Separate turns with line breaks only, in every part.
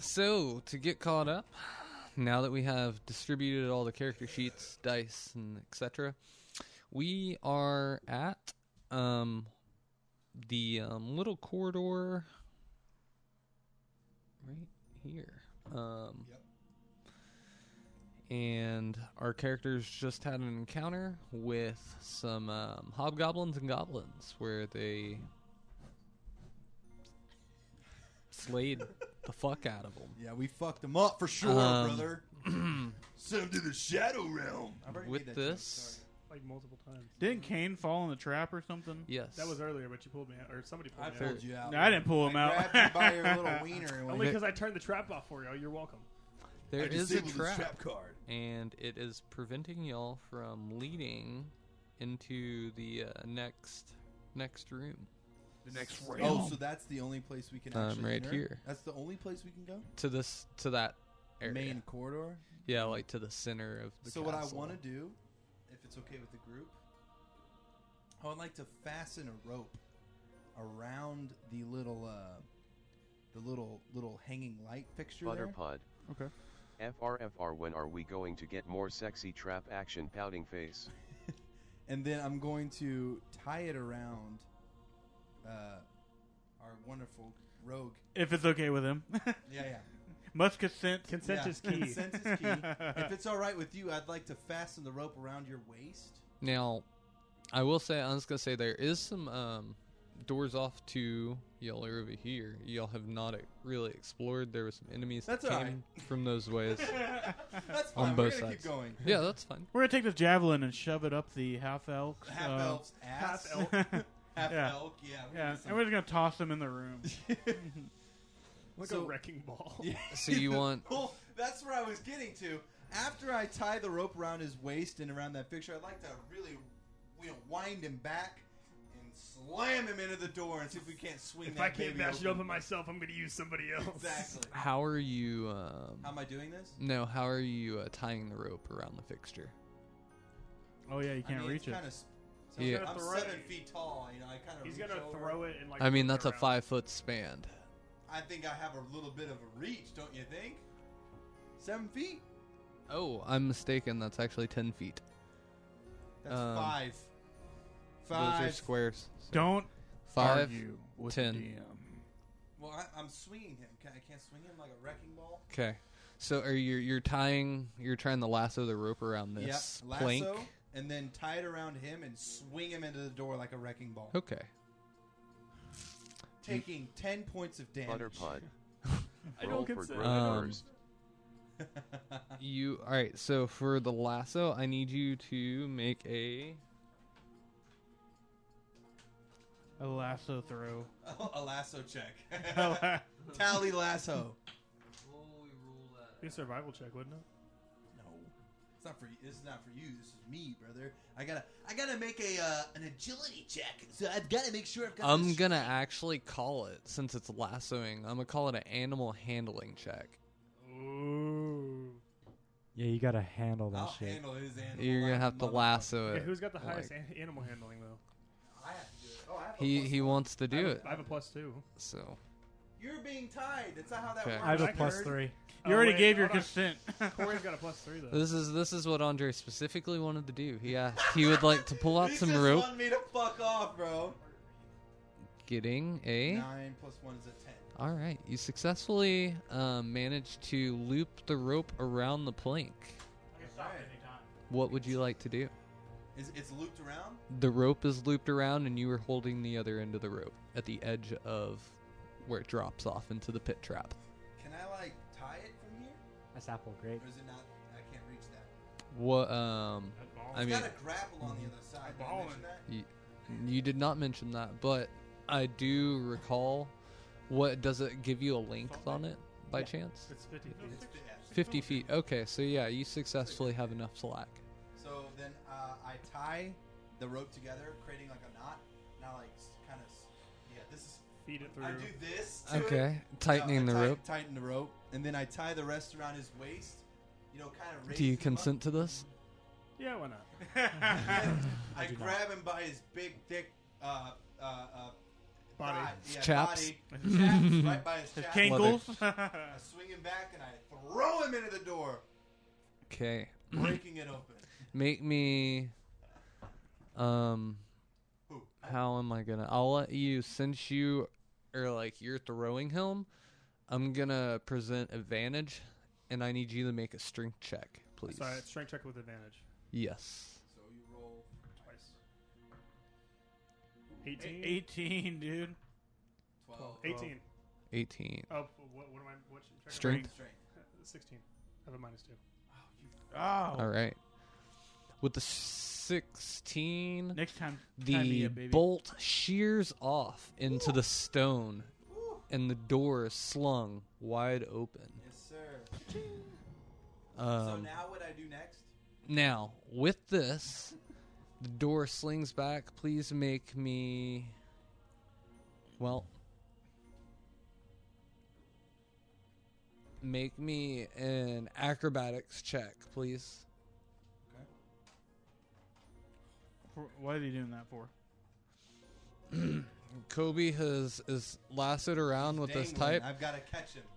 So, to get caught up, now that we have distributed all the character sheets, dice, and etc., we are at um, the um, little corridor right here. Um, And our characters just had an encounter with some um, hobgoblins and goblins where they slayed the fuck out of them.
Yeah, we fucked him up for sure,
Um,
brother. Send him to the shadow realm.
I've already
with
made that joke,
this.
sorry.
like multiple times.
Didn't Kane fall in the trap or something?
Yes.
That was earlier, but you pulled me out, or somebody pulled
I
me
pulled you out.
No, I didn't pull him
I
out.
Grabbed you by your little wiener. And
out. Only
went,
because I turned the trap off for y'all. You're welcome.
There
I
is a
disabled his
trap,
trap card.
and it is preventing y'all from leading into the uh, next next room
The next
Oh,
round.
so that's the only place we can
Um,
actually
right
enter?
here.
That's the only place we can go.
to this to that area.
Main corridor.
Yeah, like to the center of the.
so what I
castle.
want to do, if it's okay with the group, I would like to fasten a rope around the little, uh, the little little hanging light fixture there.
Butterpod.
Okay.
FRFR when are we going to get more sexy trap action pouting face?
and then I'm going to tie it around uh, our wonderful rogue.
If it's okay with him.
Yeah, yeah.
Must consent.
Consent
Yeah,
is key.
Consent is key. if it's all right with you, I'd like to fasten the rope around your waist.
Now, I will say I was gonna say there is some um, doors off to y'all are over here. Y'all have not really explored. There were some enemies
That's
that
all
came from those ways.
That's
On
fine. We're
both
gonna
sides.
keep going.
yeah, that's fine.
We're gonna take this javelin and shove it up the half elk.
Half elf's ass.
half
half
elk. Um, Yeah.
elk. Yeah. we're
yeah,
gonna
and we're just gonna toss them in the room.
Like a
So-
wrecking ball.
Yeah.
So you want-
Well, that's where I was getting to. After I tie the rope around his waist and around that picture, I'd like to really, you know, wind him back and slam him into the door and see if we can't swing.
If
that
I can't
baby
bash
open.
it open myself, I'm going to use somebody else.
Exactly.
How are you? Um,
How am I doing this?
no, how are you uh, tying the rope around the fixture?
Oh yeah, you
I mean,
can't
it's
reach it.
Kinda, s- so
Yeah.
I'm
Throw it.
seven feet tall. You know, I kind of.
He's going to throw it and like.
I mean,
whip it
that's a
around.
five foot span.
I think I have a little bit of a reach, don't you think? Seven feet.
Oh, I'm mistaken. That's actually 10 feet.
That's
Um,
five.
Those are
Five.
squares. So
Don't
five.
argue with
ten.
The um, DM.
well, I, I'm swinging him. Can, I can't swing him like a wrecking ball.
Okay. So are you you're tying you're trying to lasso the rope around this
yeah, lasso,
plank?
and then tie it around him and swing him into the door like a wrecking ball,
Okay.
taking ten points of damage.
Butterpod.
I don't
Roll
Um,
for
consent.
growth
I don't-
first.
You all right, so for the lasso, I need you to make a
A lasso throw.
a lasso check. Tally lasso.
Be a survival check, wouldn't it?
No, it's not for you. This is not for you. This is me, brother. I gotta, I gotta make a uh, an agility check. So I've gotta make sure I've got.
I'm
this-
gonna actually call it since it's lassoing. I'm gonna call it an animal handling check.
Ooh.
Yeah, you gotta handle that
I'll
shit.
handle his animal.
You're
like
gonna
a
have to
motherfucker.
lasso
Okay,
it.
who's got the
Like,
highest an- animal handling, though?
I have to do it. Oh, I have a
He
plus
he
one.
wants to do it.
I have a plus two.
So
You're being tied. That's not how that
Okay.
works.
I have a
I
plus
heard-
three.
Oh,
You already
Oh, wait,
gave your
hold on.
consent.
Corey's got a plus three, though.
this is this is what Andre specifically wanted to do. He asked he would like to pull out
He
some
just
rope,
wanted me to fuck off, bro.
getting a
Nine plus one is a ten.
All right, you successfully um, managed to loop the rope around the plank. What would you like to do?
Is it's looped around?
The rope is looped around, and you are holding the other end of the rope at the edge of where it drops off into the pit trap.
Can I like tie it from here?
That's apple grape.
Or is it not? I can't reach that.
What? Um,
That ball.
I
It's
mean, mm-hmm.
got a grapple on the other side. Did I
Ball
mention
in.
that?
you, you did not mention that, but I do recall. What does it give you a length on it by
Yeah.
chance?
It's 50.
It's the F.
Fifty feet. Okay, so yeah, you successfully have enough slack.
So then uh, I tie the rope together, creating like a knot. And I like kind of. Yeah, this is.
Feed it
I
through.
do this. to it.
Okay,
No, I
tightening the
tight-
rope.
Tighten the rope, and then I tie the rest around his waist. You know, kind of.
Do you consent to this?
Yeah, why not?
I
do not.
grab him by his big dick, uh, uh, uh,
Body.
Body. Yeah,
Chaps.
Body. Chaps right by his
His
chaps.
cankles.
I swing him back and I throw him into the door,
Okay.
breaking it open.
Make me. Um.
Who?
How am I gonna? I'll let you since you are like you're throwing him. I'm gonna present advantage, and I need you to make a strength check, please.
Sorry, it's strength check with advantage.
Yes.
So you roll.
Twice. 18?
18, dude.
12.
18.
18.
Oh, what, what am I? What check am I-
Strength.
Strength.
16. Uh, I have a minus 2.
Oh.
All right. With the 16,
Next time. time
the
me up, baby.
bolt shears off into the stone, and the door is slung wide open.
Yes, sir.
Um,
so now what I do next?
Now, with this, the door slings back. Please make me. Well. Make me an acrobatics check, please.
For- What are you doing that for?
Kobe has is lassoed around with this
Dangling.
type.
I've got to catch him. Uh,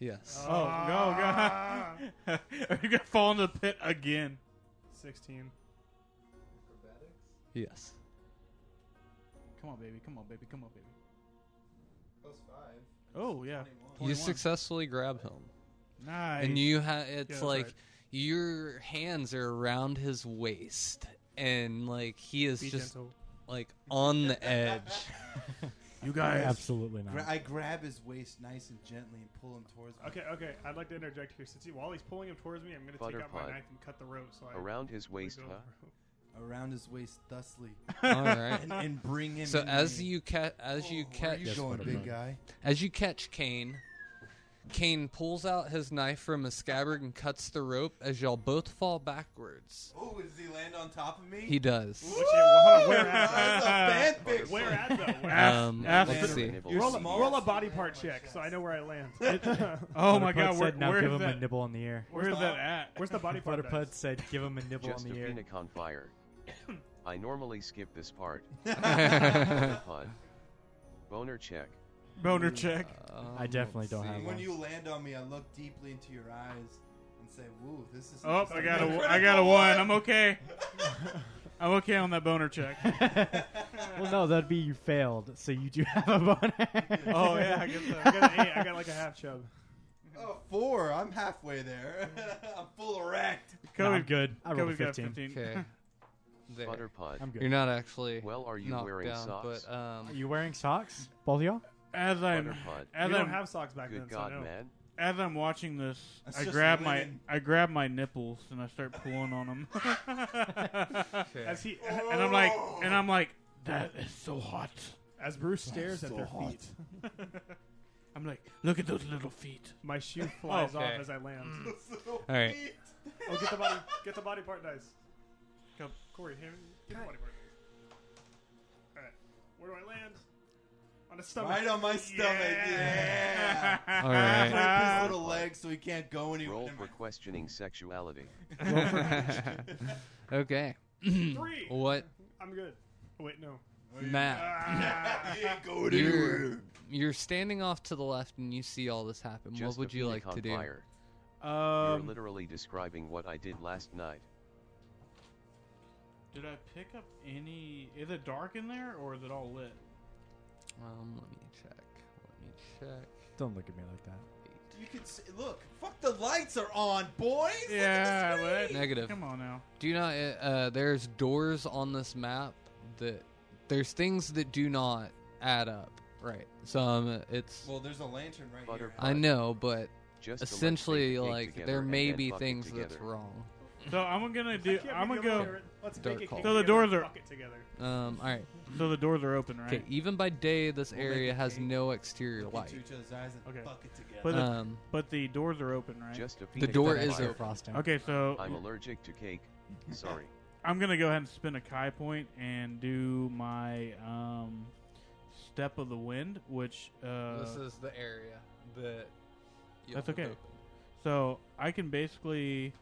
Yes.
Oh, go, go. are you going to fall into the pit again?
16.
Acrobatics.
Yes.
Come on, baby. Come on, baby. Come on, baby.
Plus five.
Oh, yeah.
21.
You
21.
successfully grab him.
Nice.
and you have it's
that's
like
right.
your hands are around his waist and like he is
Be
just
gentle.
like on the edge.
You guys.
Absolutely not.
Gra- I grab his waist nice and gently and pull him towards me.
Okay, okay. I'd like to interject here. Since he, while he's pulling him towards me, I'm going to take out my
Butterpod.
knife and cut the rope. So I
Around his
let
waist,
go of
huh?
the rope.
Around his waist thusly
All right.
and, and bring him.
So
into
as
me.
you catch, as you
Oh, where are
catch,
you
Yes,
going,
what a
big
man.
guy?
as you catch Kane, Kane pulls out his knife from his scabbard and cuts the rope. As y'all both fall backwards,
Oh, does he land on top of me?
he does.
Which, yeah, hold on,
Oh,
where at?
that's a fanfic.
though? Where at though? Where at? Oh,
Um,
Ask-
let's
ask-
see.
Nibble.
You're
Roll, a,
small.
roll a body part check so I know where I land.
Oh,
Butterpud
my God. Where,
said, now
where's
give him
that,
a nibble on the ear.
where's that at?
Where's the body part? dice?
Butterpud said, give him a nibble
Just
on
a
the ear.
Phoenix on fire. I normally skip this part. Butterpud. Boner check.
Boner check.
Um,
I definitely
let's
don't have
see.
When
one.
you land on me, I look deeply into your eyes and say, "Woo, this is."
Oh, I
interesting."
got
Critical
a, I got a one. I'm okay. I'm okay on that boner check.
well, no, that'd be you failed, so you do have a boner.
Oh yeah, I guess
I got an eight. I got like a half chub.
Oh, four. I'm halfway there. I'm full erect.
No,
Kobe,
I'm good. I rolled a
Kobe's got
15.
Okay. There.
Butterpud.
I'm
You're
good.
not actually
Well, are you
knocked
wearing
down,
socks?
but um,
Are you wearing socks? Both of y'all?
As I'm
Butterpud.
as
you
I'm
don't have socks back then,
Good
so
God,
no.
man.
as I'm watching this,
That's
I
just
grab my
linen.
I grab my nipples and I start pulling on them.
okay.
As he,
and I'm like and I'm like that is so hot.
as Bruce stares at their feet,
I'm like look at those little feet.
my shoe flies
Okay.
off as I land.
All
right.
oh, get the body, get the body part dice.
Come.
Corey, here, get the body part. All right, where do I land? On the stomach.
Right on my stomach. Yeah.
All right.
Clip his little leg so he can't go anywhere.
Roll
Never
for
mind.
questioning sexuality.
okay.
Three.
Hmm.
What
I'm good. Oh, wait, no.
Matt?
Ah.
He ain't
You're
going anywhere.
you're standing off to the left and you see all this happen.
Just
what would
a
you
Phoenix
like to
on
do?
Fire. You're
Um,
literally describing what I did last night.
did I pick up any? Is it dark in there or is it all lit?
Um, let me check. Let me check.
Don't look at me like that.
You could see, look. Fuck the lights are on, boys. Look at the
Yeah,
screen.
lit.
Negative.
Come on now.
Do you not? uh, Uh, there's doors on this map that there's things that do not add up. Right. So um, it's
Well, there's a lantern right here.
Butter-
I know, but
uh, Just to, like,
essentially,
bake a cake
like
together
there
and
may
then
be
fuck it
things
together.
that's wrong.
So I'm gonna do.
I can't
I'm
be
gonna
the
go.
lover. Let's
Dark
make it.
call.
So the doors are-
together.
Um, all right.
So the doors are open,
Okay.
right?
Even by day, this
We'll make
area
a
has
cake.
no exterior
Look into
light.
each other's eyes and
Okay.
fuck it together.
But the,
Um,
but the doors are open, right?
Just a
the
Phoenix
door
on
is
fire.
open.
frosting.
okay, so
I'm allergic to cake. Sorry.
I'm gonna go ahead and spin a Kai point and do my um, step of the wind, which uh,
this is the area that. you
That's
have
okay.
open.
so I can basically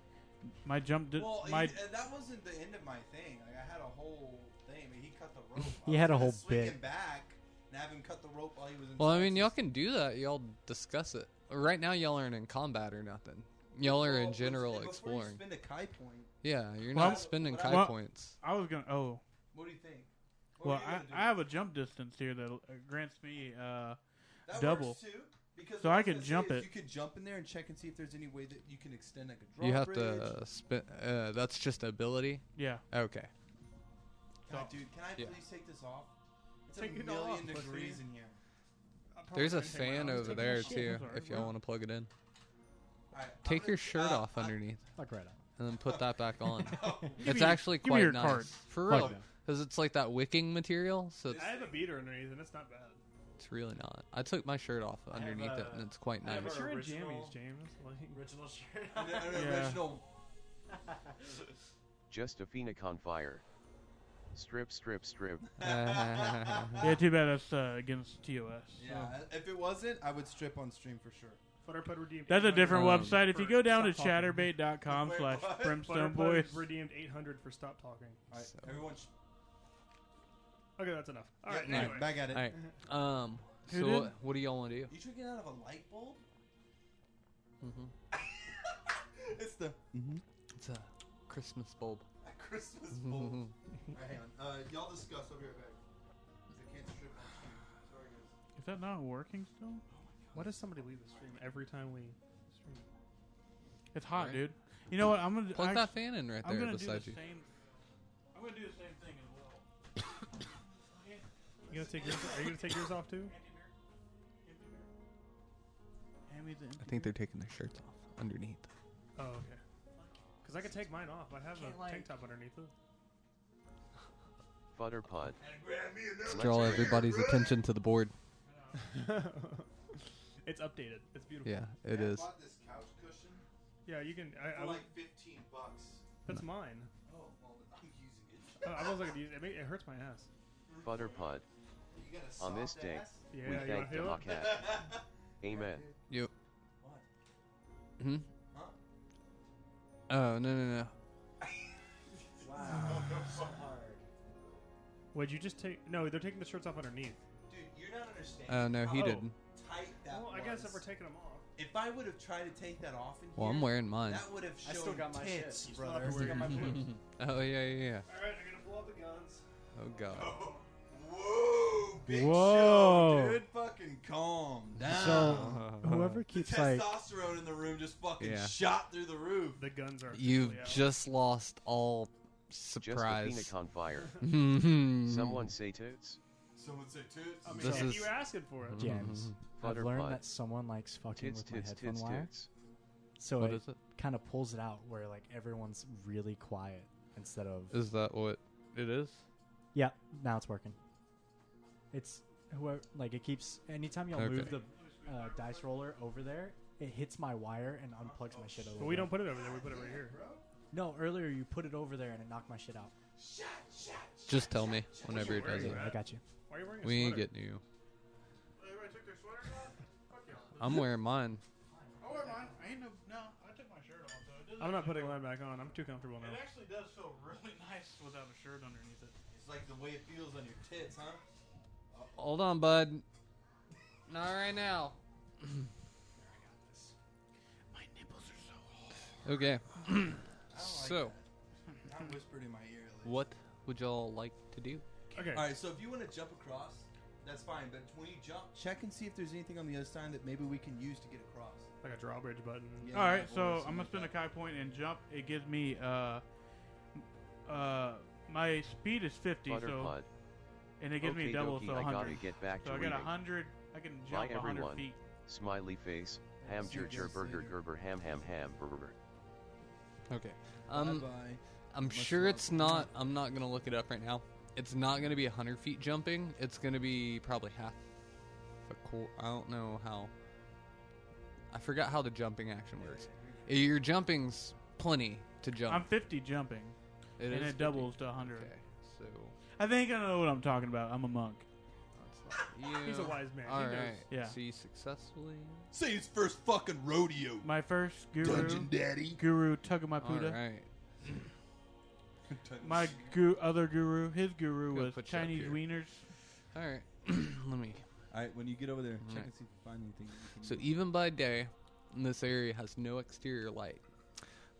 my jump. Di-
well,
my
he- uh, that wasn't the end of my thing. Like I had a whole thing. I mean, he cut the rope.
He
I
had
was gonna
a whole
swing
bit.
him back, and have him cut the rope while he was in.
Well, I mean, y'all
Texas.
can do that. Y'all discuss it. Right now, y'all aren't in combat or nothing. Y'all are
Well,
in
let's-
general
before you
exploring.
Spend a Kai point.
yeah, you're
Well,
not spending
what
Kai
I-
well-
points.
I was gonna. Oh,
What do you think? What
well,
were you
I,
gonna do?
I have a jump distance here that uh, grants me. Uh,
That
double.
works too, because
So
what
I
was
could
gonna say
jump
is
it.
You could jump in there and check and see if there's any way that you can extend like a
You have
drawbridge.
to uh, spend. Uh, that's just ability.
yeah.
Okay.
God, dude, can I
Yeah.
please take this off? It's
Take
a
it
million
off, pussy.
degrees in here.
I'm probably
There's a
gonna take my
fan
own.
over
taking
there
a shit.
too.
I'm sorry,
If y'all
what?
want to plug it in,
All right, I'm
take
gonna-
your shirt
uh,
off
I-
underneath
Fuck right up.
and then put that back on.
no.
Give
it's
me-
actually
give me
quite
your
nice
card.
for
Fuck
real
no.
because it's like that wicking material, so
I
it's,
have a beater underneath, and it's not bad.
it's really not. I took my shirt off
have,
underneath it, and
uh,
it's quite
I
nice.
have
Nice.
a
You're in
original,
jammies, James.
original shirt.
An, an
Yeah.
original.
Just a phoenix on fire. Strip, strip, strip.
Yeah. Too bad that's uh, against TOS. so.
Ah. Yeah, if it wasn't, I would strip on stream for sure.
Futterpud redeemed.
That's a
800
different
Um,
website. If you go down to
Stop talking.
chatterbait.com
Wait,
slash
what?
brimstone
Futterpud
boys.
redeemed 800 for stop talking.
All right,
So-
everyone. Sh-
Okay, that's enough. All
yeah,
right,
no,
anyway.
back at it.
All right. Um.
Who
so
did?
what, what do y'all want to do?
You drinking out of a light bulb?
Mm-hmm.
It's the
It's a Christmas bulb.
a Christmas
Mm-hmm.
bulb. All right, hang on. Uh, y'all discuss. I'll be right back. 'Cause I can't strip on stream. Sorry, guys.
Is that not working still?
Why does somebody leave the stream every time we stream?
It's hot,
Right.
dude. You know what? I'm gonna
Plug
I,
that fan in right
I'm
there
gonna do the
beside you.
same. I'm gonna do the same thing as well.
You gonna take yours, are you gonna take yours off too?
Hand me the empty
I think they're taking their shirts off underneath.
Oh, okay. Because I could take mine off. I have
Can't,
a tank
like-
top underneath it.
Futter pud.
Let's draw everybody's attention to the board.
it's updated. It's beautiful.
Yeah, it
Dad
is.
bought this couch cushion
Yeah, you can.
for
I, I,
like 15 bucks.
that's mine.
Oh, well, I'm using it.
I, I was like, it, it hurts my ass.
Futter pud.
You got a
On this
soft
day.
ass?
Yeah,
we
you wanna
thank the
feel it?
Hawkhat. Amen.
Yep.
What?
Hmm?
Huh?
Oh no no no.
Wow, so hard.
Would you just take? No, they're taking the shirts off underneath.
Dude, you're not understanding
Oh no, he
Oh.
didn't.
how tight that
well,
was.
I guess if we're taking them off.
If I would have tried to take that off in
Well,
here,
I'm wearing mine.
that would have shown
I still got my shit.
tits,
You still have
brother.
to wear your shit.
Oh yeah yeah yeah.
All right, I'm gonna pull out the guns.
Oh god.
Whoa, big
Whoa.
show, dude. Fucking calm down.
So
Uh, Oh.
whoever
the
keeps like
testosterone in the room just fucking
Yeah.
shot through the roof.
The guns are.
You've
officially out.
just lost all
Just a
surprise. Hmm.
phoenix on fire.
Someone.
Someone say toots.
Someone say tits.
I mean,
this
if
is-
you asking for it.
James, I've
Butterfly.
learned that someone likes fucking
Tits,
with my
tits,
headphone
tits,
wire,
toots.
so
What
it
is it?
kind of pulls it out where like everyone's really quiet instead of
Is that what it is?
yeah. Now it's working. It's whoever like it keeps anytime y'all move the
Okay.
uh, dice roller over there, it hits my wire and unplugs my shit. a
But
little
we
bit.
don't put it over there. We put it right here.
No, earlier you put it over there and it knocked my shit out.
Just tell me whenever it
Where are
does
you
it.
Yeah, I
at?
got you.
Why are you wearing a
We ain't
sweater?
getting you.
Everybody took their sweaters off? Fuck y'all.
I'm wearing mine.
Oh, wait, mine. I ain't no. No, I took my shirt off though. It doesn't
I'm not
actually
putting
work.
mine back on. I'm too comfortable now.
It actually does feel really nice without a shirt underneath it.
It's like the way it feels on your tits, huh?
Hold on, bud. Not right now.
My nipples are so hard.
Okay.
I don't like
So,
that. I whispered in my ear. Like,
what would y'all like to do?
Okay.
All right, so if you want to jump across, that's fine. But when you jump, check and see if there's anything on the other side that maybe we can use to get across.
Like a drawbridge button.
Yeah.
All right,
or
so
something
I'm gonna
like
spend a
that.
Kai point and jump. It gives me uh uh my speed is 50,
Futter
so
pud.
and it gives me
Okay,
double,
dokey,
so
I
100.
gotta get back
so
to
I got
reading.
100. I can
Bye,
jump 100
everyone.
feet.
Smiley face.
Yeah,
Ham
see you
jer jer
guys
burger
later.
gerber ham ham ham burger.
Okay. Um,
Bye-bye.
I'm
Much
sure
love.
it's not. I'm not gonna look it up right now. It's not gonna be a hundred feet jumping. It's gonna be probably half. A cor- I don't know how. I forgot how the jumping action works. Eh, Your jumping's plenty to jump.
I'm 50 jumping,
It
and
is
it
50.
doubles to 100.
Okay, so
I think I know what I'm talking about. I'm a monk.
that's not you.
He's a wise man.
All
he knows.
right.
Yeah.
So you successfully.
Say his first fucking rodeo,
My first guru,
Dungeon Daddy.
guru Tugamaputa.
All right.
My gu- other guru, his guru
Gonna
was
put you up
Chinese
here.
wieners.
All right. Let me.
All right, when you get over there, check
Alright.
and see if you find anything. that you
So
can use.
even by day, this area has no exterior light.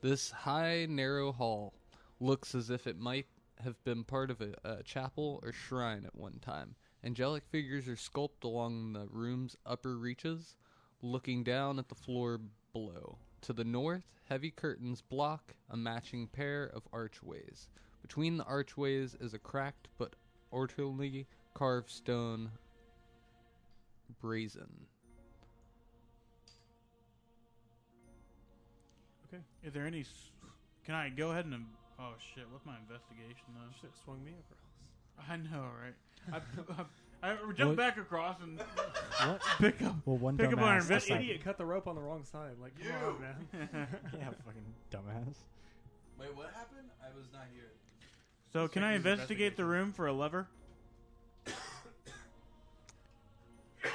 This high, narrow hall looks as if it might have been part of a, a chapel or shrine at one time. Angelic figures are sculpted along the room's upper reaches, looking down at the floor below. To the north, heavy curtains block a matching pair of archways. Between the archways is a cracked but orderly carved stone brazen.
Okay. Is there any? s- Can I go ahead and? in- Oh shit! What's my investigation though?
Should have swung me across.
I know, right? I, I, I jump
What-
back across and
What?
pick up.
Well, one
Pick up on
dumbass.
our
That
decided-
idiot cut the rope on the wrong side. Like, come on, man.
yeah, fucking dumbass.
Wait, what happened? I was not here.
so,
Let's
can
check
I
his
investigate the
investigation.
room for a lever?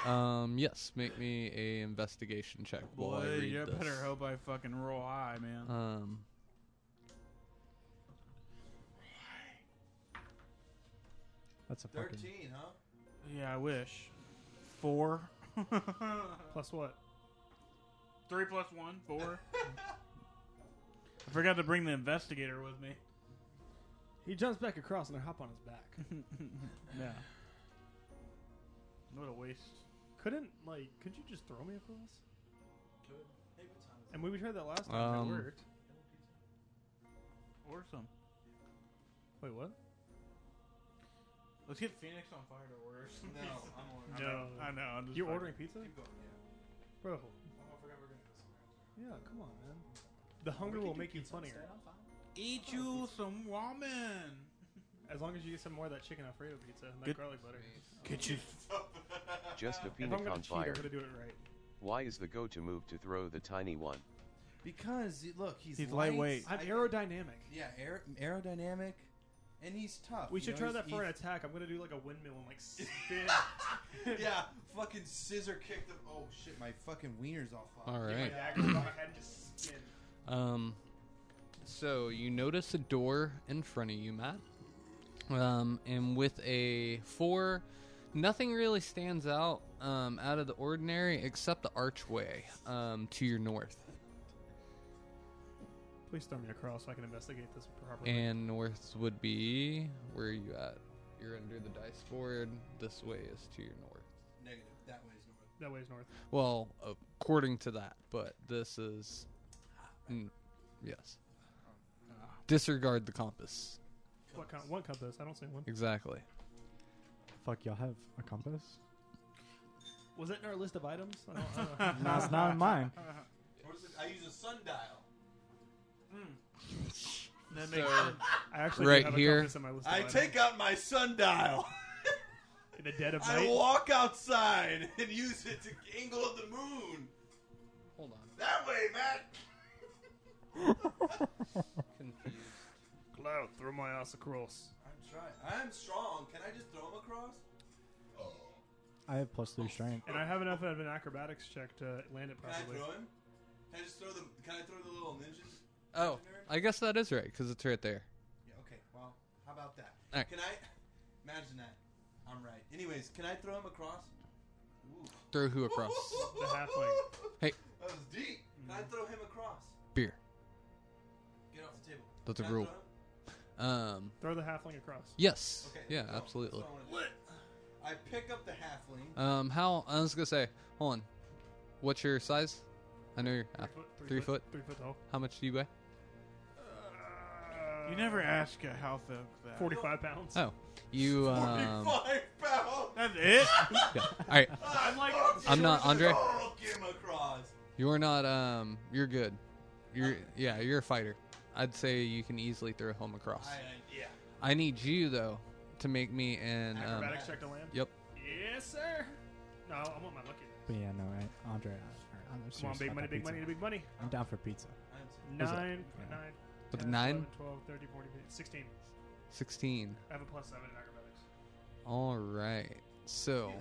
Um. Yes. Make me a investigation check while I
Boy,
read
you
this.
better hope I fucking roll high, man.
Um.
That's a fucking.
Thirteen, huh?
yeah, I wish. Four.
Plus what?
Three plus one, four. I forgot to bring the investigator with me.
He jumps back across and I hop on his back.
Yeah. What a waste.
Couldn't like? Could you just throw me across?
Good. Hey, what time is it?
And we tried that last time.
Um,
it worked.
Or some.
Wait, what?
Let's get Phoenix on fire to order some
No, I'm ordering.
No.
I know, I know. I'm just
You're
fucking-
ordering pizza,
Keep going. Yeah.
bro?
Oh, I forgot we're gonna go somewhere.
Yeah, come on, man. The hunger will make you funnier.
Eat you some ramen.
As long as you get some more of that chicken alfredo pizza and that
Good-
garlic butter.
Get you.
Just a
If I'm
phoenix
gonna
on
cheat, I'm
fire.
gonna do it right.
Why is the go to move to throw the tiny one?
Because y- look, he's,
He's
light,
lightweight.
I'm aerodynamic.
Yeah, aer- aerodynamic, and he's tough.
We
you
should
know,
try that
he's-
for an attack. I'm gonna do like a windmill and like spin.
he's- yeah, fucking scissor kick the. Oh shit, my fucking wiener's all off. uh,
All
Get my
right.
dagger in my head and just spin.
Um. So you notice a door in front of you, Matt. Um, and with a four, nothing really stands out um, out of the ordinary except the archway um, to your north
Please throw me across so I can investigate this properly.
and north would be where are you at? You're under the dice board. This way is to your north.
Negative. That way is north.
that way is north.
Well, according to that, but this is. Mm, yes. Disregard the compass.
What, com- what compass? I don't see one.
Exactly.
Fuck, y'all have a compass?
Was that in our list of items? I don't, I don't know.
no, it's not in mine.
What is it? I use a sundial.
That
So-
makes sense.
I actually
Right
do have
here.
a compass in my list. Of
I
items.
take out my sundial.
in the dead of
I
night.
walk outside and use it to angle of the moon.
Hold on.
That way, Matt.
Confused.
Cloud, throw my ass across.
I'm trying. I'm strong. Can I just throw him across?
I have plus three strength.
And I have enough of an acrobatics check to land it
Can
properly.
I throw him? Can I just throw the? Can I throw the little ninja?
Oh, I guess that is right because it's right there.
Yeah. Okay. Well, how about that?
Alright.
Can I? Imagine that. I'm right. Anyways, can I throw him across? Ooh.
Throw who across?
The halfling.
Hey. Mm-hmm.
That was deep. Can I throw him across?
Beer.
Get off the table.
That's a
Can I
rule.
throw him?
Um.
Throw the halfling across.
Yes.
Okay.
yeah.
go. That's
Absolutely.
what I wanna do. I pick up the halfling.
Um. How? I was gonna say. Hold on. What's your size? I know you're half. three foot?
Three foot tall.
How much do you weigh?
Uh,
You never ask a health of that.
Forty-five pounds.
Oh, you. Um, All
Forty-five pounds.
That's it.
right.
I'm
like-
I'm not Andre.
Hulk him across.
You're not. Um. You're good. You're.
Oh.
Yeah. You're a fighter. I'd say you can easily throw home across.
I, yeah.
I need you though to make me an. Um,
acrobatics check to land.
yep.
Yes, sir. No, I want my lucky.
But yeah, no, right? Andre, I- I'm serious
Come on, big
about
money,
that
big
pizza.
money, big money.
I'm down for pizza.
I'm sorry.
Nine,
that?
nine,
Yeah.
With a
10,
nine?
11, 12, 30, 40, 50, 16.
Sixteen.
I have a plus seven in acrobatics.
All right. So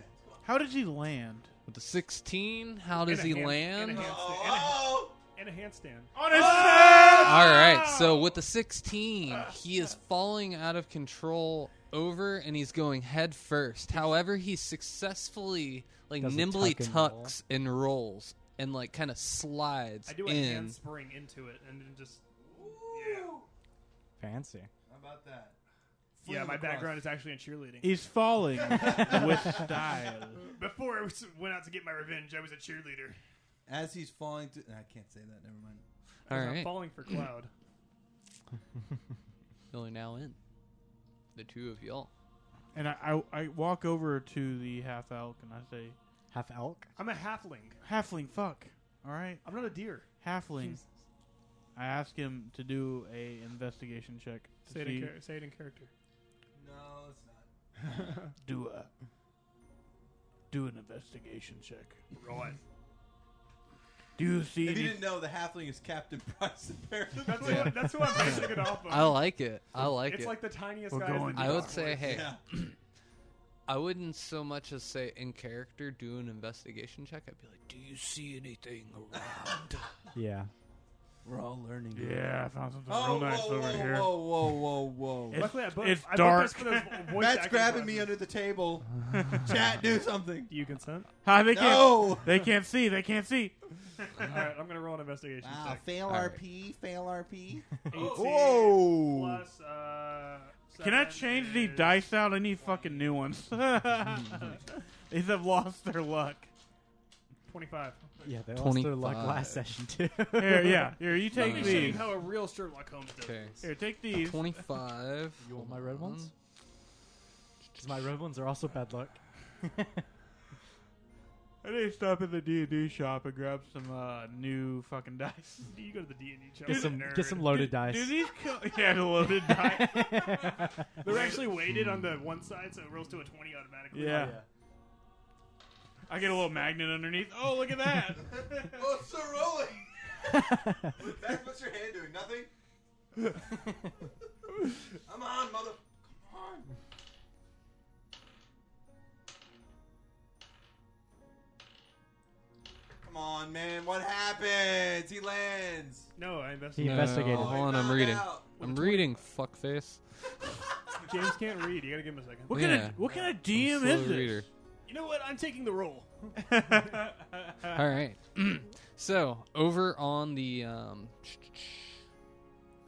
How did he land?
with the sixteen, how does
In a
he
hand-
land?
in a hand-
Oh,
And a handstand.
On his back.
Ah!
All right. So with the 16, he is falling out of control over and he's going head first. However, he successfully, like,
Does a
nimbly
tuck and roll.
tucks and rolls and, like, kind of slides
I do a
in.
handspring into it and then just
Fancy.
How about that? Flew
yeah. My
across.
background is actually in cheerleading.
He's falling with style.
Before I was, went out to get my revenge, I was a cheerleader.
As he's falling to. I can't say that. Never mind.
I was
All
not
right.
falling for Cloud.
You're now in. The two of y'all.
And I, I, I walk over to the half elk and I say,
Half elk.
I'm a halfling.
"Halfling, fuck! All right,
I'm not a deer.
halfling." I ask him to do a investigation check. to
Say it,
see-
in char- say it in character.
No, it's not.
do a do an investigation check.
Right.
Do you see?
If you
any-
didn't know, the halfling is Captain Price apparently.
That's, what, that's who I'm basing it off of.
I like it. I like
it's
it.
like the tiniest
We're
guy. is the
going
I
deer.
would say, hey,
Yeah.
I wouldn't so much as say in character do an investigation check. I'd be like, do you see anything around?
Yeah.
We're all learning.
yeah, I found something
Oh,
real nice
whoa,
over
whoa,
here.
whoa, whoa, whoa, whoa.
It's-
Luckily, I booked,
it's
I
dark.
Booked this for those voice
Matt's
acting
grabbing me
classes.
under the table. Chat, do something.
Do you consent?
Hi, they can't.
No.
They can't see. They can't see.
All right, I'm gonna roll an investigation check.
fail
All right.
RP, fail RP.
18
Oh.
Whoa.
Plus, uh,
Can I
seven
change the
is-
dice out? I need fucking new ones. These have lost their luck.
25.
Yeah, they lost their luck
25.
last session too.
Here, yeah, here. You
Let
take
me show you
these.
how a real Sherlock Holmes does.
Okay.
this.
Here, take these.
25.
You
Hold
want my red
on.
ones? 'Cause my red ones are also bad luck.
I need to stop at the D and D shop and grab some uh, new fucking dice.
You go to the D&D shop.
Get
you're a
some,
nerd.
get some loaded dice.
Do these? Co- yeah, the loaded dice.
They're actually weighted on the one side, so it rolls to a 20 automatically.
Oh,
Yeah. I get a little magnet underneath. Oh, look at that.
Oh, it's so rolling. Matt, what's your hand doing? Nothing. Come on, mother. Come on. Come on, man. What happens? He lands. Oh,
No, I invested.
He investigated.
No, hold on,
he
I'm
found
reading.
out.
I'm reading, fuckface.
James can't read. You gotta give him a second.
What kind
Yeah.
of what kind of
I'm a
DM
slow
is this?
reader.
You know what? I'm taking the roll.
All right. so, over on the. Um,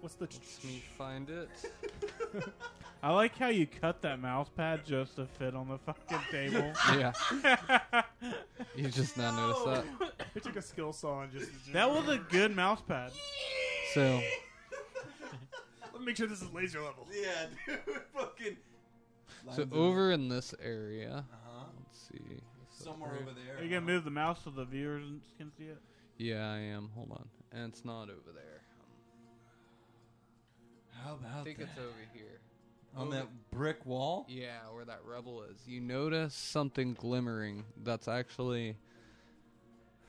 What's the? T-
let me find it.
I like how you cut that mouse pad just to fit on the fucking table.
Yeah. you just not noticed that.
it took a skill saw and just.
that was a good mouse pad.
So,
Let me make sure this is laser level.
Yeah, dude. Fucking.
so over in this area.
Uh huh.
Let's see.
Somewhere over there.
Are you gonna
huh?
move the mouse so the viewers can see it?
Yeah, I am. Hold on. And it's not over there.
How
I
about
think
that?
it's over here.
on that brick wall?
Yeah, where that rebel is. You notice something glimmering that's actually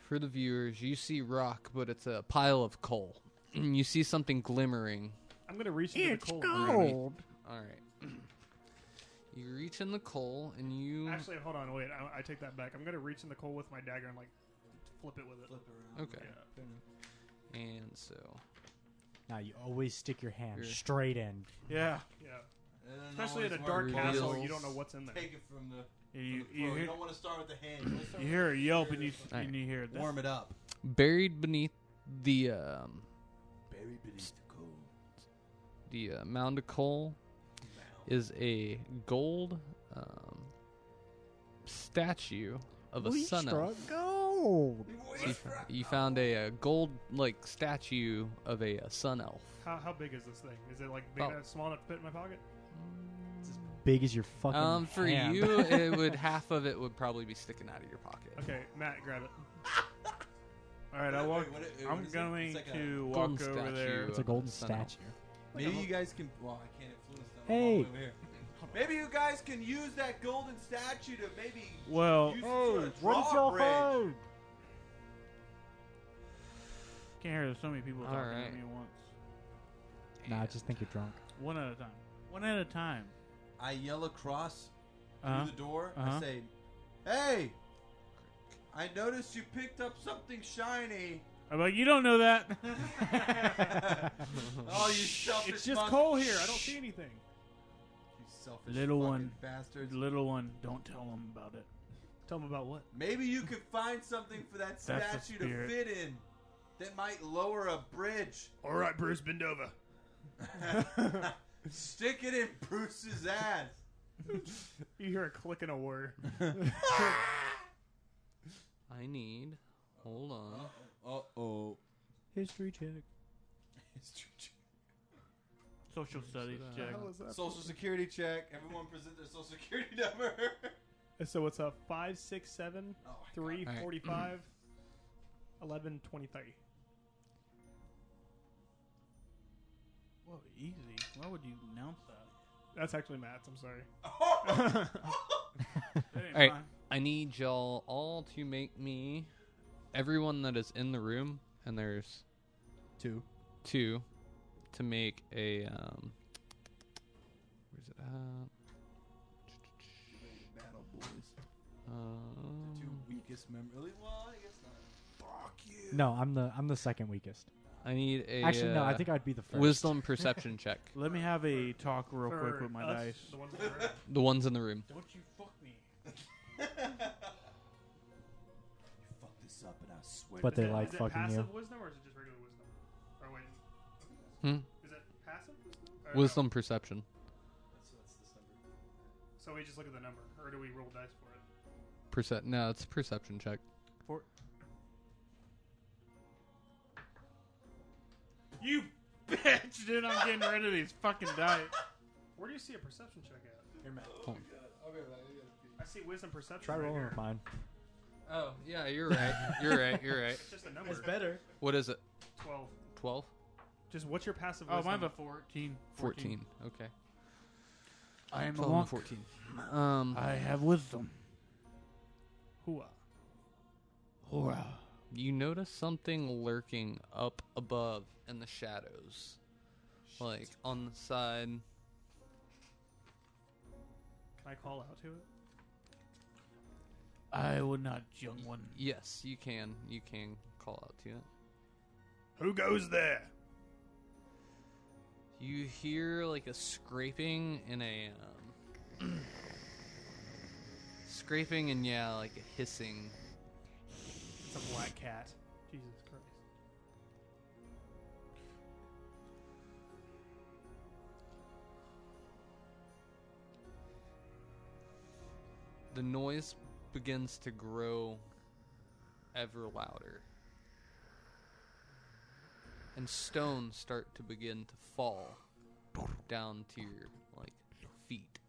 for the viewers, you see rock, but it's a pile of coal. you see something glimmering.
I'm gonna reach into the coal.
Rooney. All right. you reach in the coal and you
Actually, hold on. Wait, I, I take that back. I'm gonna reach in the coal with my dagger and like flip it with it.
Flip around.
Okay.
Yeah.
And so
Now you always stick your hand
Here.
straight in.
Yeah.
Yeah.
And then
Especially at a
always
dark
work
castle,
reveals.
you don't know what's in there.
Take it from the.
You,
from the
you,
floor. you
hear,
don't want to start with the hand. You, wanna start
you
with
hear a
the
yelp
ear
and you
or
Alright.
and you hear
something.
this.
warm it up.
buried beneath the um
Buried beneath the coal.
the uh, mound of coal is a gold um, statue of a sun elf.
gold.
You, f- you found a, uh gold like statue of a, uh sun elf.
How, how big is this thing? Is it like big
Oh.
enough, small enough to fit in my pocket?
It's as big as your fucking.
Um, for
hand.
you, it would half of it would probably be sticking out of your pocket.
Okay, Matt, grab it.
All right, I
Wait,
walk.
what it- what
I'm
is it?
going
It's like a
golden
to walk over
statue.
there.
it's a golden
Sun elf.
statue.
Maybe you guys can. Well, I can't influence them. I'm all
Hey.
the way over here. Maybe you guys can use that golden statue to maybe.
Well,
use
can't
find?
hear. There's so many people talking
Alright.
at me at once.
Nah, I just think you're drunk.
One at a time. One at a time.
I yell across
Uh-huh.
through the door. I
Uh-huh.
say, "Hey, I noticed you picked up something shiny.
I'm like, you don't know that.
oh, you selfish!
It's just
mon-
Oh, coal here. I don't see anything.
You selfish
Little
fucking
one.
bastards.
Little one, don't tell him about it. Tell him about what?
Maybe you could find something for that
the
statue to
spirit.
fit in that might lower a bridge.
All right, Bruce Bendova.
Stick it in Bruce's ass.
You hear a click and a whir.
I need. Hold on.
Uh oh.
History check.
Social studies
that.
check.
How is that
Social security check. Everyone present their social security number.
So it's a five, six, seven,
Oh, my
three,
All right.
forty-five, eleven, twenty-three.
Whoa, easy. Why would you announce that?
That's actually Matt's. I'm sorry.
God.
That
All
ain't
right.
mine.
I need y'all all to make me. Everyone that is in the room, and there's
Two.
two, to make a. Um, where's it at?
Battle boys. The two
Um,
weakest members. Really? Well, I guess not. Fuck you.
No, I'm the I'm the second weakest.
I need a.
Actually, no, I
uh,
think I'd be the first.
Wisdom perception check.
Let me have a talk real
For
quick with my
us,
dice.
The ones that are-
The ones in the room.
Don't you fuck me.
You fuck this up, and I swear.
But
Is
they
it-
like
is it
fucking you.
passive wisdom or is it just regular wisdom? Or wait,
Hmm?
is it passive wisdom? Or no?
Wisdom perception.
That's, that's this number.
So we just look at the number, or do we roll dice for it?
Perce- no, it's a perception check.
For,
You.
bitch, dude, I'm getting rid of these fucking dice.
Where do you see a perception check at?
Here, Matt.
Okay,
I see wisdom perception.
Try
right
rolling
here.
with mine.
Oh, yeah, you're right. You're right. You're right.
It's just a number.
It's better.
What is it?
Twelve.
12?
Just what's your passive?
Oh,
wisdom?
mine's a 14.
14. Okay.
I am a
12 and
monk.
14. Um,
I have wisdom.
Hua.
Hurrah.
you notice something lurking up above in the shadows. Like on the side.
Can I call out to it?
I will not, young one.
Yes, you can. You can call out to it.
Who goes there?
You hear like a scraping and a um, scraping and yeah, like a hissing.
It's a black cat. Jesus Christ.
The noise begins to grow ever louder. And stones start to begin to fall down to your like feet.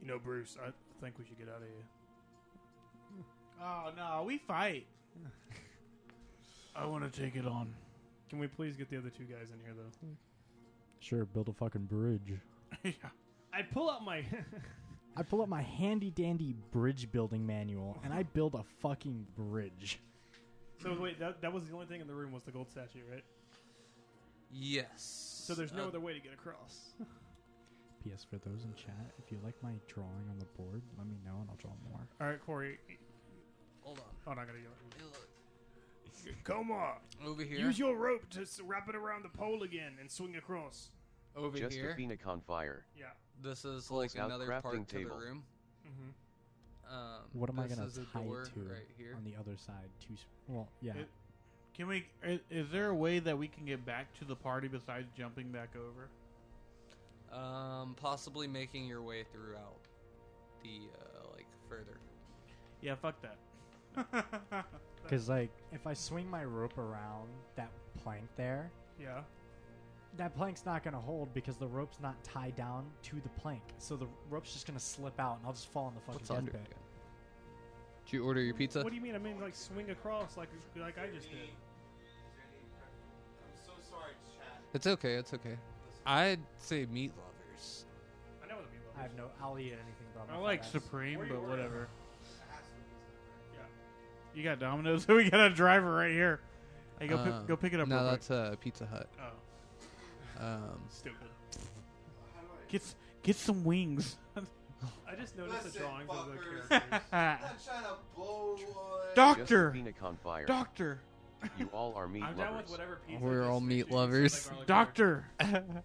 You know, Bruce. I think we should get out of here.
Oh, no, we fight. I want to take it on.
Can we please get the other two guys in here though?
Sure, build a fucking bridge.
yeah.
I pull out my.
I pull up my handy dandy bridge building manual and I build a fucking bridge.
so wait, that, that was the only thing in the room was the gold statue, right?
Yes. Um,
So there's no other way to get across.
P.S. For those in chat, if you like my drawing on the board, let me know and I'll draw more.
All right, Corey.
Hold on.
Oh, no, I gotta go.
Hey, look.
Come on.
Over here.
Use your rope to s- wrap it around the pole again and swing across.
over
Just
here.
a phoenix on fire.
Yeah.
This is
Pulls
like
out
another
crafting
part to the
table.
room.
Mm-hmm.
Um,
What am I
this
gonna
is a
tie it
door
to
right here?
On the other side, two. s- Well, yeah.
It- Can we? Is, is there a way that we can get back to the party besides jumping back over?
Um, possibly making your way throughout the uh, like further.
Yeah, fuck
Mm-hmm.
that.
Because like, if I swing my rope around that plank there,
Yeah.
that plank's not gonna hold because the rope's not tied down to the plank. So the rope's just gonna slip out and I'll just fall in the fucking
What's
death
under?
pit.
it? Did you order your pizza?
What do you mean? I mean, like swing across, like like I just did.
I'm so sorry, chat.
It's okay. It's okay. I'd say meat lovers.
I know what I mean.
I have no. I'll eat anything, bro. I'm
I
a fat
like
ass.
Supreme,
Where you
but
were.
whatever.
Yeah.
You got Domino's, so we got a driver right here. Hey, go
Um,
pick, go pick it up.
No,
real quick.
that's uh, Pizza Hut.
Oh,
Um,
stupid.
Get s- get some wings.
I just noticed
Listen,
the drawings of the
fuckers.
characters.
I'm trying to blow. uh,
Just a
doctor,
phoenix on fire.
doctor,
You all are meat
I'm down with
lovers.
whatever pizza.
We're
just
all
makes
meat
you taste like
lovers.
garlic bread.
doctor.
If that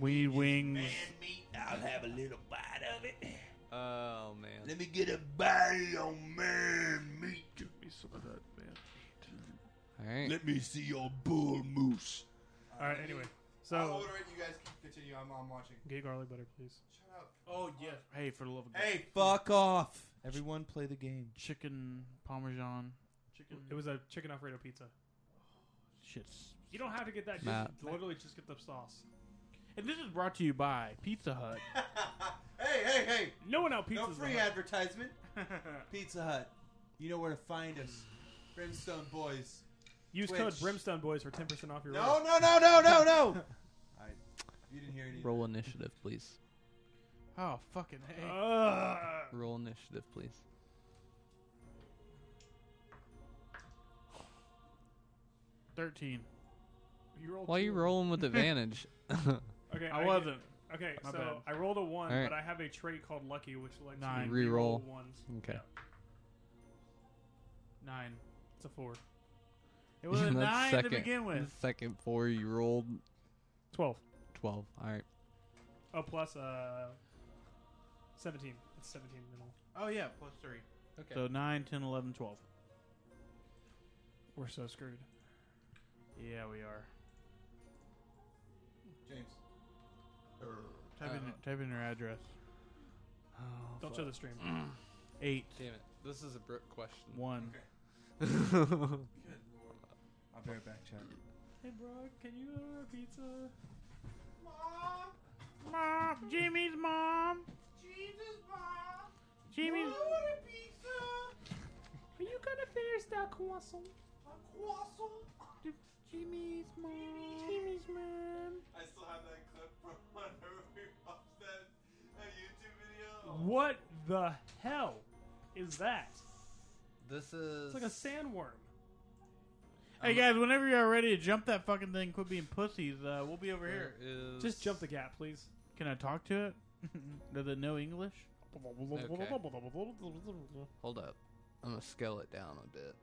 We
meat
need
is
wings.
Man meat. I'll have a little bite of it.
Oh man.
Let me get a bite on man meat.
Give me some of that, man.
All right.
Let me see your bull moose.
All right. Anyway,
I'll
so
order it. You guys can continue. I'm, I'm watching.
get garlic butter, please.
Shut up.
Oh yeah. Hey, for the love of God.
Hey, fuck off. Everyone play the game.
Chicken parmesan. Chicken.
It was a chicken Alfredo pizza.
shits.
You don't have to get that. Just
Matt.
literally just get the sauce.
And this is brought to you by Pizza Hut.
hey, hey, hey.
No one out pizza.
no free advertisement. Pizza Hut. You know where to find us. Brimstone Boys.
Use
Twitch.
code Brimstone Boys for ten percent off your
No,
order.
no, no, no, no, no. I, you didn't hear any.
Roll initiative, please.
Oh fucking hey.
Ugh.
Roll initiative, please.
Thirteen.
you rolled
Why are you
two.
rolling with advantage?
Okay,
I wasn't.
Okay,
My
so
bad.
I rolled a one,
All right.
but I have a trait called Lucky, which lets
Nine.
me re-roll
Reroll.
ones.
okay.
Nine.
It's a four.
It was a
That's
nine
second.
to begin
The
with.
second four you rolled
Twelve.
twelve. All right.
Oh, plus uh, seventeen. It's seventeen in all.
Oh yeah, plus three.
Okay.
So nine, ten, eleven, twelve.
We're so screwed.
Yeah, we are.
James. Er.
Type in type in your address.
Don't show the stream.
Eight
Damn it. This is a Brooke question.
one.
I'll be right back, chat.
Hey, bro, can you order a pizza?
Mom, Jimmy's mom. Jimmy's mom. Jimmy's. Are you gonna finish that croissant? croissant. Jimmy's mom. Jimmy's mom.
I still have that clip from whenever we watched that, that YouTube video.
What the hell is that?
This is
It's like a sandworm.
Hey guys, whenever you're ready to jump that fucking thing, quit being pussies. Uh, we'll be over here.
Where is
Just jump the gap, please.
Can I talk to it? Does it know English?
Hold up. I'm gonna scale it down a bit.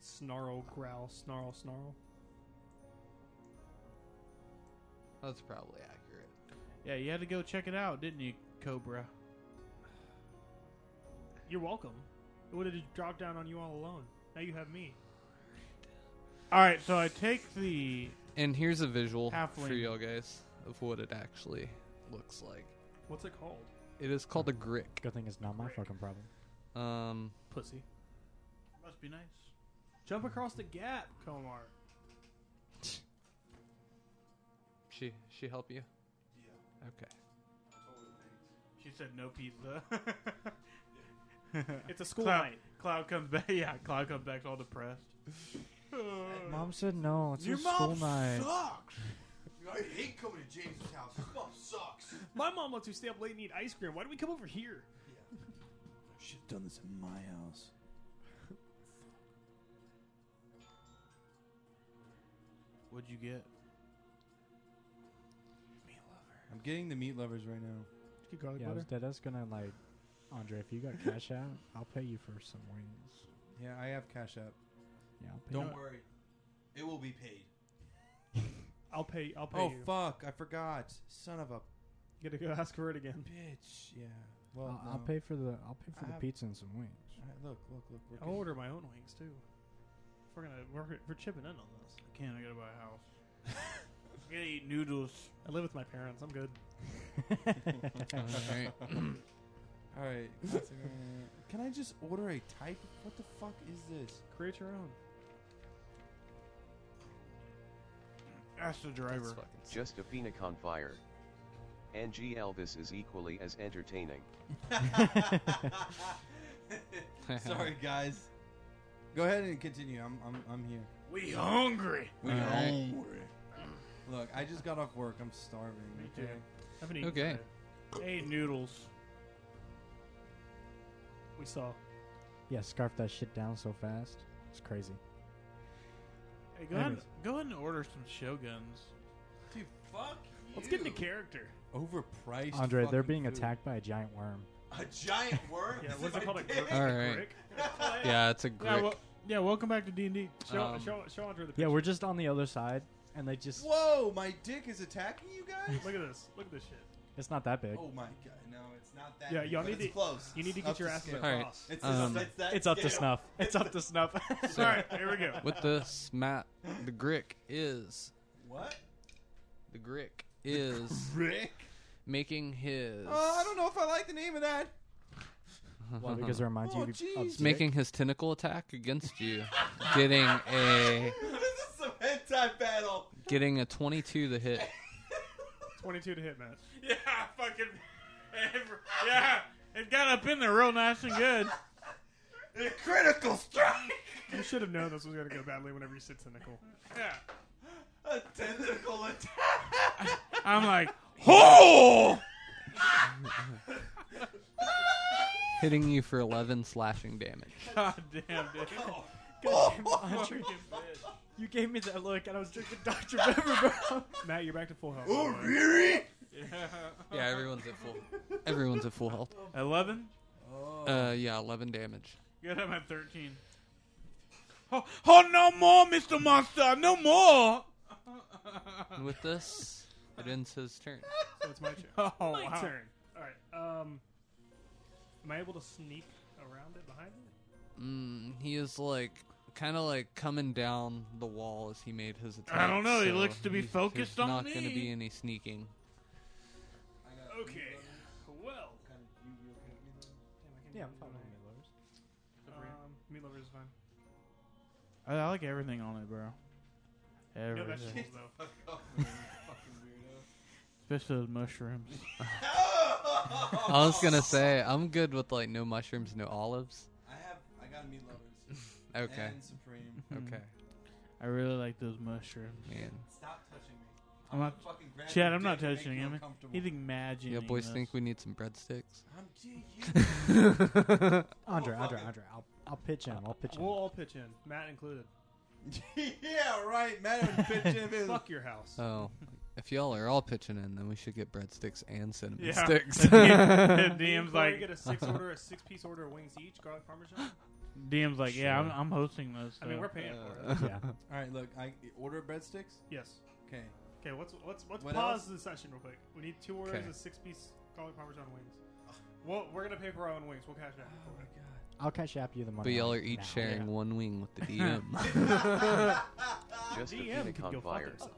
Snarl, growl, snarl, snarl.
That's probably accurate.
Yeah, you had to go check it out, didn't you, Cobra?
You're welcome. It would have dropped down on you all alone. Now you have me.
All right, so I take the
And here's a visual
Halfling.
for y'all guys of what it actually looks like.
What's it called?
It is called a grick.
Good thing it's not my fucking problem.
Um,
Pussy.
must be nice.
Jump across the gap, Komar.
she she help you?
Yeah,
Okay.
totally. Thanks.
She said no pizza.
It's a school
Cloud,
night.
Cloud comes back. Yeah, Cloud comes back all depressed.
Mom said no. It's your, school night.
sucks. I hate coming to James's house. Your mom sucks.
My mom lets you stay up late and eat ice cream. Why do we come over here?
Should have done this in my house.
What'd you get?
I'm getting the meat lovers right now.
Get garlic
Yeah, I was
butter.
dead. I was gonna like, Andre, if you got cash out, I'll pay you for some wings.
Yeah, I have cash app.
Yeah, I'll pay
Don't
you.
worry, it will be paid.
I'll pay. I'll pay
Oh
you.
fuck! I forgot. Son of a
You gotta go ask for it again.
bitch. Yeah.
I'll,
Well,
I'll
no.
pay for the I'll pay for
I
the
have-
pizza and some wings.
All right, look, look, look. We're
I'll
good.
order my own wings too. We're gonna we're, we're chipping in on this.
I can't. I gotta buy a house. I gotta eat noodles.
I live with my parents. I'm good.
All right.
All right. Can I just order a type? What the fuck is this?
Create your own.
Ask the
That's
driver.
fucking sick.
Just a phoenix on fire. And G. Elvis is equally as entertaining.
Sorry, guys. Go ahead and continue. I'm, I'm, I'm here.
We hungry.
We All right.
hungry. Look, I just got off work. I'm starving.
Me
okay?
I haven't eaten
Okay.
today.
I ate noodles.
We saw.
yeah, scarf that shit down so fast. It's crazy.
Hey, go ahead.
Anyways.
Go ahead and order some shoguns.
Dude, fuck
Let's get into character.
Overpriced.
Andre, they're
fucking
being
food.
attacked by a giant worm.
A giant worm.
Yeah,
Is
what's
in
it called?
my
A
dick?
grick?
All right.
Grick?
Yeah, it's a
Yeah,
grick.
well, yeah. Welcome back to D and D.
Show,
Um,
show, show Andre the picture.
Yeah, we're just on the other side, and they just
Whoa, my dick is attacking you guys?
Look at this. Look at this shit.
it's not that big.
oh my god, no, it's not that.
Yeah,
big,
y'all
but
need
it's
to-
close.
You need to
It's
get
up
your ass
scale.
Alright.
across.
It's,
Um,
it's, that
It's up to
scale.
snuff. It's up to snuff.
So-
All right, here we go.
What the smat the grick is
What?
the grick is
Rick?
making his
Oh, I don't know if I like the name of that.
Why? Because it reminds
Oh,
you of
jeez.
It's making his tentacle attack against you, getting a
this is some hentai battle.
getting a twenty two to hit.
22 to hit, Matt.
Yeah, fucking. Yeah, it got up in there real nice and good.
A critical strike.
You should have known this was going to go badly whenever you said cynical.
Yeah,
A tentacle attack.
I'm like,
Oh!
hitting you for 11 slashing damage.
God damn, dude.
oh,
You gave me that look, and I was drinking Dr Pepper, bro.
Matt, you're back to full health.
Oh,
by the way.
really?
Yeah, everyone's at full. Everyone's at full health.
Eleven.
Uh, yeah, 11 damage.
Good, I'm at thirteen. Oh, oh, no more, Mr. Monster, no more.
And with this, it ends his turn.
So it's my turn.
Oh,
My
wow.
turn. All right. Um, am I able to sneak around it behind it?
Mm, he is like kind of like coming down the wall as he made his attack.
I don't know, he
so
looks to be
he's-
focused
there's not
on
gonna
me.
be any sneaking.
Okay. Well,
Yeah, I'm fine with
um, meat lover is fine.
I, I like everything on it, bro.
No
Everything,
vegetables though.
especially those mushrooms.
I was gonna say I'm good with like no mushrooms, no olives.
I have. I got meat lovers.
Okay,
And supreme.
okay,
Mm. I really like those mushrooms.
man.
Stop touching me.
I'm
gonna
not-
fucking grab
Chad,
your
I'm not
dick and make
touching
you
him.
uncomfortable.
You think imagine?
Yeah, boys
this.
think we need some breadsticks.
I'm G.U.
Andre,
Oh,
Andre,
fuck it.
Andre. I'll, I'll pitch him. I'll pitch him.
We'll all pitch in, Matt included.
yeah, right. Madam Pigeon is.
Fuck your house.
Oh, if y'all are all pitching in, then we should get breadsticks and cinnamon
Yeah.
sticks.
And
Me and
DM's
Corey
like,
get a six order, a six piece order of wings each, garlic parmesan.
DM's like, yeah, I'm, I'm hosting this.
I mean,
so-
we're paying for it.
yeah.
All right, look. I order breadsticks.
Yes.
Okay.
Okay. Let's let's let's
What
pause
else?
the session real quick. We need two orders
Okay.
of six piece garlic parmesan wings. Well, we're gonna pay for our own wings. We'll cash out.
Oh my god.
I'll cash up you the money.
But y'all
on
are
it
each
now.
sharing
Yeah.
one wing with the DM.
Just a
DM
phoenix
could go
on
fuck
fire.
himself.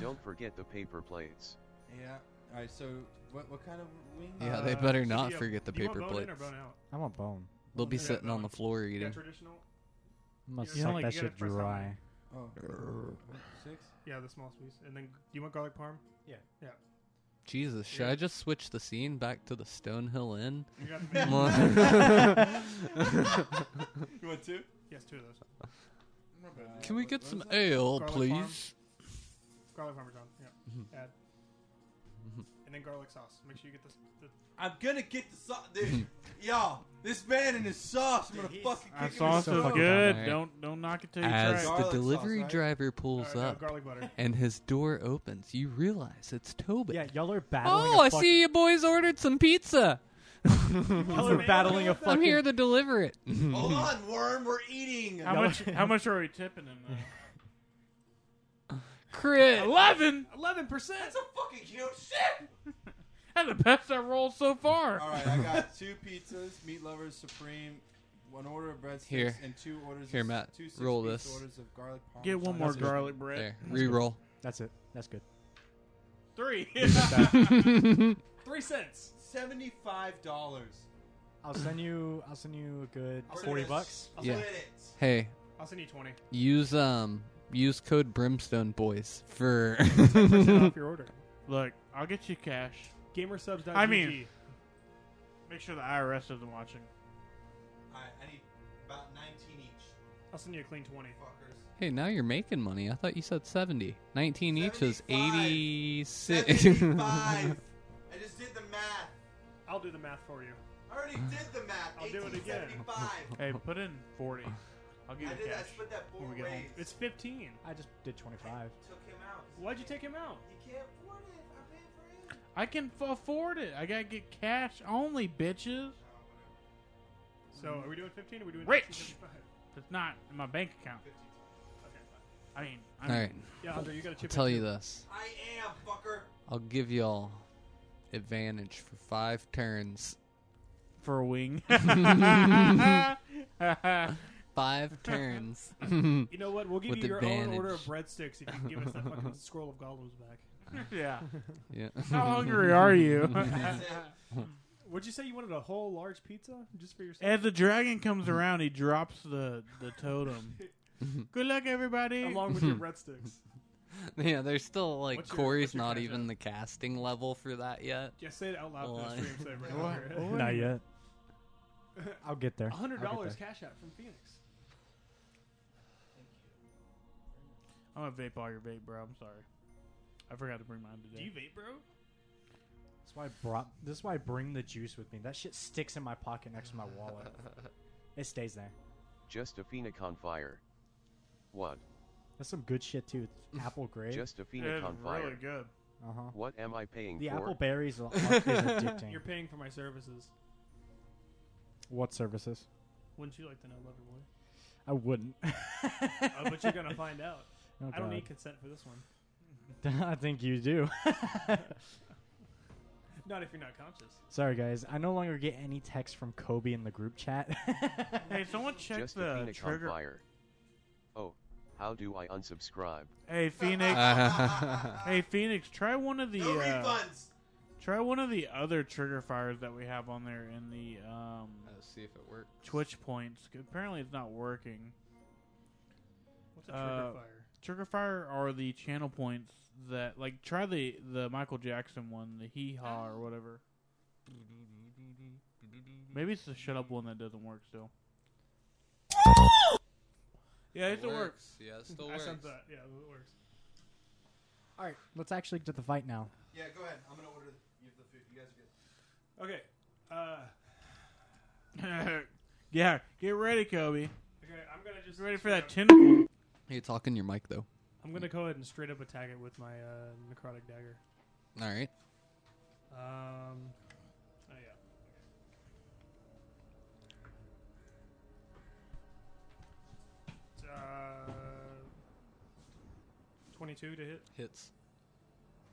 Don't forget the paper plates.
Yeah. All right. So, what what kind of wing?
Yeah, they
Uh,
better
should
not
be a-
forget the
do you
paper
want bone in
plates.
Or bone out?
I want bone.
They'll be
Yeah,
sitting
no,
on the
like-
floor
You got
eating.
traditional?
I must
You
know,
suck
like,
that
you gotta
shit
press on
dry.
Oh. Six.
Yeah, the small piece. And then do you want garlic parm?
Jesus, should
Yeah.
I just switch the scene back to the Stonehill Inn?
You got
Come
the
on.
You want two?
yes, two of those.
Can we
Uh, what-
get
what
some
is that?
ale,
Garlic
please?
Garlic parmesan.
Mm-hmm.
Yeah. Add. And then garlic sauce. Make sure you get this. The,
I'm gonna get the sauce, dude. Y'all, this man and his sauce. I'm gonna
He's-
fucking
Our
kick him in the
sauce
so
is
throat.
fucking
good.
dumb, right?
Don't don't knock it till you
As
try.
Garlic
the
sauce,
delivery
right?
driver
uh,
pulls
no,
up
garlic butter.
and his door opens, you realize it's Tobit.
Yeah, y'all are battling.
oh,
a
I
fuck-
see you boys ordered some pizza.
Y'all are battling a fucking.
I'm here to deliver it.
Hold on, worm. We're eating.
How
No.
much? How much are we tipping him?
Crit.
Eleven.
Eleven percent.
That's a fucking huge shit.
That's the best I've rolled so far.
All right, I got two pizzas, meat lovers supreme, one order of breadsticks,
Here.
and two orders.
Here,
of,
Matt,
Two six
roll
piece
this.
Orders of garlic parm.
Get one more
That's good.
garlic bread.
There, reroll.
That's it. That's good.
Three.
Three cents.
Seventy-five dollars.
I'll send you. I'll send you a good
I'll send
forty
you
bucks.
I'll,
Yeah.
send,
Hey,
I'll send you twenty.
use um use code Brimstone Boys for
Percent off your order.
Look, I'll get you cash.
Gamersubs.
I mean- Make sure the IRS isn't watching.
All right, I need about nineteen each,
I'll send you a clean twenty.
fuckers.
Hey, now you're making money. I thought you said 70. 19 each is
75.
86.
Seventy-five. I just did the math.
I'll do the math for you.
I already did the math.
I'll do it again.
1875.
Hey, put in forty. I'll
I
give you
did. I
cash.
split that four
When we
ways.
get home.
It's fifteen.
I just did twenty-five.
Took him out.
Why'd you take him out?
He can't afford it. I paid for him.
I can f- afford it. I gotta get cash only, bitches.
So are we doing fifteen? Or are we doing
Rich!
1975?
It's not in my bank account.
Okay, fine.
I mean, I
All
mean,
right.
Yeah, Andre, you got to chip
I'll tell
in
you
too.
this.
I am, fucker.
I'll give y'all advantage for five turns.
for a wing. All
Five turns.
You know what? We'll give
With
you your own order of
advantage.
breadsticks if you can give us that fucking scroll of golems back.
yeah.
yeah.
How hungry are you?
Would you say you wanted a whole large pizza just for yourself?
As the dragon comes around, he drops the the totem. Good luck, everybody.
Along with your breadsticks.
yeah, there's still like
What's your-
Corey's
what's your
not
catch
even
up?
the casting level for that yet.
Just say it out loud for
Why?
the stream so everyone
Why-
can hear
why-
it.
Not yet. I'll get there.
A hundred
I'll get
dollars
there.
cash out from Phoenix.
I'm gonna vape all your vape, bro. I'm sorry. I forgot to bring mine today.
Do you vape, bro?
That's why I brought. This is why I bring the juice with me. That shit sticks in my pocket next to my wallet. it stays there.
Just a phoenix on fire. What?
That's some good shit too. It's Apple grape.
Just a phoenix on fire.
really good.
uh huh.
What am I paying
The
for?
apple berries are, are, is addicting.
You're paying for my services.
What services?
Wouldn't you like to know, lover boy?
I wouldn't.
Uh, but you're gonna find out.
Oh,
I don't
God.
need consent for this one.
I think you do.
Not if you're not conscious.
Sorry guys, I no longer get any text from Kobe in the group chat.
Hey, someone check
Just a
the
phoenix
trigger.
on fire. Oh, how do I unsubscribe?
Hey,
Uh,
Phoenix. hey, Phoenix. Try one of the
No
uh,
refunds.
try one of the other trigger fires that we have on there in the um,
Let's see if it works.
Twitch points. Apparently, it's not working.
What's a trigger
Uh,
fire?
Trigger fire are the channel points that like try the the Michael Jackson one, the hee haw or whatever. Maybe it's the shut up one that doesn't work still. Yeah, it still works.
Yeah, it still
I
works.
sent that. Yeah, it works.
All right, let's actually get to the fight now.
Yeah, go ahead. I'm gonna order you the food. You guys are good.
Okay. Uh,
yeah, get ready, Kobe.
okay. I'm gonna just
Get ready for that
straight
tentacle.
You're talking your mic though.
up- I'm gonna go ahead and straight up attack it with my uh, necrotic dagger.
All right.
Um. Oh yeah. Uh, 22 to hit.
Hits.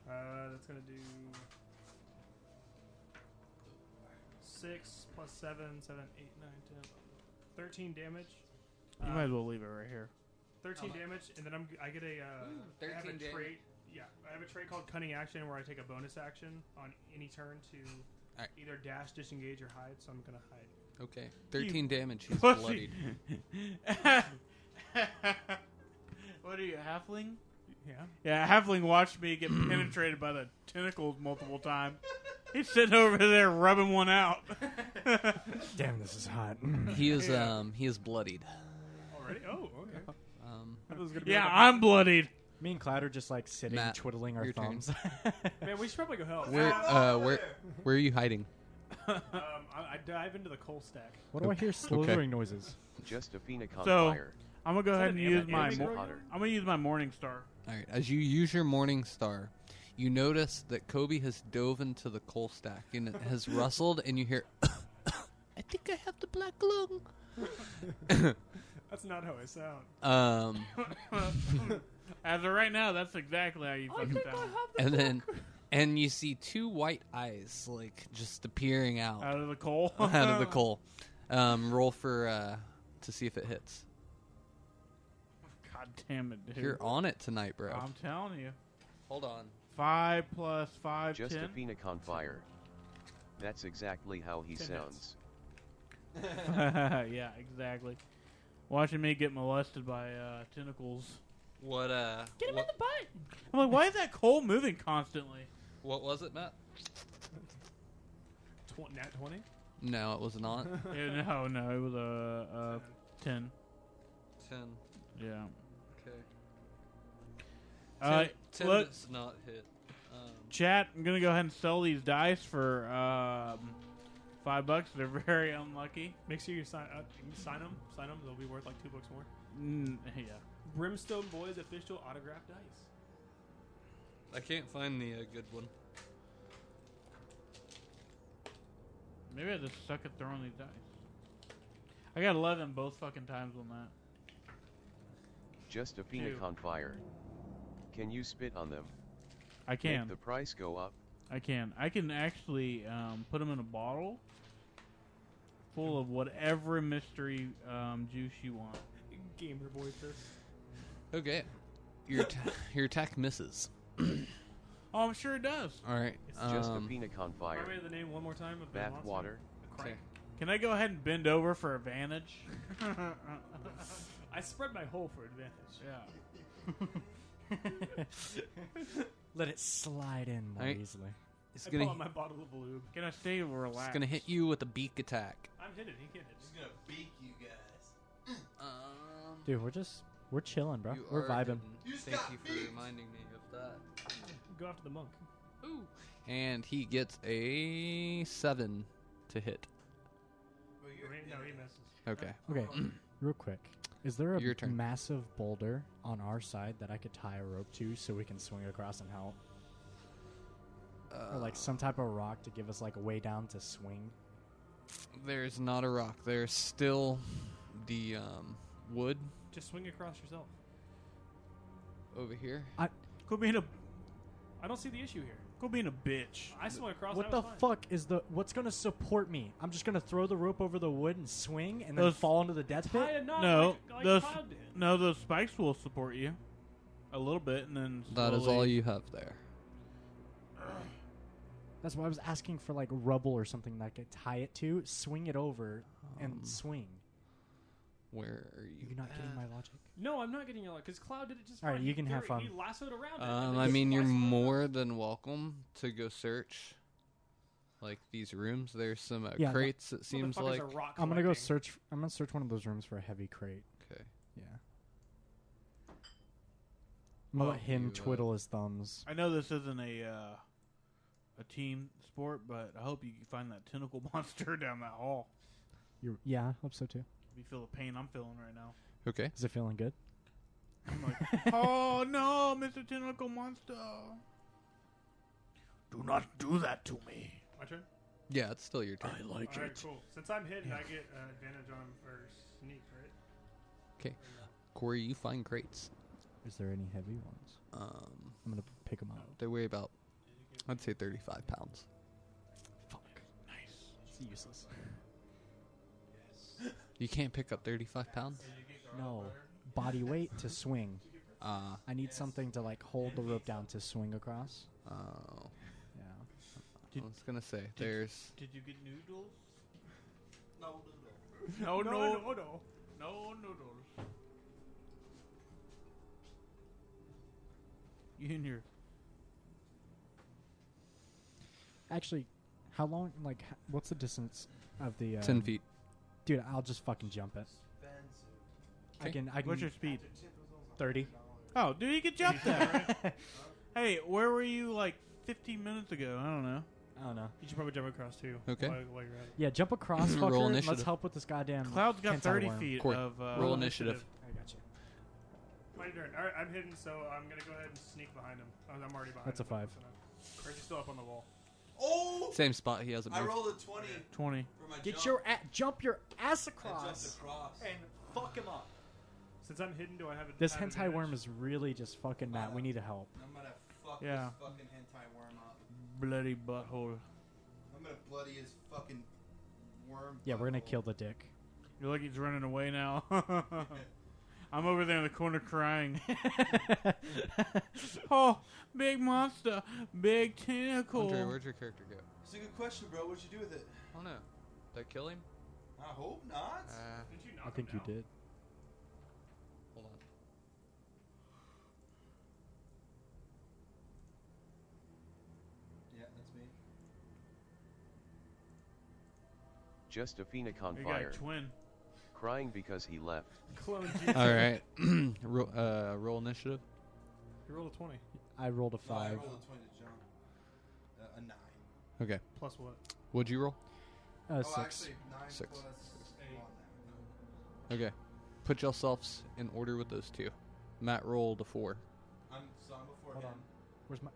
Uh, that's gonna do six plus seven, seven, eight, nine, ten, thirteen damage.
You
Uh,
might as well leave it right here.
Thirteen
How
damage, and then I'm I get a uh, I have
13
a
damage.
trait. Yeah, I have a trait called Cunning Action where I take a bonus action on any turn to
Alright.
either dash, disengage, or hide. So I'm gonna hide.
Okay. 13 damage. He's
Pussy.
bloodied.
what are you, a halfling?
Yeah.
Yeah, a halfling watched me get penetrated by the tentacles multiple times. He's sitting over there rubbing one out.
Damn, this is hot.
He is um he is bloodied.
Already? Oh, okay.
Um
I thought it was gonna be
yeah,
like a-
I'm bloodied.
Me and Cloud are just like sitting,
Matt,
twiddling our
your turn.
thumbs.
man, we should probably go help.
where uh where where are you hiding?
um, I, I dive into the coal stack.
what do I hear slithering noises?
Just a phoenix on
So-
fire.
I'm gonna go ahead
an
and
anime-
use my.
anime
Mo-
girl?
Hotter.
I'm gonna use my morning star.
All right. As you use your morning star, you notice that Kobe has dove into the coal stack and it has rustled, and you hear, "I think I have the black lung."
That's not how I sound.
Um,
As of right now, that's exactly how you
Oh,
fucking sound.
and then, and you see two white eyes like just appearing out
Out of the coal.
out of the coal. Um, roll for uh, to see if it hits.
God damn it, dude.
You're on it tonight, bro.
I'm telling you.
Hold on.
Five plus five,
Just a
ten.
phoenix on fire. That's exactly how he
Ten
sounds.
yeah, exactly. Watching me get molested by uh, tentacles.
What uh? what,
I'm like, why is that coal moving constantly?
what was it, Matt?
Tw- nat 20?
No, it was not.
yeah, no, no, it was a uh, uh, ten.
Ten.
Yeah.
Okay.
Uh, look,
does not hit. Um,
chat. I'm gonna go ahead and sell these dice for um, five bucks. They're very unlucky.
Make sure you sign, uh, sign them. Sign them. They'll be worth like two books more.
Mm, yeah.
Brimstone Boys official autograph dice.
I can't find the uh, good one.
Maybe I just suck at throwing these dice. I got eleven both fucking times on that.
just a peanut
Two.
on fire. Can you spit on them?
I
Make
can.
the price go up.
I can. I can actually um, put them in a bottle full of whatever mystery um, juice you want.
Gamer boy this.
Okay. Your ta- your attack misses.
Oh, I'm sure it does.
All right.
It's just a
um,
peanut on fire.
Remind me of the name one more time. Of Ben
Bath
Watson.
water.
The crank.
Can I go ahead and bend over for advantage?
I spread my hole for advantage.
yeah.
Let it slide in more
Alright.
easily.
it's
I
gonna
pull out my bottle of lube.
Can I stay relaxed?
it's gonna hit you with a beak attack.
I'm hitting. He can't hit me.
He's gonna bake you guys.
Um,
Dude, we're just we're chilling, bro.
you
we're
are
vibing.
hidden.
You just
Thank
got
you for
beaked.
reminding me of that.
Go after the monk.
Ooh. And he gets a seven to hit.
Well,
Ra-
you're,
No, he misses.
Okay.
Okay, real quick. Is there a
Your turn.
massive boulder on our side that I could tie a rope to so we can swing across and help? or
Uh,
like some type of rock to give us like a way down to swing?
There's not a rock. There's still the um, wood
Just swing across yourself.
over here.
Quit being a
I don't see the issue here.
quit being a bitch.
I swung across.
What
I
the
was fine.
fuck is the what's gonna support me? I'm just gonna throw the rope over the wood and swing and then
Those-
fall into the death
Tie a
pit?
knot
No,
like, like
those
Cloud did.
no those spikes will support you a little bit, and then
That is
slowly-
all you have there.
That's why I was asking for like rubble or something that I could tie it to, swing it over
Um,
and swing.
Where are
You're
you?
not getting
uh,
my logic.
No, I'm not getting yellow because Cloud did it just.
All right,
fine.
you
He
can have
threw it- He
fun.
lassoed around. it, and
Um,
then
I
just
mean, you're
sliced it across.
more than welcome to go search like these rooms. There's some uh,
Yeah, no-
crates. It seems
Motherfucker's
like.
a rock
I'm gonna go
collecting.
search. I'm gonna search one of those rooms for a heavy crate.
Okay.
Yeah. I'm gonna
Well,
let him
you, uh,
twiddle his thumbs.
I know this isn't a uh, a team sport, but I hope you can find that tentacle monster down that hall.
You're, yeah, I hope so too.
If you feel the pain I'm feeling right now,
Okay.
Is it feeling good?
I'm like, oh no, Mr. Tentacle Monster! Do not do that to me.
My turn.
Yeah, it's still your turn.
like
All right, cool. Since I'm hidden, I get uh, advantage on or sneak, right?
Corey, you find crates.
Is there any heavy ones?
Um,
I'm gonna pick them up.
they weigh about, I'd say, 35 pounds.
Oh,
Nice.
It's useless.
You can't pick up 35 pounds.
No, body weight to swing.
Uh,
I need something to like hold the rope down to swing across.
oh,
Yeah.
I was gonna say there's
Did you get noodles?
No,
No, no,
Oh, no,
no, no, noodles. You and your
Actually, how long? Like, h- what's the distance of the? Uh,
10 feet.
Dude, I'll just fucking jump it. I
'Kay.
can. I can.
what's your speed?
thirty?
Oh, dude, you could jump that. hey, where were you like 15 minutes ago? I don't know.
I don't know.
You should probably jump across too.
Okay.
While, while you're at it.
Yeah, jump across,
Roll
fucker. Let's
initiative.
help with this goddamn.
Cloud's got
Can't tell
30
where I'm-
feet
Corey,
of. Uh,
Oh,
roll initiative.
I got you.
My turn. All right, I'm hidden, so I'm gonna go ahead and sneak behind him. Oh, I'm I'm already behind.
That's
him,
a five.
so no. Or is he still up on the wall?
Oh!
Same spot. He hasn't
I
moved.
rolled a 20
20.
for my
Get
jump.
your a- jump your ass
I jumped
across
across.
and fuck him up.
Since I'm hidden, do I have a?
This
have
hentai
advantage?
worm is really just fucking mad. We need to help.
I'm gonna fuck
Yeah.
this fucking hentai worm up.
Bloody butthole.
I'm gonna bloody his fucking worm.
Yeah, we're gonna
butthole.
kill the dick.
You're lucky he's running away now. I'm over there in the corner crying. oh, big monster, big tentacle.
Andre, where'd your character go?
It's a good question, bro. What'd you do with it?
I don't know. Did I kill him?
I hope not.
Uh,
Did you knock
I
him
think you
down?
did.
hold on.
yeah, that's me.
Just a peanut on
You got a
fire.
twin.
Crying because he left.
Clone Jesus.
All right. roll, uh, roll initiative.
You rolled a twenty.
I rolled a
No, I
five.
rolled a 20 to jump. Uh, a 9.
Okay.
Plus what?
What'd you roll?
Uh,
oh,
six.
actually, 9
Six.
plus.
Eight.
Come on now.
Okay. Put yourselves in order with those two. Matt rolled a four.
I'm, so I'm before
Hold
him.
on. Where's my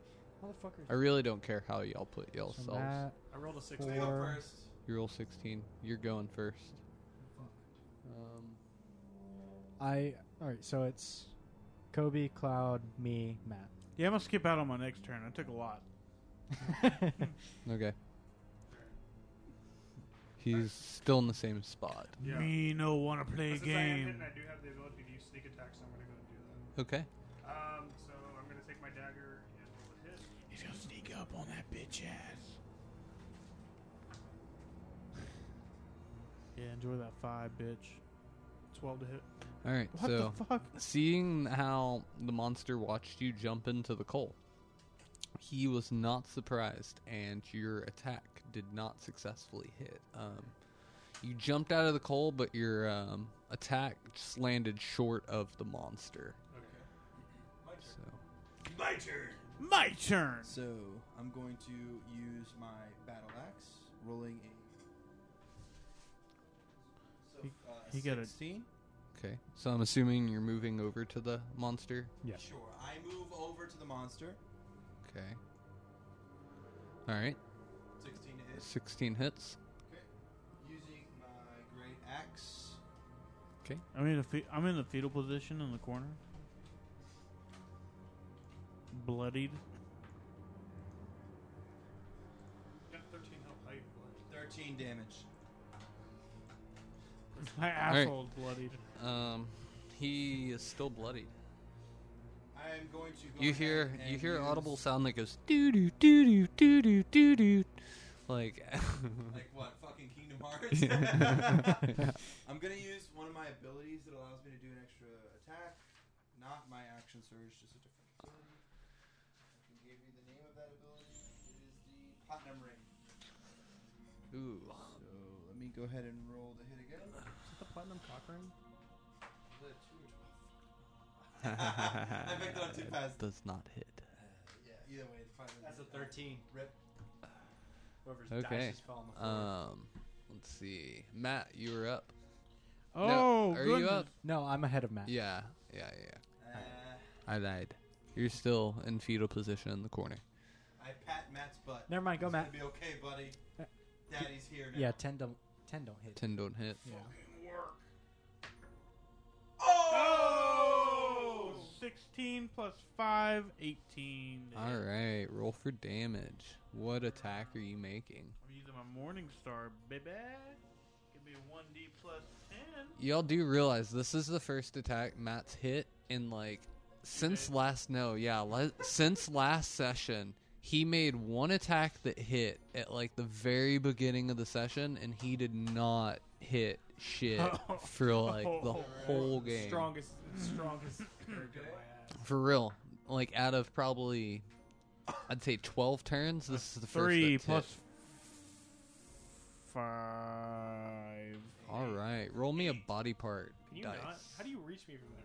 I
motherfucker?
really don't care how y'all put
So
yourselves.
that-
I rolled a six.
So you go
Four.
first.
You roll 16. You're going first. Um,
I all right. So it's Kobe, Cloud, me, Matt.
Yeah, I'm gonna skip out on my next turn. I took a lot.
Okay. He's still in the same spot.
Yeah.
Me no wanna play
But since I am
game.
hidden, I do have the ability to use sneak attack, so I'm going to go and do that.
Okay.
Um, so I'm going to take my dagger and roll a hit.
He's gonna sneak up on that bitch ass. Yeah, enjoy that five, bitch. Twelve to hit.
All right.
What
so
the fuck?
seeing how the monster watched you jump into the coal, he was not surprised, and your attack did not successfully hit. Um, you jumped out of the coal, but your um, attack just landed short of the monster.
Okay.
So
My turn!
My turn.
So I'm going to use my battle axe, rolling a. So,
He-
uh,
he got a-
16.
okay. So I'm assuming you're moving over to the monster.
Yeah.
Sure. I move over to the monster.
Okay. All right.
16 to hit.
16 hits.
Using my great axe.
I'm in a fe- I'm in the fetal position in the corner, bloodied.
Got 13 health. How you blind?
13 damage.
My
right.
asshole's bloodied.
Um, he is still bloodied.
I am going to. Go
You
ahead
hear
and
you hear
use,
audible sound that goes doo doo doo doo doo doo doo, like
Like what? Fucking Kingdom Hearts. I'm gonna use one of my abilities that allows me to do an extra attack, not my action surge, just a different. ability. I can give you the name of that ability. It is the Platinum Ring.
ooh.
So let me go ahead and roll the hit again.
the platinum cock ring?
The two or I picked it up too fast.
Does not hit.
Yeah, either way, the Platinum
That's a
Ring.
13.
Rip.
Whoever's
Okay.
dice just fell on the floor.
Um, let's see. Matt, you were up.
Oh,
are
goodness.
you up?
No, I'm ahead of Matt.
Yeah, yeah, yeah.
Uh,
I lied. You're still in fetal position in the corner.
I pat Matt's butt.
Never mind, go
It's
Matt.
Gonna be okay, buddy.
Uh,
Daddy's here now.
Yeah, ten don't ten don't hit.
Ten don't hit.
Yeah.
Work.
Oh! 16 plus 5, 18.
All right, roll for damage. What attack are you making?
I'm using my Morning Star, baby. Give me 1d plus 10.
Y'all do realize this is the first attack Matt's hit in like since
days.
last no, yeah, la- since last session. He made one attack that hit at like the very beginning of the session and he did not hit shit for like the whole game.
Oh. Strongest, strongest character my ass.
For real. Like out of probably I'd say 12 turns, this is the first
3
that's
plus
hit.
5.
All right. Roll me a body part
Can you
dice.
not? How do you reach me from there?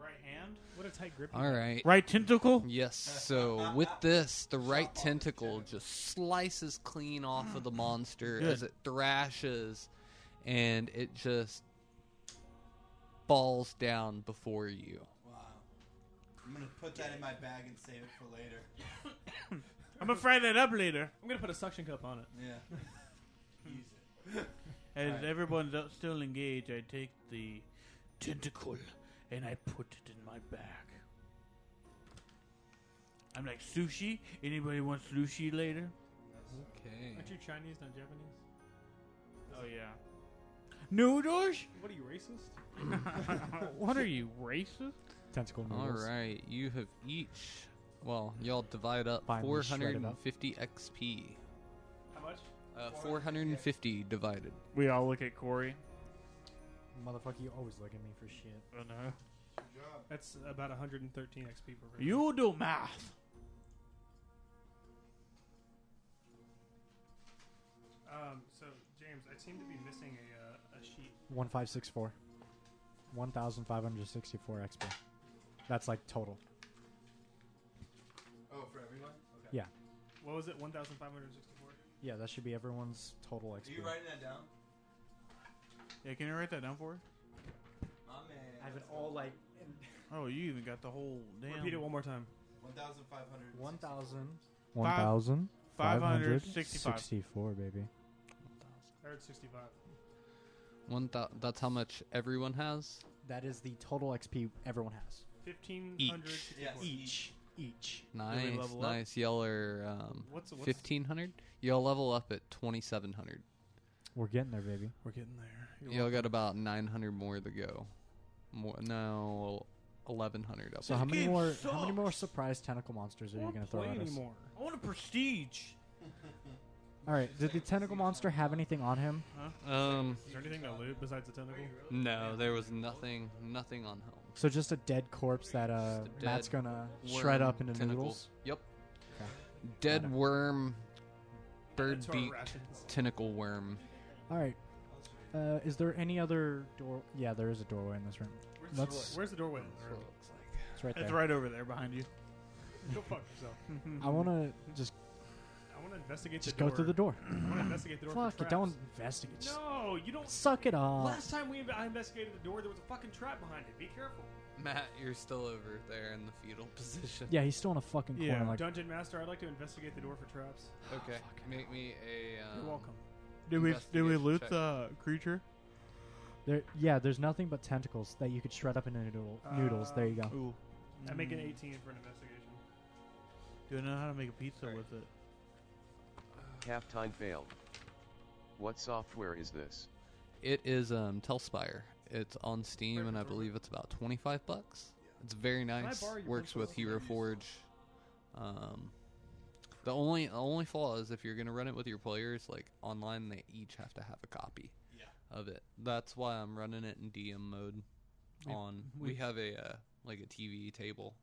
Right hand?
What a tight grip. you
All right.
Right tentacle?
Yes. So with this, the right tentacle just slices clean off of the monster
Good.
as it thrashes, and it just falls down before you.
Wow. I'm gonna put that in my bag and save it for later.
I'm going to fry that up later.
Uh,
I'm gonna put a suction cup on it.
Yeah. Use it.
As
Alright.
everyone's out- still engaged, I take the tentacle and I put it in my bag. I'm like, sushi? Anybody want sushi later?
Okay.
Aren't you Chinese, not Japanese?
Oh, yeah. Noodles?
What are you racist?
what are you, racist?
Tentacle
All
noodles.
right. You have each. Well, y'all divide up
Finally shred it up.
450 XP.
How much?
Uh, 450 divided.
We all look at Corey.
Motherfucker, you always look at me for shit.
Oh, no.
Good job.
That's about 113 XP per person.
You do math.
Um, so, James, I seem to be missing a, uh, a sheet.
One five six four. One thousand five hundred sixty four XP. That's like total.
Oh, for everyone? Okay.
Yeah.
What was it? 1,564?
Yeah, that should be everyone's total
Are
XP.
you writing that down?
Yeah, can you write that down for us?
My man.
I have it
let's go.
all like.
Oh, you even got the whole damn.
Repeat it one more time.
1,500.
One thousand.
One Five- 565.
baby.
I heard 65.
One thou- that's how much everyone has?
That is the total XP everyone has.
1500
Each.
Yes.
Each. Each.
Nice,
level up?
nice. Y'all are um,
What's what's
fifteen hundred. Y'all level up at twenty seven hundred.
We're getting there, baby.
We're getting there. You're
Y'all got about nine hundred more to go. More no, eleven hundred up.
So
This
how many
game
more? How many
sucks.
more surprise tentacle monsters are you going to throw at us?
anymore.
I want a prestige.
All right. Did the tentacle monster have anything on him?
Um,
Is there anything to loot besides the tentacle?
no, there was nothing, nothing on home.
So just a dead corpse that uh,
Just a
Matt's
dead
gonna shred up
Worm
into noodles.
tentacles. Yep.
Okay. Got
Dead
it.
worm, bird
That's our
beak,
rations.
tentacle worm.
All right. Uh, is there any other door? Yeah, there is a doorway in this room.
Where's, the
Let's-
door- where's the doorway?
It's right
It's
there.
right over there behind you.
Go fuck yourself.
I want to just
I want to investigate
just
the
go
door.
through the door.
I want to investigate the door.
Fuck
for
it! Don't
traps.
investigate. Just
No, you don't.
suck it off.
Last time we I investigated the door, there was a fucking trap behind it. Be careful.
Matt, you're still over there in the fetal position.
Yeah, he's still in a fucking corner.
Yeah,
like,
Dungeon Master, I'd like to investigate the door for traps.
Okay.
Oh, Fuck.
Make me a. Um,
Oh.
You're welcome.
Did we did we
Investigation
loot
check.
the creature?
there, yeah, there's nothing but tentacles that you could shred up into noodle, noodles. There you go.
Ooh.
I make
Hmm.
an 18 for an investigation.
Do I know how to make a pizza with it?
Captain failed. What software is this?
It is um, Telspire. It's on Steam, and I believe it's about twenty-five bucks. It's very nice.
borrow your
Works
pencil?
with Hero Forge. Um, the only the only flaw is if you're gonna run it with your players, like online, they each have to have a copy
Yeah.
of it. That's why I'm running it in DM mode.
We-
on we,
we-
have a uh, like a TV table.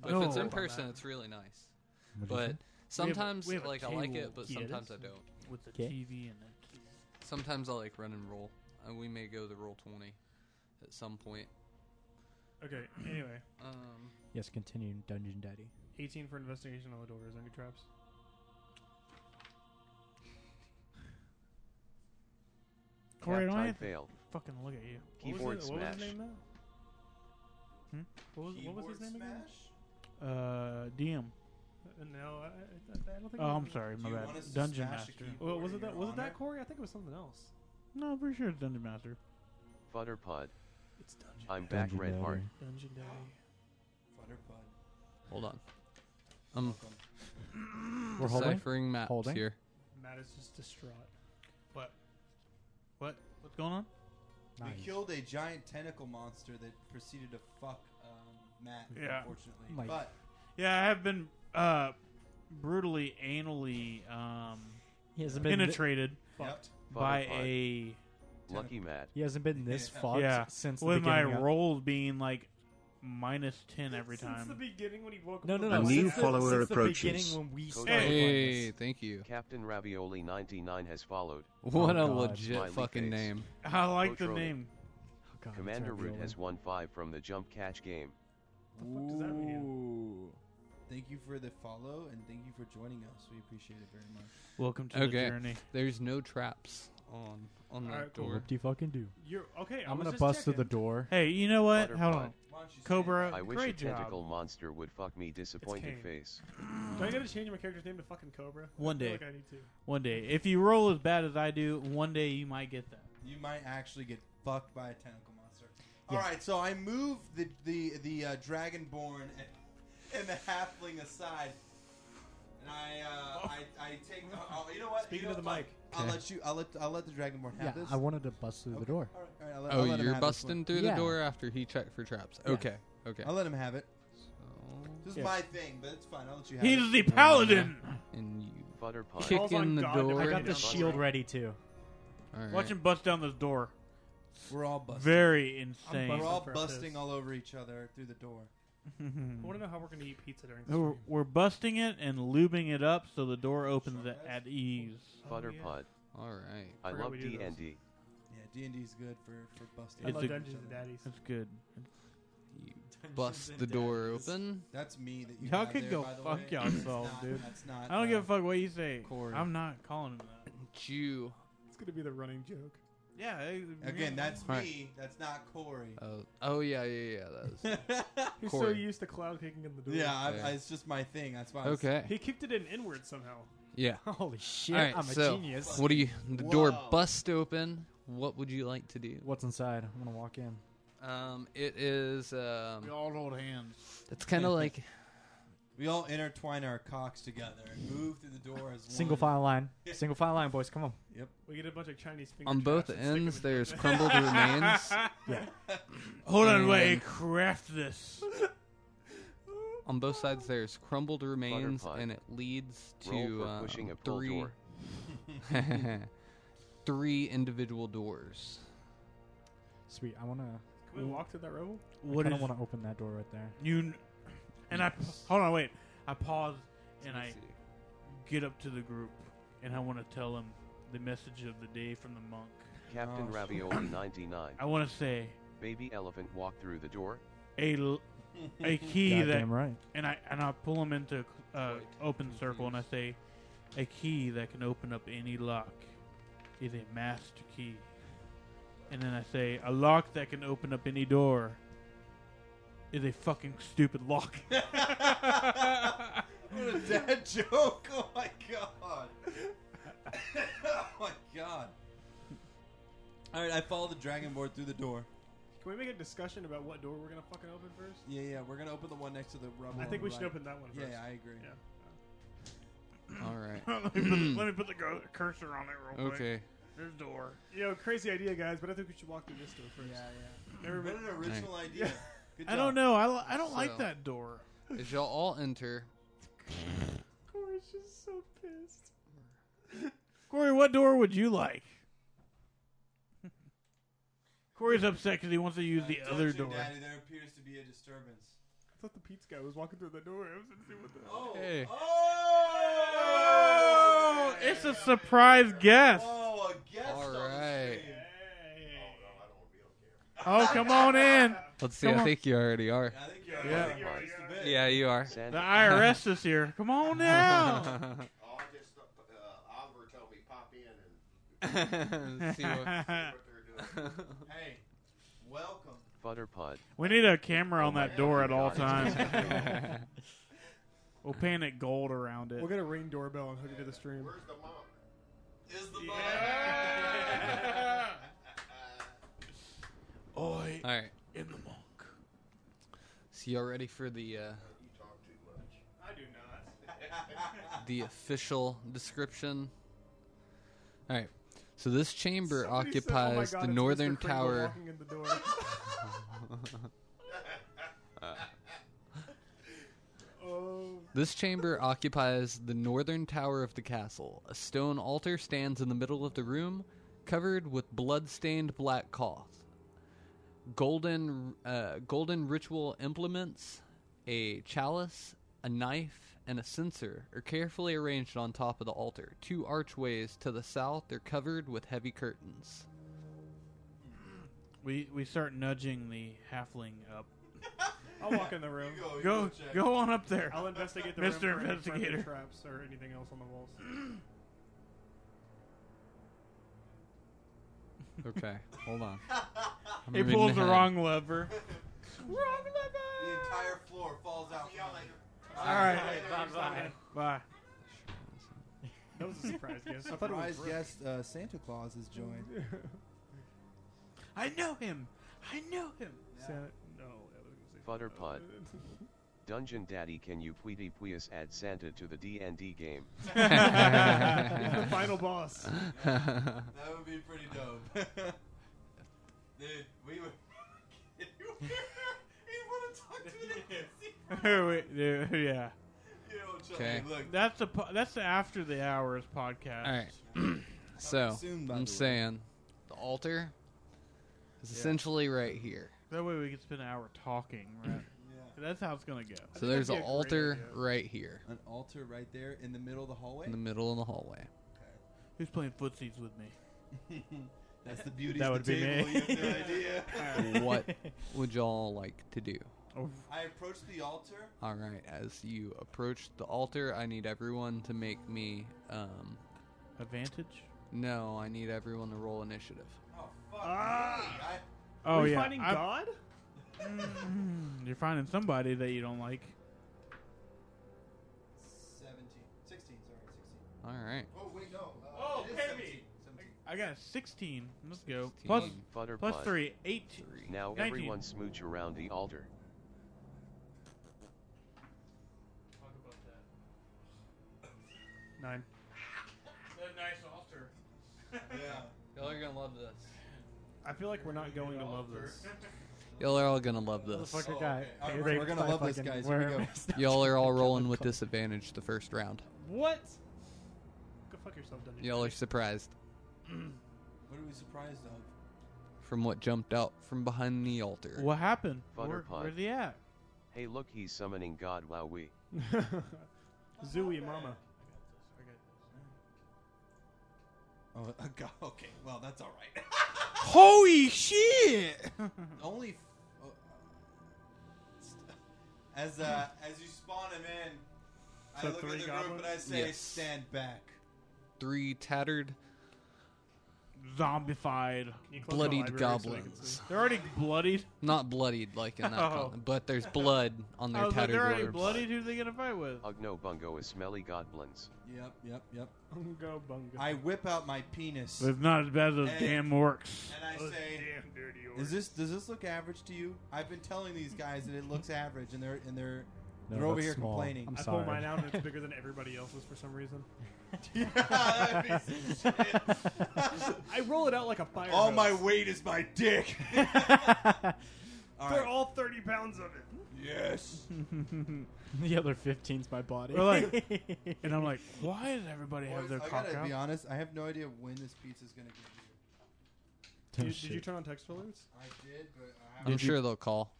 But
No.
if it's in
About
person,
that.
it's really nice.
What'd you
But sometimes,
we have a
like I like it,
table
but
here,
sometimes I
that's-
don't.
With the
Okay.
TV in it.
Sometimes I like run and roll. Uh, we may go the roll twenty at some point.
Okay, anyway.
Um,
Yes, continue, Dungeon Daddy.
18 for investigation on the door. Is there any traps?
Corey, don't I
Captain
have to
failed.
fucking look at you?
Keyboard
what was, it- what was
smash.
his name now?
Hmm?
What, was, what was his name
Keyboard
again?
smash?
Uh, DM.
Uh, no, I, I, I don't think.
Oh,
it was
I'm
him.
sorry, my
Do you
bad.
want us to
Dungeon
smash the
Master. Oh,
keyboard
Well, was
in
it that?
your
Was it
honor?
that Corey? I think it was something else.
No, I'm pretty sure it's Dungeon Master.
Futterpud.
It's dungeon.
Uh,
I'm back, Red Heart.
Dungeon Daddy.
Futterpud.
hold on. I'm
Welcome.
We're holding.
deciphering maps
Holding?
here.
Matt is just distraught.
What? What? What's going on?
We killed a giant tentacle monster that proceeded to fuck um, Matt,
Yeah.
unfortunately.
Mike.
But
Yeah, I have been uh brutally anally um
He hasn't been. thi-
penetrated
Fucked.
by
Butterfly.
a
Lucky Matt.
he hasn't been this
Yeah.
fucked
Yeah.
since
with
the
my
beginning of-
rolls being like minus ten every
Since the
time.
beginning when he woke
No,
up.
no,
with
no.
A
the-
new
since the-
follower
since the
approaches.
beginning when we started
Hey.
playing
Hey,
this.
thank you.
Captain Ravioli 99 has followed.
What a
Oh God.
legit
Smiley
fucking
face.
name.
I like the
Control it.
name.
Oh, God, it's
Commander
already
Root
over.
has won 5 from the jump catch game.
What the fuck does that mean?
thank you for the follow and thank you for joining us. We appreciate it very much.
Welcome to
Okay.
the journey.
There's no traps on on that
Alright, cool.
door.
What do you fucking do?
You're okay. I
I'm
was
gonna
just
bust through
checking.
the door.
Hey, you know what? Hold
Butterfly.
on.
Why don't you stand
Cobra,
back?
I wish
great
a
job.
tentacle monster would fuck me disappointed
Kane.
face.
Do I gotta change my character's name to fucking Cobra?
One
I feel
day.
Like I need to.
One day, if you roll as bad as I do, one day you might get that.
You might actually get fucked by a tentacle monster.
Yeah.
All right, so I move the the the uh, dragonborn and, and the halfling aside, and I uh, I, I take. Uh, I'll- you know what?
Speaking
you know
to Oh. the
what?
mic.
I'll
Okay.
let you. I'll let I'll let the dragonborn
Yeah,
have this.
I wanted to bust through the
Okay,
door.
All right, all right, I'll let- I'll
Oh,
let him
you're
have this
busting
one.
through the
Yeah.
door after he checked for traps.
Yeah.
Okay, okay.
I'll let him have it.
So,
This is
Yeah.
my thing, but it's fine. I'll let you have
He's
it.
the paladin.
and you
Butterpud.
kick
Calls
in
on
the
God to
door.
I
bring
got
it
the
down.
shield ready too.
All right.
Watch him bust down this door.
We're all busting.
Very insane.
We're all
for a
busting
piss.
all over each other through the door.
I want to know how we're gonna eat pizza during this.
We're,
stream.
we're busting it and lubing it up so the door opens at- at ease.
Butterpud.
All right.
I
Forgot
love
we do those.
D&D.
Yeah, D and D is good for for busting.
I
It's
love
a-
Dungeons and Daddies.
That's good.
You bust the door open.
That's me. That you
Y'all
have
could
there,
go
by the
fuck
way.
yourself,
That's not-
dude.
That's not.
I don't
uh,
give a fuck what you say.
Corey.
I'm not calling him that.
Jew.
It's gonna be the running joke.
Yeah. I-
Again, that's
Alright.
me. That's not Corey.
Uh,
Oh, oh yeah, yeah, yeah. That is.
He's so
Corey.
used to cloud kicking in the door.
yeah, I,
Okay.
I, it's just my thing. That's why. I was-
Okay.
He kicked it in inward somehow.
Yeah.
Holy shit!
All right,
I'm
so-
a genius.
What do you? The door
Whoa.
busts open. What would you like to do?
What's inside? I'm gonna walk in.
Um, it is. Um,
We all hold hands.
it's kind of like
We all intertwine our cocks together and move through the door as
Single
one.
file line. Single file line, boys. Come on.
We get a bunch of Chinese fingers.
on both ends. There's crumbled remains.
Hold on, wait.
And-
Craft this.
On both sides, there's crumbled remains,
Butterpie.
and it leads
Roll
to
for
uh,
pushing a pull
three,
door.
three individual doors.
Sweet. I wanna.
Can we walk through that rubble?
What
I
is
don't want to open that door right there.
you? kn- And I hold on, wait. I pause and I get up to the group and I want to tell them the message of the day from the monk.
Captain
Oh.
Ravioli 99.
I want to say
Baby elephant walked through the door.
a l- a key that
Goddamn right.
Oh,
and I and I pull him into uh,
Wait,
open circle and I say a key that can open up any lock is a master key. And then I say a lock that can open up any door is a fucking stupid lock.
what a dad joke! Oh my god! oh my god! All right, I follow the dragon board through the door.
Can we make a discussion about what door we're gonna fucking open first?
Yeah, yeah, we're gonna open the one next to the rubber.
I think we
on
should
the
open that one
right.
first.
Yeah, I agree.
Yeah.
All right.
let, me put the, let me put the go- cursor on it real quick.
Okay.
There's door.
You know, crazy idea, guys, but I think we should walk through this door first. Never
What
been.
an original idea! Good
I
job.
don't know. I, li- I don't like
So-
that door.
As y'all all enter,
Corey's just so pissed.
Corey, what door would you like? Corey's upset because he wants to use
Uh,
the
don't
other
you,
door.
Daddy, there appears to be a disturbance.
I thought the pizza guy was walking through the door. I was gonna see what the.
Oh!
Hey.
Oh!
Oh, it's a surprise guest.
Oh, a guest
All
on the
right.
stream.
Oh, come on in.
let's see.
Come
I
on.
think you already are.
I think you're
Yeah.
I think you're already to bed.
Yeah, you are.
The
Santa
IRS is here. Come on now.
Oh, I just uh, Oliver told me pop in and
See what-
what they're doing.
Hey, welcome.
Butterpud.
we need a camera on that door at all
God, it's
times. We'll paint it gold around it.
We'll get a ring doorbell and hook it to the stream.
Where's the monk?
Is the
Oi,
all right.
in the monk.
So y'all ready for the uh,
You talk too much.
I do not.
the official description? All right. So this chamber
Somebody said, "Oh my
occupies
God,
the
it's
northern
Mr. Kringle
tower.
walking in the door. oh,
This chamber occupies the northern tower of the castle. A stone altar stands in the middle of the room, covered with blood-stained black cloth. Golden, uh, golden ritual implements, a chalice, a knife, and a censer are carefully arranged on top of the altar. Two archways to the south are covered with heavy curtains.
We we start nudging the halfling up.
I'll walk in the room.
You go, you
Go
check.
go on up there.
I'll investigate the
Mr.
room for any
Investigator.
further traps or anything else on the walls.
Okay, hold on. I'm
He
reading
pulls the
ahead.
wrong lever.
The entire floor falls out. from
All right.
Bye.
Bye.
That was a surprise guess. I
under.
thought it was.
Surprise guest uh, Santa Claus has joined.
I know him. I know him.
Santa- no, I was gonna
Butterpud.
say.
Dungeon Daddy, can you puiti please add Santa to the D&D game?
He's the final boss.
That would be pretty dope. Dude, we would. he want to talk to an NPC.
Wait, yeah, yeah.
You know, Chuck,
Okay.
look.
That's the po- that's the after the hours podcast.
All right. so
Soon, by the
I'm
way.
saying the altar is essentially right here.
That way we can spend an hour talking. Right.
Yeah.
that's how it's gonna go.
So
I think
there's
that'd
an
be a great
altar
idea.
right here
An altar right there in the middle of the hallway.
in the middle of the hallway.
Who's playing footsies with me?
That's the beauty
That
of
would
the
be
table.
me.
You have no idea.
What would y'all like to do?
I approach the altar.
All right, as you approach the altar, I need everyone to make me. Um,
Advantage.
no, I need everyone to roll initiative.
Oh fuck!
Ah.
me. I-
Oh
Are we
yeah.
finding
I'm-
God?
Mm, You're finding somebody that you don't like.
17. 16, sorry, 16.
All right.
Oh wait, no. Uh,
Oh,
it is
Pemmy.
17.
I
I got a 16. Let's go. Plus,
16.
Butter
plus
bun.
3. 18.
Now
19.
everyone smooch around the altar.
Talk about that.
Nine.
That nice altar.
Yeah.
Y'all are gonna love this.
I feel like we're not going to love this.
Y'all are all gonna love this.
Motherfucker guy.
okay. Alright, we're gonna love this, guys. Here we go.
Y'all are all rolling with disadvantage the first round.
What?
Go fuck yourself, Dungeon.
Y'all are surprised
What are we surprised of?
from what jumped out from behind the altar.
What happened?
Butter
Where,
pun.
where's he at?
Hey look he's summoning God Wowee.
Zooey Mama.
Oh, uh, God. okay. Well, that's all right.
Holy shit!
Only. F- oh, uh, as uh, as you spawn him in, I
So
look
three
at the group
goblins?
and I say,
Yes.
"Stand back."
Three tattered,
Zombified.
Can you close the
bloodied
library so we can
goblins.
see?
They're already bloodied.
Not bloodied like in that,
Oh.
con- but there's blood on
I
their
was like,
tattered
they're already
robes.
bloodied. Who are they gonna fight with?
Ugno Bungo is smelly goblins.
Yep, yep, yep.
Bungo bungo.
I whip out my penis
It's not as bad as
Hey.
damn works.
and I
Those
say,
Oh, damn dirty orcs.
"Is this does this look average to you?" I've been telling these guys that it looks average, and they're and they're
No,
they're over
that's
here
small.
complaining.
I'm
I
sorry.
pull mine out and it's bigger than everybody else's for some reason.
Yeah, that piece of shit.
I roll it out like a fire.
all
hose.
my weight is my dick. all
They're
right.
all 30 pounds of it.
Oh,
yes.
the other 15's my body.
We're like- And I'm like, why does everybody have
Boys,
their
I
cock
gotta
out?
be honest. I have no idea when this pizza's gonna get here.
Did you, did you turn on text alerts?
I did, but I
I'm
haven't.
sure they'll call.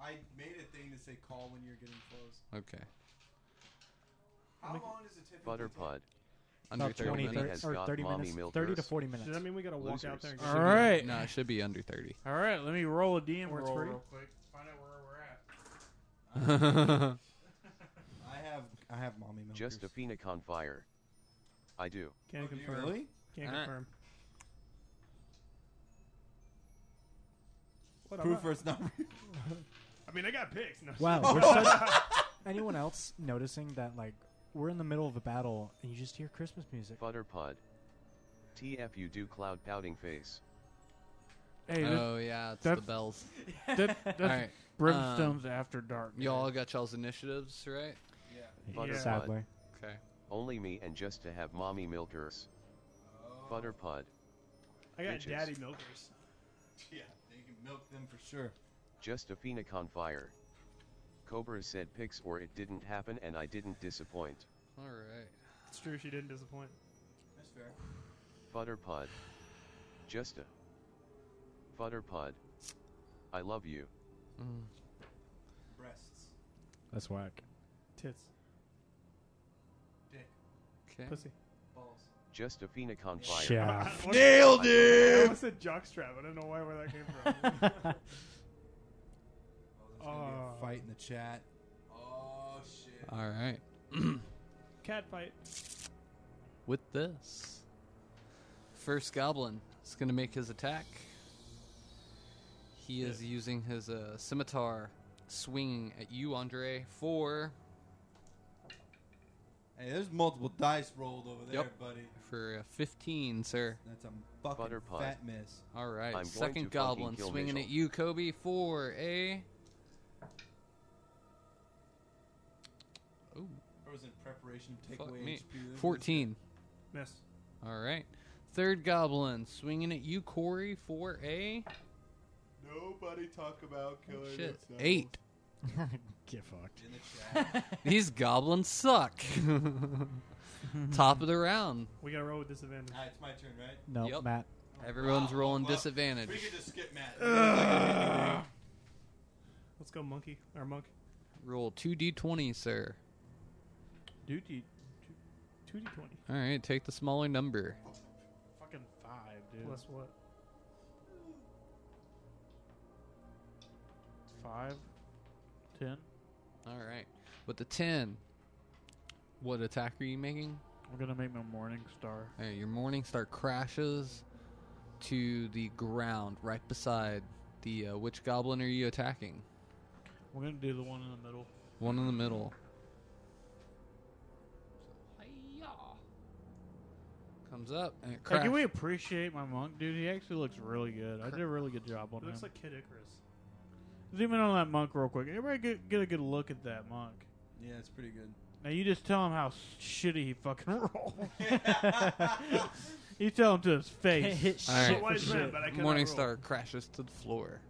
I made a thing to say call when you're getting close.
Okay.
How long does it typically
Butter
take?
pod.
Under
About
30
20,
minutes.
30,
has
or
got
30
mommy
minutes.
milkers.
30 to 40
Does that
minutes.
mean we gotta walk out
Losers.
there and
All
get-
right,
No, it should be under 30.
all right. Let me roll a DM
Where it's
roll
free?
real quick. Find out where we're at.
I have I have mommy milk. Oh,
Just a phoenix on fire. I do.
Can confirm.
really?
Can
All right.
confirm. What, I'm not-
Proofers not
I mean, I got picks. No,
Wow. we're such- anyone else noticing that, like, we're in the middle of a battle and you just hear Christmas music?
Butter pod. TF you do cloud pouting face.
Hey, this,
Oh, yeah, it's the
that's-
bells.
that, that's
All right. um,
Brimstone's after dark. man.
Y'all got y'all's initiatives, right?
yeah.
Butter
Yeah.
pod.
Sadly.
Okay.
Only me and just to have mommy milkers. Butter pod.
I got
Bitches.
daddy milkers.
Yeah, they can milk them for sure.
Just a phoenix on fire. Cobra said pics or it didn't happen and I didn't disappoint.
All right.
It's true, she didn't disappoint.
That's fair.
Butter pod. Just a. Butter pod. I love you.
Breasts.
That's whack.
Tits.
Dick.
Okay.
Pussy.
Balls. Oh,
Just a phoenix on fire.
Shaft.
Nailed
I
it!
almost said jockstrap. I don't know why where that came from.
Oh, there's gonna be
Ah.
Oh.
a fight in the chat. Oh shit.
Uh.
All right.
Cat fight.
With this, first goblin is going to make his attack. He is using his uh, scimitar, swinging at you, Andre, for
Hey, there's multiple dice rolled over there,
Yep.
buddy.
for a 15, sir.
That's a fucking
Butter pod.
fat miss.
All right.
I'm going to
Second
fucking
goblin
kill
swinging
Mitchell.
at you, Kobe, for a. Oh,
I was in preparation to take
fuck
away
me.
HP. That was-
14.
Miss.
All right. Third goblin swinging at you, Corey, for a.
Nobody talk about
Oh,
killing
shit.
themselves.
Eight.
Get fucked.
In the chat.
These goblins suck. Top of the round.
We gotta roll with disadvantage.
Alright, it's my turn, right?
No,
Yep.
Matt.
Everyone's
Wow.
rolling
Well,
disadvantage.
We could just skip Matt.
Let's go, monkey. Or monk.
Roll 2d20, sir.
duty
2d20.
All right, take the smaller number.
fucking five, dude.
Plus what?
five, ten.
All right. With the 10, what attack are you making?
We're gonna make my morning star.
All right, your morning star crashes to the ground right beside the. Uh, which goblin are you attacking?
We're gonna do the one in the middle.
One in the middle. Comes up and it
Hey,
cracks.
can we appreciate my monk, dude? He actually looks really good. I
Cra-
did a really good job on
It
him.
looks like Kid Icarus.
Zoom in on that monk real quick. Everybody get, get a good look at that monk.
Yeah, it's pretty good.
Now you just tell him how shitty he fucking rolls. you tell him to his face.
Hit
All right.
shit
So why
for
is that?
shit.
But I cannot roll.
Morningstar crashes to the floor.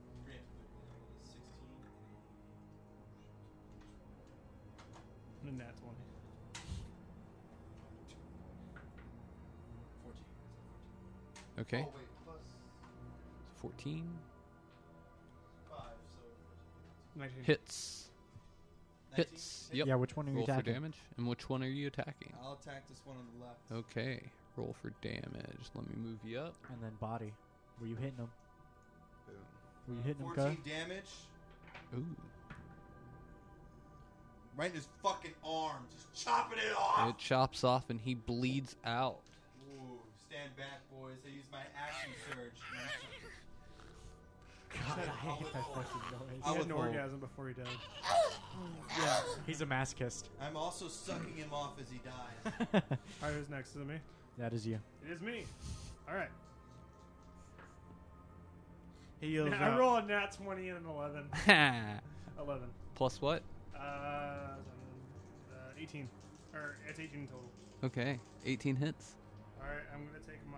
And that's one.
Okay,
Oh, wait, plus
14
five, so
Nineteen.
hits. Hits. Yep.
Yeah, which one are you
Roll for
attacking?
damage. And which one are you attacking?
I'll attack this one on the left.
Okay. Roll for damage. Let me move you up.
And then body. Were you hitting him?
Boom.
Were you hitting him,
14
Kai?
damage.
Ooh.
Right in his fucking arm. Just chopping it off.
It chops off and he bleeds out.
Ooh, stand back, boys. I use my action surge.
God, I hate that fucking
I
He had
would
an
roll.
orgasm before he died.
He's a masochist.
I'm also sucking him off as he dies.
All right, who's next to me?
that is you.
It is me. All right.
He yells
Yeah, I
out,
roll a nat 20 and an 11.
Plus
11.
what?
Uh, uh, 18. Or, it's 18 total.
Okay. 18 hits.
All right, I'm going to take my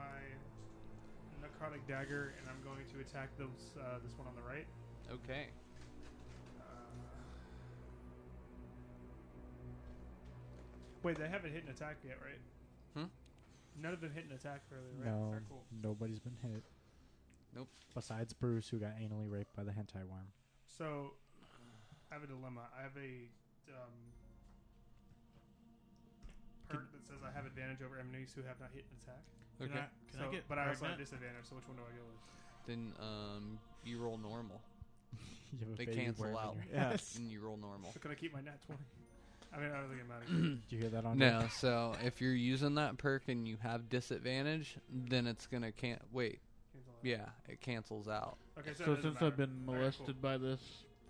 necrotic dagger and I'm going to attack this, uh, this one on the right.
Okay.
Uh, wait, they haven't hit an attack yet, right?
Hmm?
None of them hit an attack earlier, right?
No,
Alright, cool.
nobody's been hit.
Nope.
Besides Bruce, who got anally raped by the hentai worm.
So, I have a dilemma. I have a um, perk that says I have advantage over enemies who have not hit an attack.
Okay.
Can I, can I
So-
get
but I also have
pregnant?
disadvantage. So which one do I go with?
Then um, you roll normal.
You have a
They
baby
cancel
worm in
out.
your-
Yes.
And you roll normal.
So can I keep my nat twenty? I mean, I don't think it matters.
Do you hear that on
No, so if you're using that perk and you have disadvantage, then it's gonna can't wait.
Cancel out.
Yeah, it cancels out.
Okay. So,
So
it doesn't
since
matter.
I've been
All right,
molested
cool.
by this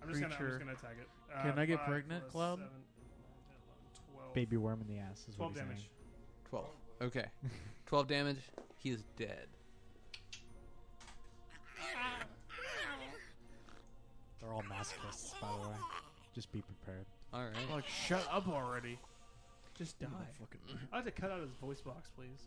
I'm just gonna, I'm
creature-
just gonna attack it. Uh,
Can I get
five
pregnant,
plus
Cloud?
seven, 11, Twelve.
Baby worm in the ass is
Twelve
what he's
damage.
saying.
Twelve. Okay, twelve damage. He is dead.
They're all masochists, by the way. Just be prepared.
All right.
like shut up already.
Just die. I have to cut out his voice box, please.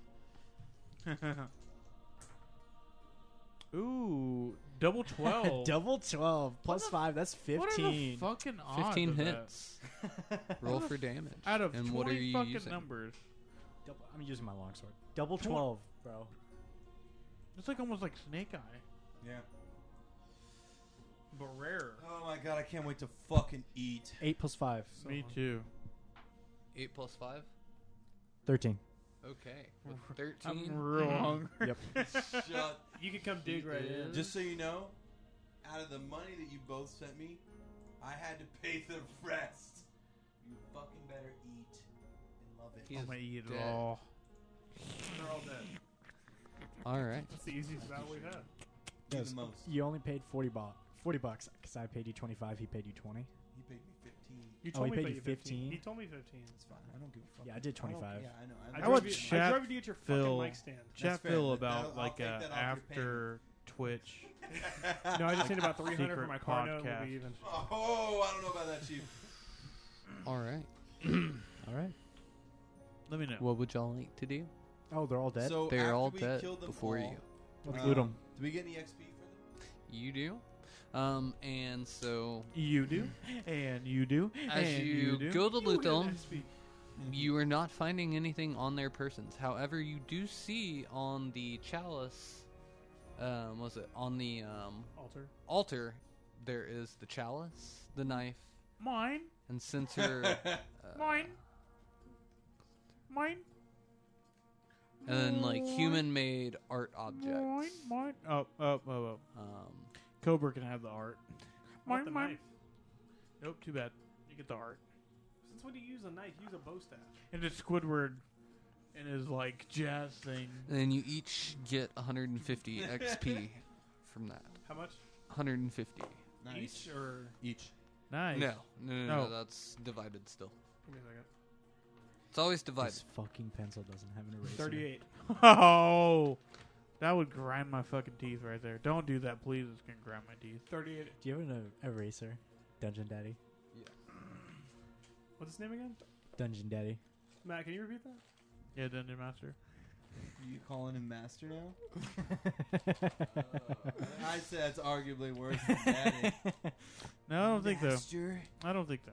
Ooh, double twelve.
Double 12 plus 5, that's
Oh. What are the
15.
fucking odds
Fifteen
of that?
hits. Roll for damage.
Out of
and
20
what are you
fucking
using?
numbers.
Double, I'm using my longsword. Double
Twen-
12, bro.
It's like almost like Snake Eye,
yeah.
but rare.
Oh my god, I can't wait to fucking eat.
8 plus 5,
Me too.
Eight plus five.
13.
Okay.
with
Thirteen.
I'm real hungry.
Yep.
Shut.
You can come dig right in.
Just so you know, out of the money that you both sent me, I had to pay the rest. You fucking better eat and love it.
He is
I'm gonna eat it
dead.
all.
They're all dead.
All right.
That's the easiest battle we've
Oh,
had.
Do
Yes.
the most.
You only paid 40 ba- 40 bucks because I paid you 25, he paid you 20.
He paid me fifteen.
You
Oh, he
told me
paid
about
you
you 15.
15?
He told me 15.
It's fine. I don't give a fuck.
Yeah, I did
don't-
25.
Yeah, I know.
I,
know.
would
drove, you, I
chat
drove you at your
Phil-
fucking mic stand.
Chat
fair,
Phil
but that'll-
about
I'll
like
take
uh,
that off your
after Twitch.
No, I just need about 300
Secret
for my car note.
podcast.
We'll be even.
Oh, I don't know about that, chief.
All right.
All right.
Let me know.
What would y'all like to do?
Oh, they're all dead?
So
They're
after
all
we
dead
killed them
before
all,
you.
Let's
um,
loot 'em.
Do we get any XP for
You do. Um, and so
you do, and you do,
as
and
you,
do.
go to loot them,
them?
You are not finding anything on their persons. However, you do see on the chalice, um, was it on the um,
Alter.
altar? There is the chalice, the knife,
mine,
and since her,
mine, mine,
and then like human-made art objects.
mine, mine. Oh, oh, oh, oh.
Um,
Cobra can have the art.
What
Mine,
the
mine.
knife?
Nope, too bad. You get the art.
Since when do you use a knife? Use a bow staff.
And it's Squidward and his like jazz thing.
and you each get 150 XP from that.
How much?
150.
Nice.
Each or?
Each.
Nice.
No, no, no, no,
Oh.
No.
that's divided still.
Give me a second.
It's always divided.
This fucking pencil doesn't have an eraser.
38. Oh, that would grind my fucking teeth right there. Don't do that, please. It's going to grind my teeth.
38.
Do you have an uh, eraser? Dungeon Daddy.
What's his name again?
Dungeon Daddy.
Matt, can you repeat that?
Yeah, Dungeon Master.
You calling him master now? I'd say that's arguably worse than daddy.
No, I don't think so.
Master.
I don't think so.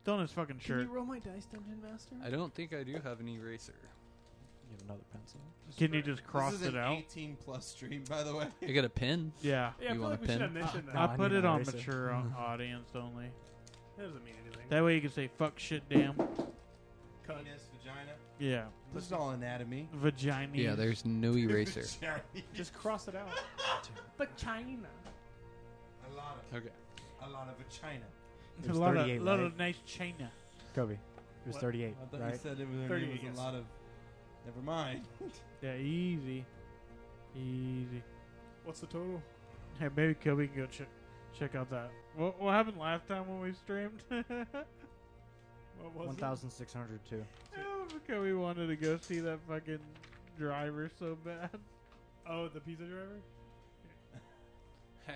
It's on his fucking shirt.
roll my dice, Dungeon Master?
I don't think I do have an eraser.
You have another pencil.
Can you just cross
this is
it
an
out?
18 plus stream, by the way.
I got a pen.
Yeah.
yeah, I
You
feel
want a
like we should
pen?
have mentioned
Ah,
that.
I
I
put
need
it
an
on
eraser.
mature on audience only.
That doesn't mean anything.
That way you can say fuck shit damn.
Cut.
Penis, vagina.
Yeah.
This is all anatomy.
Vagina.
Yeah, there's no eraser.
Vagina.
Just cross it out. But China.
a lot
okay.
of, a lot of vagina.
It
a
was
lot of,
38,
lot
right?
of nice china.
Kobe. It was
What?
38,
I thought you
right?
said it was, her
30,
name was
I guess.
a lot of. Never mind.
Yeah, easy. Easy.
What's the total?
Hey, maybe Kobe can go check check out that. What, what happened last time when we streamed?
What was it?
1,602.
Oh, Kobe wanted to go see that fucking driver so bad.
Oh, the pizza driver? Hey,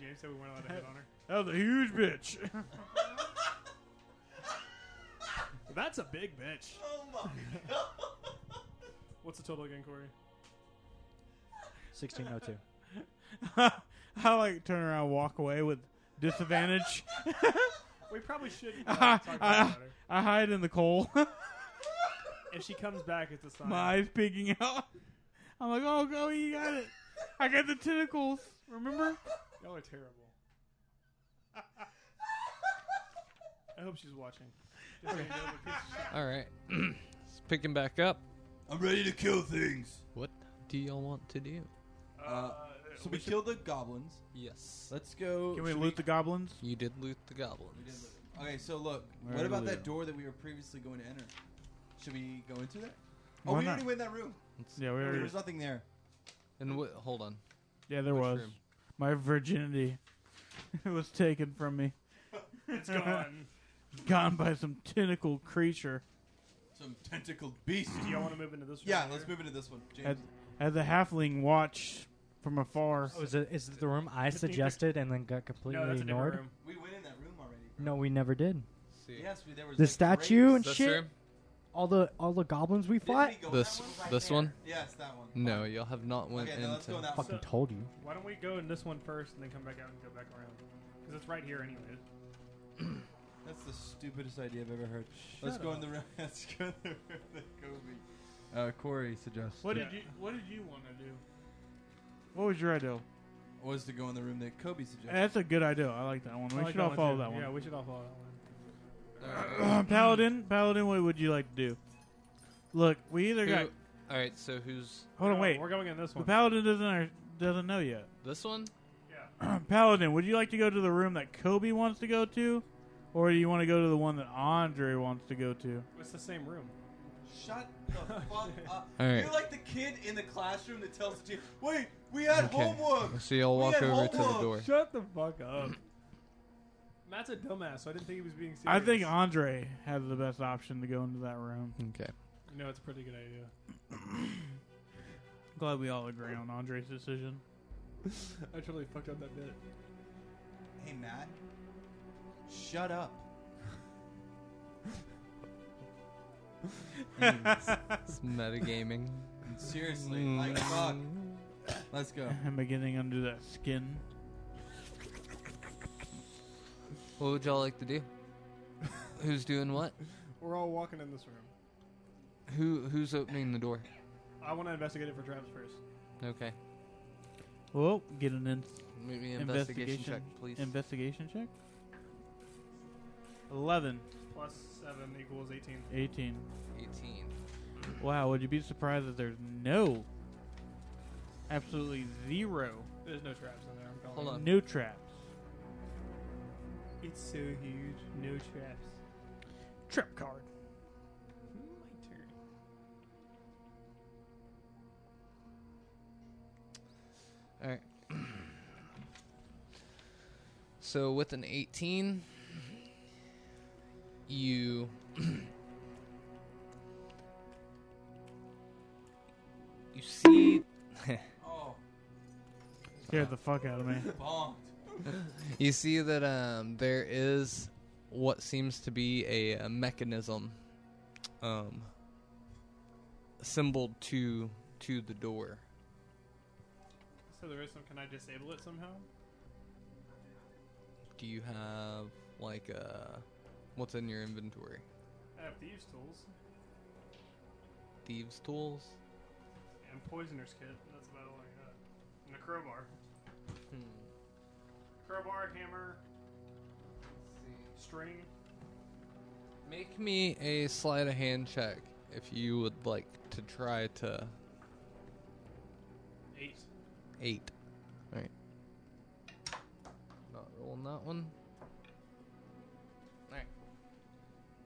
James said we weren't allowed to hit on her.
That was a huge bitch.
That's a big bitch.
Oh my god.
What's the total again, Corey?
1,602.
I like turn around, and walk away with disadvantage.
We probably shouldn't uh, talk about her.
I hide in the coal.
If she comes back, it's a sign.
My eyes peeking out. I'm like, oh, Kobe, you got it. I got the tentacles. Remember?
Y'all are terrible. I hope she's watching. Just so you know the piece of shit.
All right. Let's pick him back up.
I'm ready to kill things.
What do y'all want to do?
Uh, So we,
should-
killed the goblins.
Yes.
Let's go.
Can we
should
loot the goblins?
You did loot the
we did
goblins.
loot it. Okay, so look.
Where
what
do
about
we
that
go?
door that we were previously going to enter? Should we go into that? Oh,
Why
we
not?
already went in that room.
Yeah, we
There
already.
was nothing there.
And wh- hold on.
Yeah, there
Which
was.
room?
My virginity was taken from me.
It's gone.
Gone by some tentacle creature.
Some tentacled beast.
Do y'all want to move into this room?
yeah,
here?
let's move into this one. James.
As, as the halfling watched from afar.
Oh, is it, is it the room I
Just need to-
suggested and then got completely
No, that's a different
ignored?
room.
We went in that room already. Bro.
No, we never did.
See.
Yes, we, there was
The
like
statue
grapes.
and
This
shit.
room?
All the all the goblins we
Didn't
fought.
we go in
This-
that one? Right
this
there.
one?
Yes, that one.
No, y'all have not went
Okay, then let's go
into.
in that one.
Fucking told you.
Why don't we go in this one first and then come back out and go back around? Because it's right here anyway.
That's the stupidest idea I've ever heard. let's go in the room. Let's go in the room that Kobe. Uh, Corey suggested
What
did
you What did you want to do? What was your idea?
was to go in the room that Kobe suggested.
That's a good idea. I like that one. We
I like
should all
one,
follow
too.
that one.
Yeah, we should all follow that one.
Paladin, Paladin, what would you like to do? Look, we either got.
all right. So who's
Hold on,
No,
wait.
uh, We're going in this
The
one.
Paladin doesn't doesn't know yet.
this one?
yeah.
Paladin, would you like to go to the room that Kobe wants to go to, or do you want to go to the one that Andre wants to go to?
It's the same room.
Shut the fuck up.
All right.
You're like the kid in the classroom that tells the teacher, wait, we had
Okay.
homework.
So y'all
We
walk
had
over to the
homework.
door.
Shut the fuck up. Matt's a dumbass, so I didn't think he was being serious.
I think Andre has the best option to go into that room.
Okay.
No, it's a pretty good idea.
Glad we all agree on Andre's decision.
I totally fucked up that bit.
Hey, Matt. Shut up.
It's metagaming.
Seriously,
Mm.
like fuck. Let's go.
I'm beginning under that skin.
What would y'all like to do? Who's doing what?
We're all walking in this room.
Who who's opening the door?
I want to investigate it for traps first.
Okay.
Oh, get an in-
Make me an investigation,
investigation
check, please.
Investigation check. 11,
Plus seven equals eighteen.
18.
18.
Wow, would you be surprised that there's no, absolutely zero,
There's no traps in there. I'm telling
Hold
you.
on.
no traps?
It's so huge. No traps.
Trap card.
My turn.
All right. So with an 18, you Oh,
Scared the fuck out of me.
Bombed.
You see that um, there is what seems to be a, a mechanism um, assembled to to the door.
So there is some. Can I disable it somehow?
Do you have like uh, what's in your inventory?
I have thieves' tools
Thieves' tools.
and poisoner's kit. That's about all I got. And a crowbar,
Hmm.
crowbar, hammer, string.
Make me a sleight of hand check if you would like to try to
Eight.
eight. All right. Not rolling that one.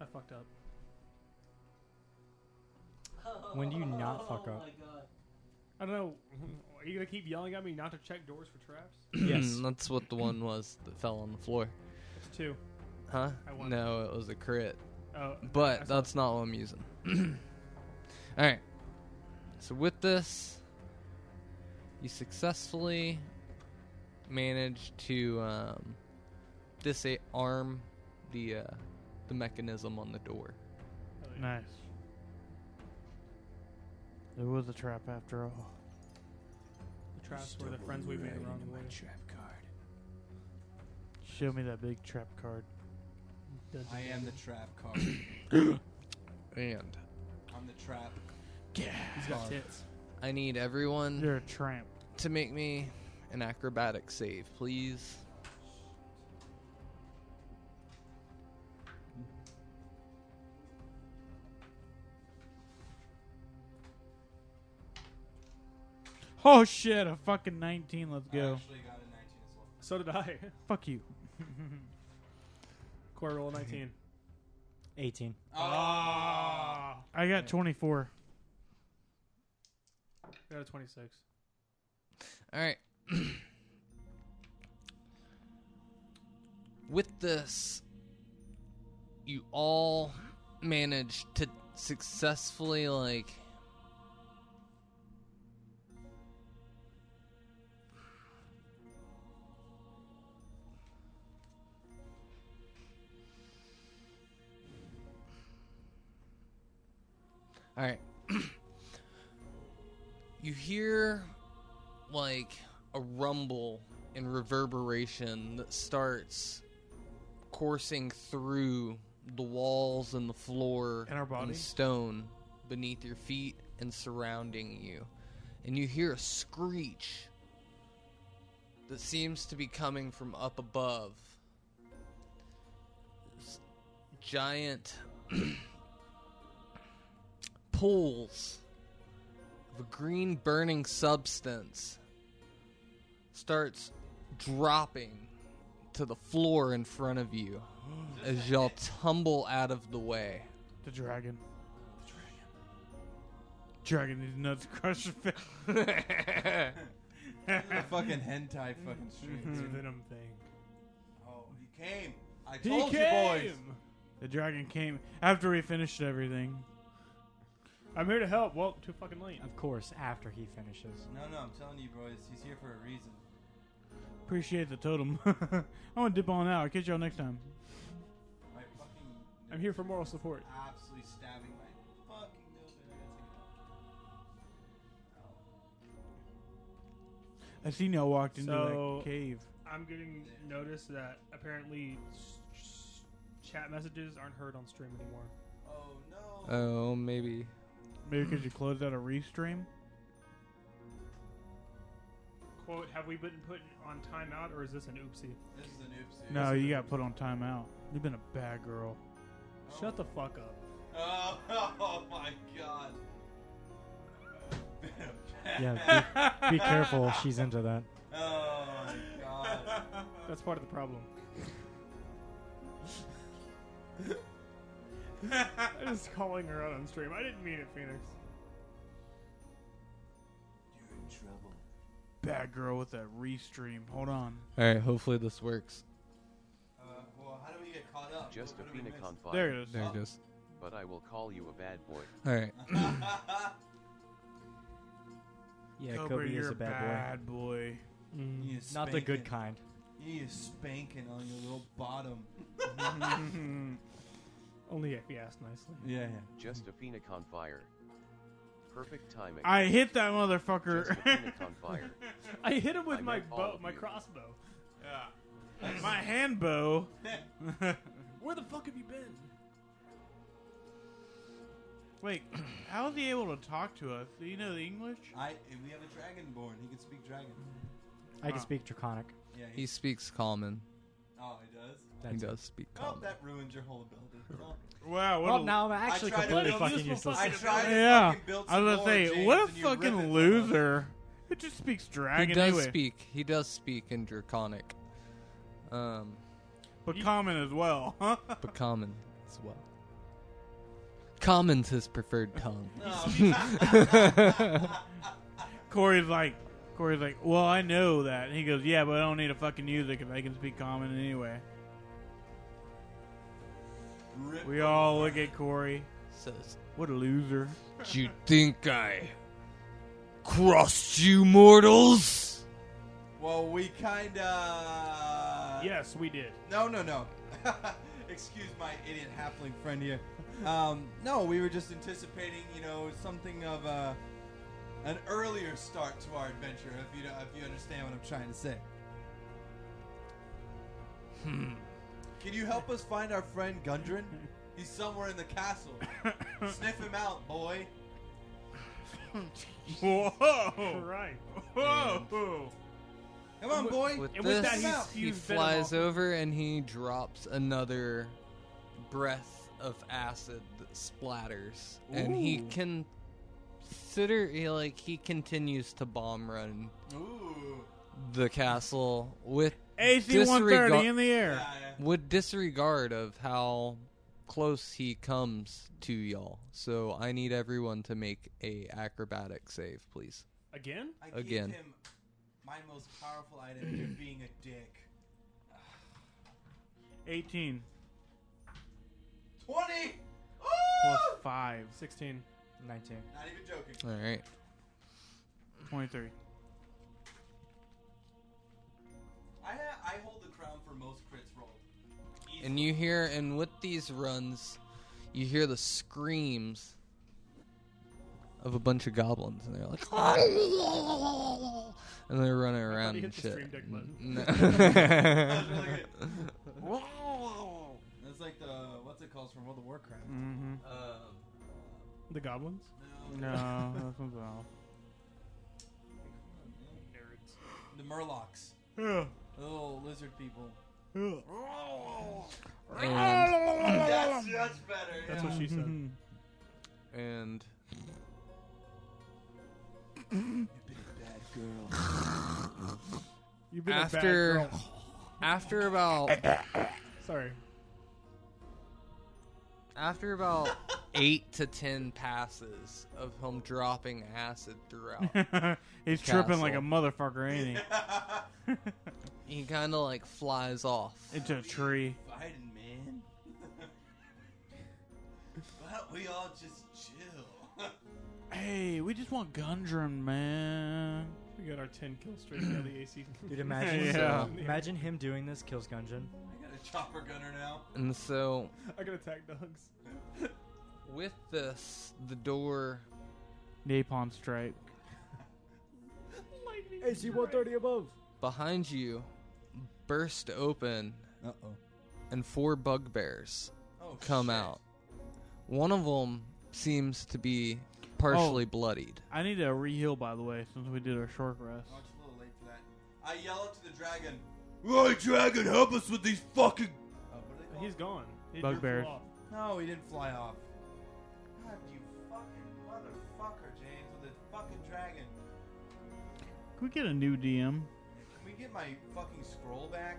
I fucked up.
When do you not fuck up?
I don't know. Are you gonna keep yelling at me not to check doors for traps?
Yes.
Hmm, That's what the one was that fell on the floor.
It's two.
Huh?
I won.
No, it was a crit.
Oh,
But
I saw-
that's not what I'm using. All right. So with this, you successfully managed to um, disarm the uh, the mechanism on the door.
Hell yeah.
Nice. It was a trap after all.
The traps were the friends we made along the way.
Show me that big trap card.
I am the trap card.
And
I'm the trap.
He's got tits.
I need everyone
You're a tramp.
to make me an acrobatic save, please.
Oh shit, a fucking 19, let's
I
go.
actually got a 19 as well.
So did I.
Fuck you.
Core roll 19.
18.
Ah.
I got 24.
I got a 26.
All right. With this, you all managed to successfully, like, All right. you hear like a rumble and reverberation that starts coursing through the walls and the floor
And our
and
body?
the stone beneath your feet and surrounding you. And you hear a screech that seems to be coming from up above. This giant pools of a green burning substance starts dropping to the floor in front of you as y'all tumble out of the way.
The dragon. Dragon needs nuts crushed.
The fucking hentai fucking stream.
It's a venom thing.
Oh, he came. I
Mm-hmm. He
told you, boys.
came! the dragon came after we finished everything.
I'm here to help. Well, too fucking late.
Of course, after he finishes.
No, no, I'm telling you, boys. He's here for a reason.
Appreciate the totem. I'm gonna dip on out. I'll catch y'all next time.
My fucking.
I'm here for moral support.
Absolutely stabbing my fucking nose. I gotta take it out.
I seen y'all walked into
So-
that cave.
I'm getting notice that apparently s- s- chat messages aren't heard on stream anymore.
Oh
Uh.
no.
Oh, maybe.
Maybe because you closed out a restream?
Quote, have we been put on timeout or is this an oopsie?
this is an oopsie.
No, you got put on timeout. You've been a bad girl.
Shut the fuck up.
Oh, oh my god.
Yeah, be, be careful. She's into that.
Oh my god.
That's part of the problem. I was calling her out on stream. I didn't mean it, Phoenix.
You're in trouble.
Bad girl with that restream. Hold on.
All right, hopefully this works.
Uh, well, how do we get caught up?
Just a
What do we miss?
phenicon fire,
There it is.
There it goes.
but I will call you a bad boy.
All right.
Yeah,
Cobra,
Kobe
you're
is a bad
boy.
boy.
Mm.
You
Not the good
spanking.
kind.
You need a spanking on your little bottom.
Only if you ask nicely.
Yeah, yeah.
Just a phoenix on fire. Perfect timing.
I hit that
Just a
motherfucker.
phoenix on fire.
I hit him with
I
my
meant all
bow,
of
my
you.
crossbow.
My hand bow.
Where the fuck have you been?
Wait, how is he able to talk to us? Do you know the English?
I and we have a dragonborn. He can speak dragon.
I
Huh.
can speak Draconic.
Yeah. He,
He speaks common.
oh, he does.
He
That's it.
does speak
Oh,
common.
that ruined your whole ability. Well,
Wow. What
Well,
a-
now I'm actually
tried to
completely
build
fucking
useful
useless.
I tried to
Yeah.
fucking build
I
some more,
was gonna say,
James,
what a
and you ripped it
fucking
from
loser. It just speaks dragon
he does
anyway.
speak. He does speak in Draconic, um,
But common as well. huh?
but common as well. Common's his preferred tongue.
us.
Corey's like, Corey's like, well, I know that. And he goes, yeah, but I don't need to fucking use it because I can speak common anyway.
No, ripped
We
it.
all look at Corey.
Says,
What a loser.
"Do you think I crossed you, mortals?"
Well, we kind of.
Yes, we did.
No, no, no. Excuse my idiot halfling friend here. Um, no, we were just anticipating, you know, something of a an earlier start to our adventure. If you if you understand what I'm trying to say.
Hmm.
Can you help us find our friend Gundren? He's somewhere in the castle. Sniff him out, boy.
Oh.
Whoa.
Right.
Whoa.
Come on, boy.
With
And with that,
this,
he's-
he
he's venom
flies
off.
over and he drops another breath of acid that splatters, and he
Ooh.
can consider he, like he continues to bomb run
Ooh.
the castle with
AC
Disregard-
130 in the air.
Yeah, yeah.
with disregard of how close he comes to y'all. So I need everyone to make a acrobatic save, please.
Again?
I
Again.
gave him my most powerful item. You're being a dick.
18
Twenty.
plus
Ooh!
5.
16.
19.
Not even joking.
All right.
23.
I ha- I hold the crown for most crits rolled. Easily.
And you hear, and with these runs, you hear the screams of a bunch of goblins, and they're like, "Ah." and they're running around
he
and
hit the stream
shit.
deck button.
That was really
No.
good. That's like the what's it called from World of Warcraft.
Mm-hmm.
Um,
The goblins?
No, that's not all.
Nerds.
the Murlocs,
Yeah.
the little lizard people.
and,
that's, that's better.
That's
yeah.
what she said.
and
You big bad girl.
You've been a
after
bad girl.
after about
Sorry.
After about eight to ten passes of him dropping acid throughout,
He's tripping like a
Castle.
motherfucker, ain't he?
he kind of like flies off.
Into a tree.
Biden man. Why don't we all just chill?
Hey, we just want Gundren, man.
We got our 10 kill streak out of the AC.
Dude, imagine,
Yeah.
imagine him doing this kills Gungeon.
I got a chopper gunner now.
And so,
I got attack dogs.
with this, the door
Napalm strike.
Lightning
AC
strike.
130 above.
behind you burst open,
Uh oh.
and four bugbears
Oh,
come
shit.
out. One of them seems to be partially bloodied.
I need to reheal, by the way, since we did our short rest.
Oh, it's a little late for that. I yell up to the dragon. Roy, dragon, help us with these fucking. Oh, what are they called?
He's gone. He
Bugbear.
flew off.
No, he didn't fly off. God, you fucking motherfucker, James, with the fucking dragon.
Can we get a new DM?
Can we get my fucking scroll back?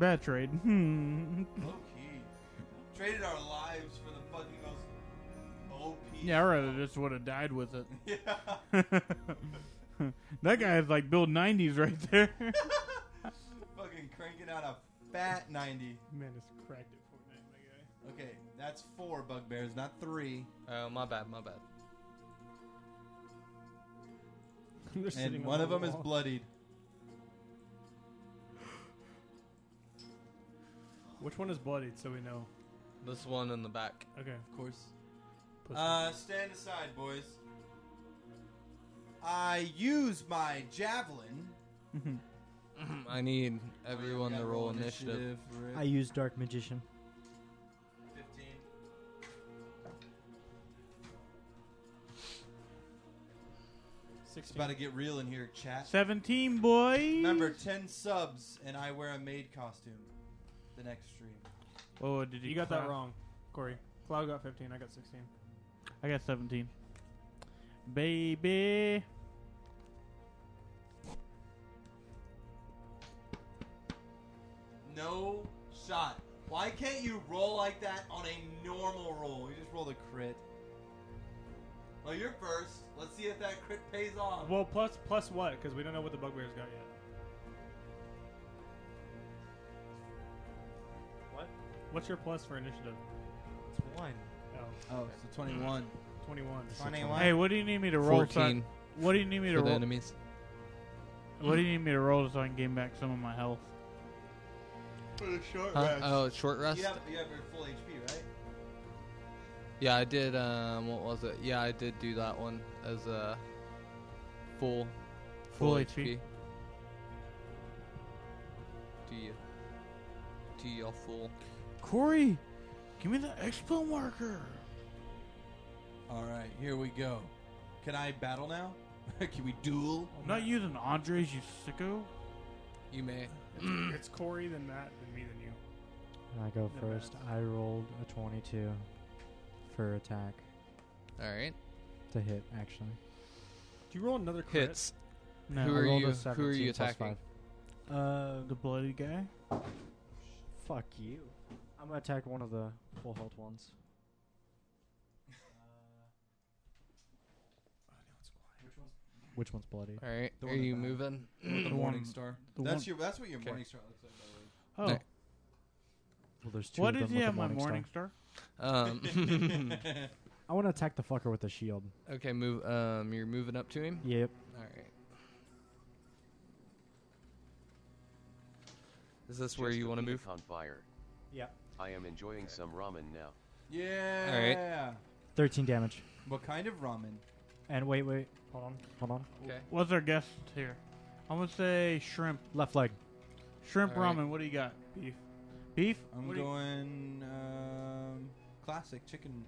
Bad trade. Hmm.
Low key. Traded our lives for the fucking most OP.
yeah, I rather just would have died with it.
Yeah.
that guy is like build 90s right there.
fucking cranking out a fat 90.
Man, it's cracked at Fortnite, my guy.
Okay, that's four bugbears, not three.
Oh, my bad, my bad.
They're sitting
and one
on
of
the
them is
wall.
bloodied.
Which one is bloodied so we know?
This one in the back.
Okay.
Of course.
Pussy.
Uh, stand aside, boys. I use my javelin.
I need everyone
Gotta
to roll initiative.
Rick.
I use Dark Magician.
15. It's
16.
about to get real in here, chat.
17, boy.
Remember, 10 subs, and I wear a maid costume the next stream.
Oh, did you?
you got that
clap?
wrong, Corey. Cloud got 15. I got 16.
I got 17. Baby.
No shot. Why can't you roll like that on a normal roll? You just rolled a crit. Well, you're first. Let's see if that crit pays off.
Well, plus plus what? Because we don't know what the bugbear's got yet.
What?
What's your plus for initiative?
It's one.
Oh,
Oh, so 21.
21.
Hey, what do you need me to roll? so I-
14
what do you need me to
for the
roll?
enemies.
What do you need me to roll so I can gain back some of my health?
Huh? Oh, short rest.
You have, you have your full HP, right?
Yeah, I did. Um, what was it? Yeah, I did do that one as a full,
Full HP.
Do you? Do you full?
Corey, give me the expo marker.
All right, here we go. Can I battle now? Can we duel?
I'm not using Andres, you sicko.
You may.
Hmm.
It's, it's Corey, then Matt, then me, then you.
I go
Not
first. I rolled a 22 for attack
All right.
to hit, actually.
Do you roll another crit?
Hits.
No,
Who
I
are
rolled
you?
a
Who are
17
you
plus
attacking?
five. Uh,
the bloody guy.
fuck you. I'm gonna attack one of the full health ones. Which one's bloody?
All right.
The
are
one in
you
the back.
moving?
The
The
Morning
one-
Star.
the
that's
one-
your. That's what your
Okay.
Morning Star looks like. By
Oh,
No.
Well, there's two
what
of
did
them
he
with
have?
the
My
morning star.
morning star.
Um,
the way.
I want to attack the fucker with the shield.
okay. Move. Um, you're moving up to him.
Yep.
All right. Is this where
Just
you
the
want to
peanut
move?
On fire.
Yeah.
I am enjoying some ramen now.
yeah.
13 damage.
What kind of ramen?
And wait, wait,
Hold on.
hold on.
Okay.
What's our guest here? I'm gonna say shrimp.
Left leg.
Shrimp
All right.
ramen. What do you got? Beef. Beef.
I'm
What do you-
going um, classic chicken.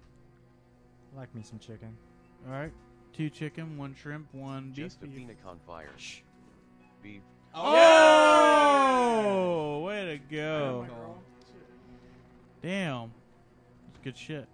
Like me some chicken.
All right. Two chicken, one shrimp, one beef.
Just the peanut on fire. Beef.
Oh, way to
Oh.
go! Damn, that's good shit.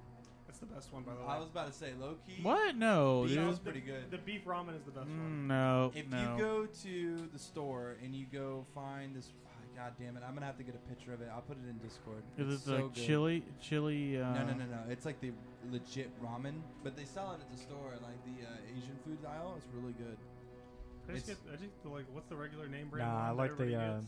That's the best one, by the way.
I was about to say low key.
What? No,
Beef
dude.
was pretty good.
The beef ramen is the best one.
Mm, no,
If
no.
you go to the store and you go find this, ah, god damn it, I'm gonna have to get a picture of it. I'll put it in Discord.
Is
It's
this
so
like
good.
chili? Chili? Uh,
No, no, no, no. It's like the legit ramen, but they sell it at the store, like the uh, Asian foods aisle. It's really good.
I just get,
It's-
I just get the, like, what's the regular name brand?
Hmm. Nah,
one
I
that
like the,
everybody
uh,
gets?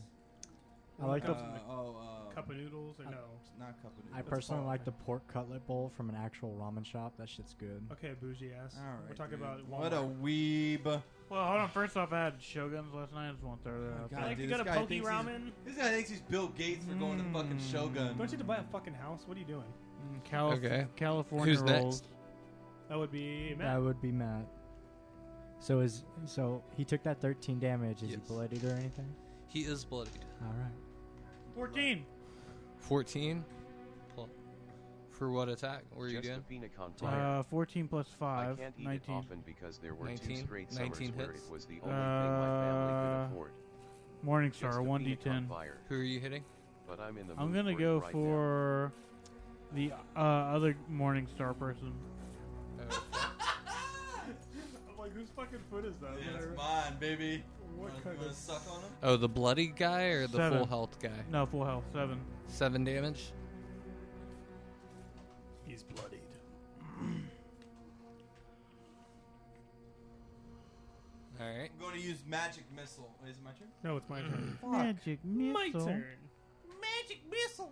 I like
uh,
the.
Cup-
oh, uh,
cup of noodles or
I-
no?
not cup of
I
noodles.
personally
fine.
like the pork cutlet bowl from an actual ramen shop. That shit's good.
Okay, bougie ass.
All right,
We're talking
dude.
about
what a
Walmart.
weeb.
Well, hold on. First off, I had Shoguns last night. I just want to throw
Oh,
that out
God,
there.
like
dude,
you
this
got a
guy
pokey
thinks he's-
ramen.
This guy thinks he's Bill Gates for going to the fucking
Mm.
Shogun.
Don't you have to buy a fucking house? What are you doing?
Mm, Calif-
Okay.
California
Who's
rolls.
That would be Matt.
That would be Matt. So is so he took that 13 damage. Is
Yes.
he bloodied or anything?
He is bloodied.
All right.
Fourteen.
14 Pl- for what attack were you
Just the
doing?
peanut on fire.
Uh, fourteen plus
I
five.
can't eat it
Nineteen.
often because there were two
19?
straight
19
summers where
hits?
it was the only thing my family
Uh,
could afford. Just
Morningstar.
the
One d
peanut on
ten.
fire.
Who are you hitting?
But I'm in the
I'm
mood
gonna
for it
go
right now.
for the uh, other Morningstar person.
I'm like, whose fucking foot is that?
Yeah,
Whatever.
it's mine, baby.
what
Wanna-
kind
wanna
of
suck on him?
Oh, the bloody guy or the full
Seven.
health guy?
No, full health. Seven.
Seven damage.
He's bloodied.
All right.
I'm going to use magic missile. Is it my turn?
No, it's my turn.
Magic missile.
My turn.
Magic missile.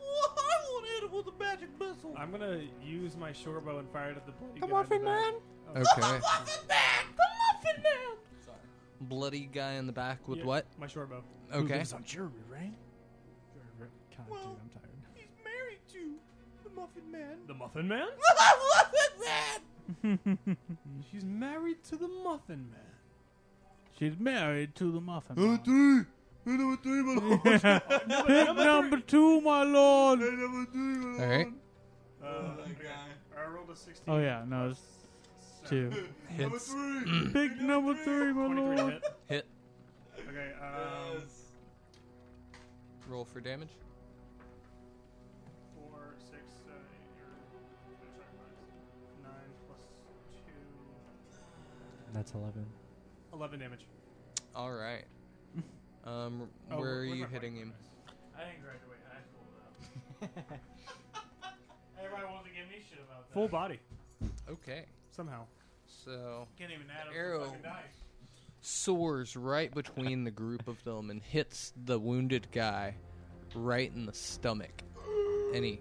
I want hit with a magic missile.
I'm gonna use my shortbow and fire it at the bloody
Come
guy
off
in the back.
it,
Oh.
man.
Okay.
Muffin man, the
laughing now?
Sorry.
Bloody guy in the back with
Yeah.
what?
My short bow.
Okay.
Lives on jury, right? God, dude, I'm tired.
He's married to the Muffin Man.
The Muffin Man? Uh, She's married to the Muffin Man.
She's married to the Muffin Man.
Number three, my lord.
Pick number two, my lord.
Number three, my lord.
All right.
Uh,
Oh, that
okay.
guy.
I rolled a 16.
Oh yeah, no, it's two.
Number
Hits.
three.
Pick number three, my
23 to
lord.
hit.
Hit.
Okay, um,
Yes.
Roll for damage.
four, six, seven, eight, or- I'm sorry, five, nine plus two,
That's 11.
11 damage.
All right. Um,
Oh,
where are
where's
you
my
hitting
whiteboard,
him?
I didn't graduate high school though. Everybody wants to give me shit about that.
Full body,
Okay.
somehow.
So
Can't even add
up
up
the Arrow. fucking soars right between the group of them and hits the wounded guy right in the stomach. And he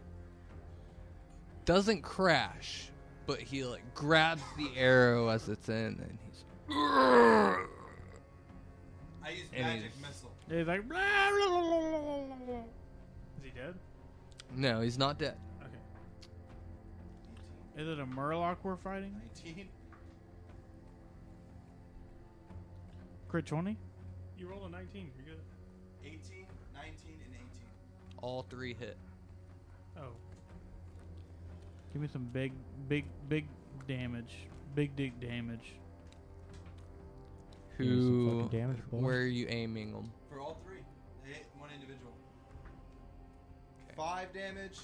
doesn't crash, but he like grabs the arrow as it's in and he's
I used
And
magic
he's-
missile.
He's like, blah, blah, blah, blah, blah, blah, blah.
Is he dead?
No, he's not dead.
Okay. Is it a Murloc we're fighting?
19.
Crit 20?
You rolled a 19, you're good.
18, 19, and 18.
All three hit.
Oh,
Give me some big, big, big damage. Big dick damage.
Give me some
Who
fucking damage, boy.
where are you aiming them?
For all three. They hit one individual. Five damage.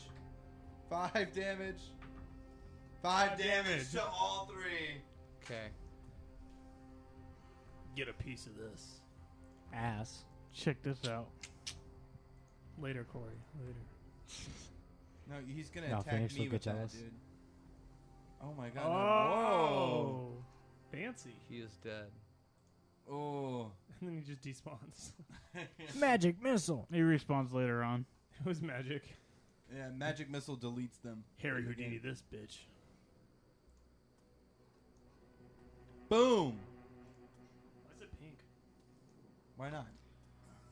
Five damage. Five, damage, to all three.
Okay.
get a piece of this.
Ass.
Check this out.
Later, Corey, later.
No, he's gonna
No,
attack
Phoenix
me
will
with
get
that,
jealous.
dude. Oh my god.
Oh, fancy.
He is dead.
no. Whoa.
And then he just despawns.
Oh.
Magic missile.
He respawns later on.
it was magic.
yeah, magic missile deletes them.
Harry
From the
Houdini,
game.
this bitch.
Boom!
Why is it pink?
Why not?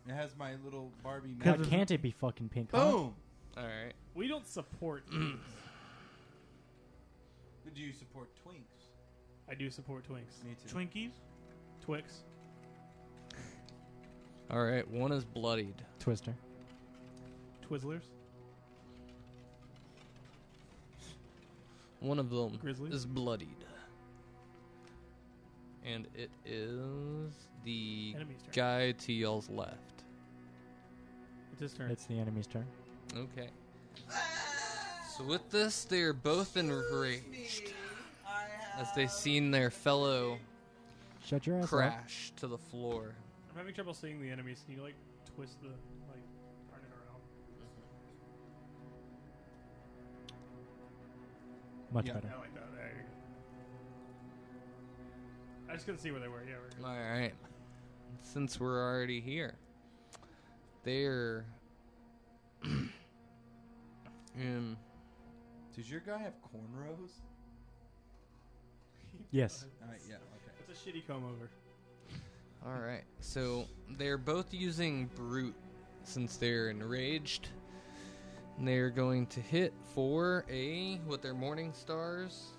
It has my little Barbie
Why
magic.
can't it be fucking pink? huh?
Boom!
All right.
We don't support.
But Do you support Twinks?
I do support Twinks.
Me too.
Twinkies?
Twix.
All right, one is bloodied.
Twister.
Twizzlers.
One of them
Grizzly?
is bloodied. And it is the
Enemy's turn.
guy to y'all's left.
It's his turn.
It's the enemy's turn.
Okay. So with this, they are both enraged as they seen their fellow
Shut your ass up.
crash to the floor.
I'm having trouble seeing the enemies. Can you like twist the like turn it around?
Much
Yeah.
better.
I like that. There you go. I just couldn't see where they were. Yeah, we're good.
All right. Since we're already here, they're. um,
Does your guy have cornrows?
Yes.
Alright, yeah, okay.
It's a shitty comb over.
All right. So they're both using brute since they're enraged. And they're going to hit for a with their morning stars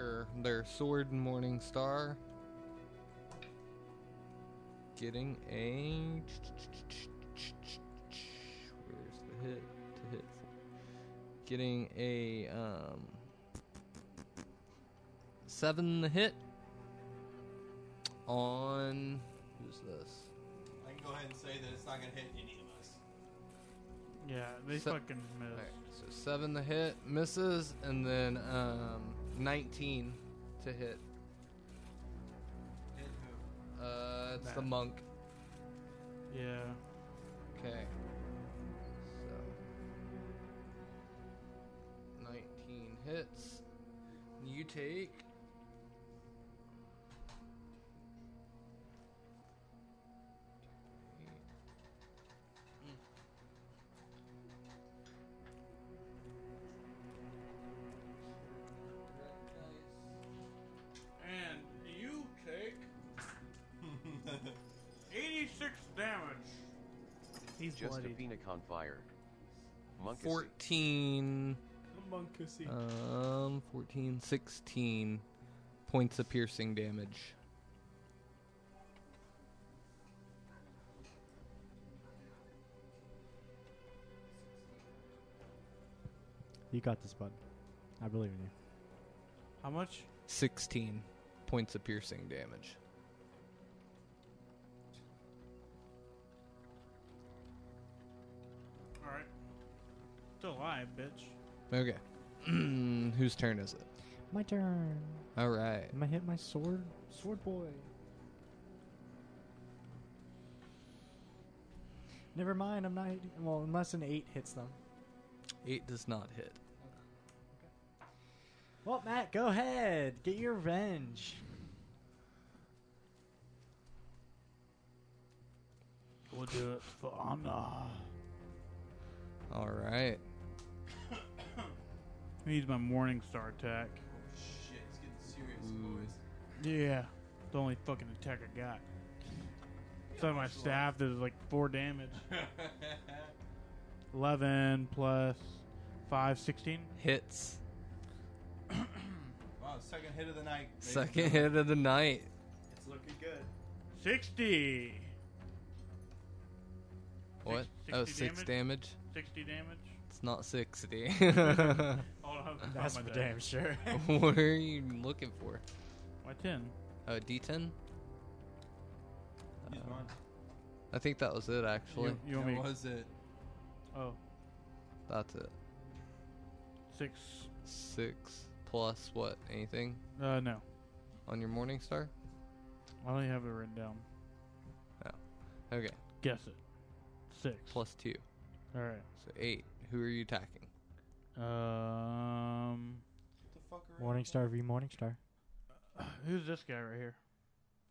or their sword and morning star. Getting a where's the hit to hit for? Getting a um seven the hit on who's this?
I can go ahead and say that it's not gonna hit any of us.
Yeah, they
So-
fucking miss.
All right, so seven the hit misses, and then um, nineteen to hit.
Hit who?
Uh, it's the
Matt.
monk.
Yeah.
Okay. So nineteen hits. You take.
And you take He's
Just a
bloodied.
pina con fire. Monk is-
14.
Munkusi.
Um, 14, 16 points of piercing damage.
You got this, bud. I believe in you.
How much?
16 points of piercing damage.
All right.
Still alive, bitch.
Okay. Whose turn is it?
My turn.
All right.
Am I hit my sword? Sword boy. Never mind. I'm not. hitting- Well, unless an eight hits them.
8 does not hit.
Well, Matt, go ahead. Get your revenge.
We'll do it for honor.
All right.
I need my morning star attack.
Oh shit, it's getting serious,
Ooh.
boys.
Yeah. The only fucking attack I got. So my staff does like four damage. Eleven plus five, sixteen.
Hits.
Wow, second hit of the night. ladies and
Second
gentlemen.
hit of the night.
It's looking good.
Sixty.
What? oh, 6
damage?
damage?
Sixty damage.
It's not 60.
Hold on, I
That's
found
for
my
damn sure.
what are you looking for? Oh,
My ten.
A D10?
Use mine.
I think that was it, actually.
You, you want me?
What was it?
Oh,
That's it.
six.
Six plus what? Anything
Uh, no.
on your morning star?
I only have it written down.
Okay,
Guess it. Six.
plus two,
All right.
so eight. Who are you attacking?
Um,
What the fuck are you-
Morningstar v Morningstar.
who's this guy right here?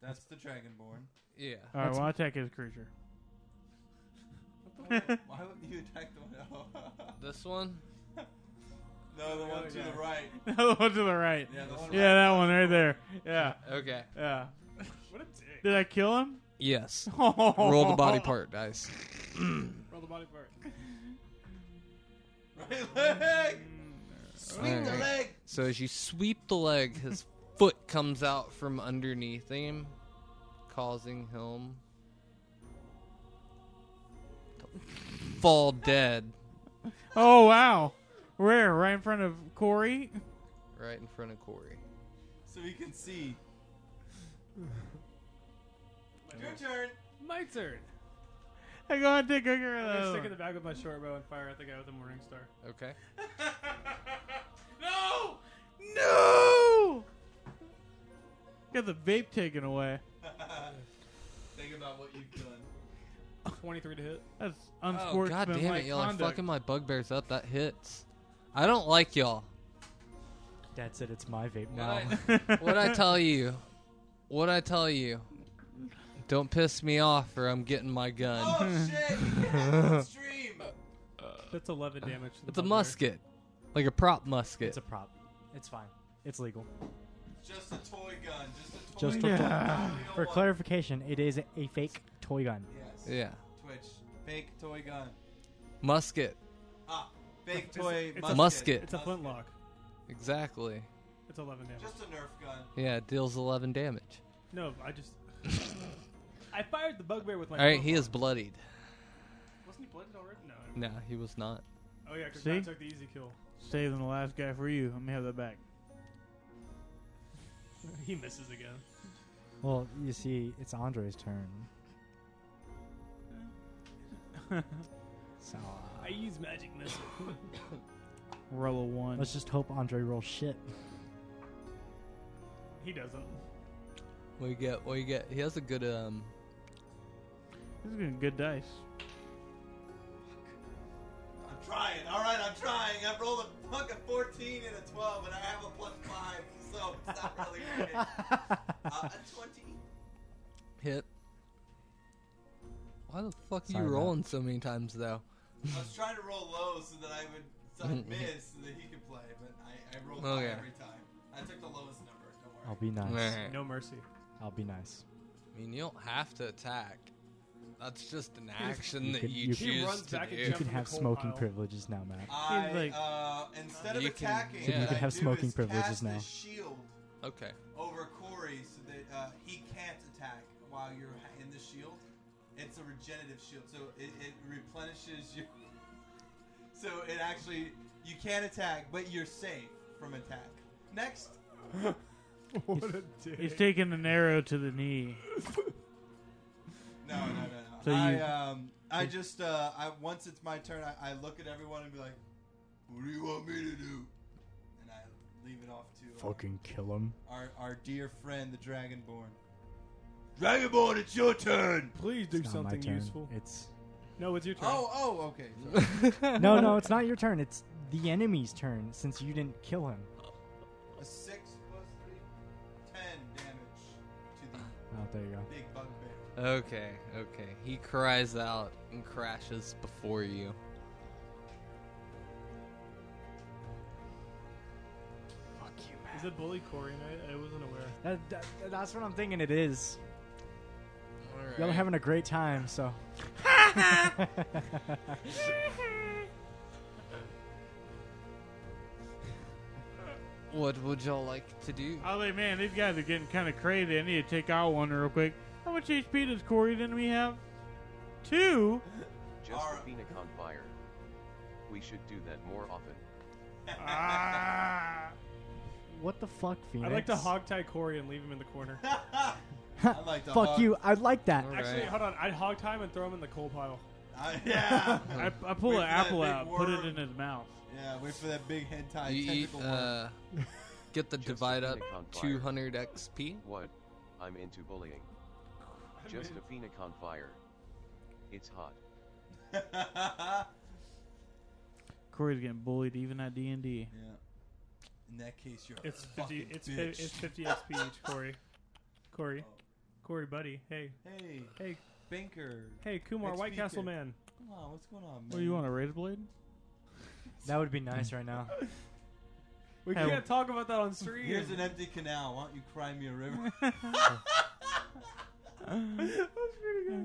That's the Dragonborn.
Yeah.
All right.
That's-
Well, I attack his creature.
What the fuck? Why wouldn't you attack the one?
This one.
no, the one to the right.
No, the one to the right.
Yeah, the one
Yeah, that one right there. Yeah,
Okay.
yeah.
What a dick.
Did I kill him?
Yes.
Oh.
Roll the body part dice.
Roll the body part.
right. Right leg. Sweep the
Alright.
leg.
So as you sweep the leg, his foot comes out from underneath him, causing him to fall dead
Oh wow. Where? Right in front of Corey?
right in front of Corey.
So we can see. Your turn.
My turn.
I gotta take a
I'm
girl.
gonna stick in the back with my short bow and fire at the guy with the morning star.
Okay.
No! No! Got the vape taken away.
Think about what you've done.
23 to hit.
That's
Oh god damn
unsportsmanlike
it, y'all are
conduct.
fucking my bugbears up. That hits. I don't like y'all.
That's it. It's my vape now.
What I, what I tell you, what I tell you, don't piss me off or I'm getting my gun.
Oh shit! That's extreme.
That's 11 damage. To the
it's a
bugbear.
musket, like a prop musket.
It's a prop. It's fine. It's legal.
Just a toy gun. Just a toy
Just
gun. We
a toy
don't
For
want-
clarification, it is a fake toy gun.
Yes.
yeah,
Twitch. Fake toy gun.
musket,
Ah, fake
It's a-
toy
it's a-
musket.
musket.
It's a flintlock.
exactly.
It's 11 damage.
Just a Nerf gun.
Yeah, it deals 11 damage.
No, I just. I fired the bugbear with my.
All right, he
flintlock.
is bloodied.
Wasn't he blooded already? No. I don't-
No, he was not.
Oh yeah, because
See?
I took the easy kill.
Saving the last guy for you. Let me have that back.
he misses again.
Well, you see, it's Andre's turn. So uh,
I use magic missile.
Roll a one.
let's just hope Andre rolls shit.
he doesn't.
What you get? What you get? He has a good um.
This is getting good dice.
I'm trying. All right, I'm trying. I rolled a fucking 14 and a 12, and I have a plus five, so it's not really working. Uh, a 20.
hit. Why the fuck are
Sorry,
you
Matt.
rolling so many times though?
I was trying to roll low so that I would so I'd miss so that he could play, but I, I rolled
Okay.
high every time. I took the lowest number. Don't
I'll
worry.
be nice.
Alright.
No mercy.
I'll be nice.
I mean, you don't have to attack. That's just an action that
could-
you,
you could-
choose
He runs
to
back and
do.
You
jumps
can
in the
have
coal
smoking
pile.
privilege now, Matt.
I,
like-
uh, instead of
You can-
attacking,
So you
what
can
I
have
do
smoking
is
privileges
cast
now.
A shield
Okay.
over Corey so that uh, he can't attack while you're ha- in the shield. It's a regenerative shield, so it, it replenishes you. So it actually you can't attack, but you're safe from attack. Next,
what a dick.
He's taking an arrow to the knee.
no, no, no, no.
So
I
you-
um, I just uh, I once it's my turn, I, I look at everyone and be like, "What do you want me to do?" And I leave it off to uh,
Fucking kill him.
our our dear friend, the Dragonborn. Dragonborn, it's your turn.
Please do
It's not my
something
turn.
useful.
It's
No, it's your turn.
Oh, oh, okay. sorry.
no, no. It's not your turn. It's the enemy's turn since you didn't kill him.
A six plus three, ten damage to
Oh, there you go.
the big bugbear.
Okay, okay. He cries out and crashes before you.
Fuck you, Matt.
Is it Bully Corey night? I wasn't aware.
That, that- that's what I'm thinking. It is.
Alright.
Y'all are having a great time, so.
what would y'all like to do?
I was like, man, these guys are getting kind of crazy. I need to take out one real quick. How much HP does Corey then we have? Two.
Just
Alright.
the Phoenix fire. We should do that more often.
Ah.
what the fuck, Phoenix?
I'd like to hogtie Corey and leave him in the corner.
I like the
Fuck
hog-
you. I'd like that.
Alright.
Actually, hold on. I'd hogtie him and throw him in the coal pile.
I- yeah.
I, I pull
Wait for
an
that
apple
big
out, put it
worm.
in his mouth.
yeah, wait for that big hentai
you eat,
tentacle one.
uh, get the
Just the
divide up
Phoenix on fire.
200 XP.
What? I'm into bullying. Just a Phoenix fire. It's hot.
Corey's getting bullied even at D and D.
yeah. In that case, you're
It's
a
50,
fucking
it's, fi-
bitch.
it's 50 XP each, Corey. Corey. Corey, buddy. Hey.
hey,
Hey,
Banker.
hey, Kumar,
Next
White
weekend.
Castle man.
Come on, what's going on, man?
What do you want, a razor blade?
That would be nice right now.
We
Hey.
can't talk about that on stream.
Here's an empty canal. Why don't you cry me a river?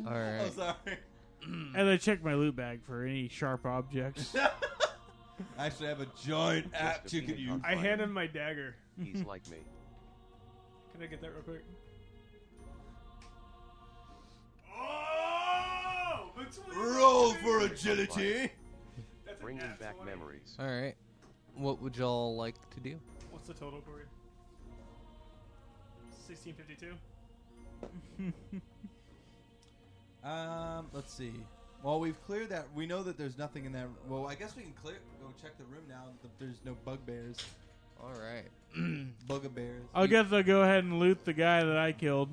Alright.
I'm sorry.
As I check my loot bag for any sharp objects.
I actually have a giant
Just
app
a
you can
Phoenix on
use.
I
fire.
hand him my dagger.
He's like me.
Can I get that real quick? Oh!
Roll for agility.
Bringing back memories.
Alright. What would y'all like to do?
What's the total, Corey? 1652?
Um, let's see. Well, we've cleared that. We know that there's nothing in that. Well, I guess we can clear. Go check the room now. That there's no bugbears.
Alright.
Bugabears.
I guess I'll go ahead and loot the guy that I killed.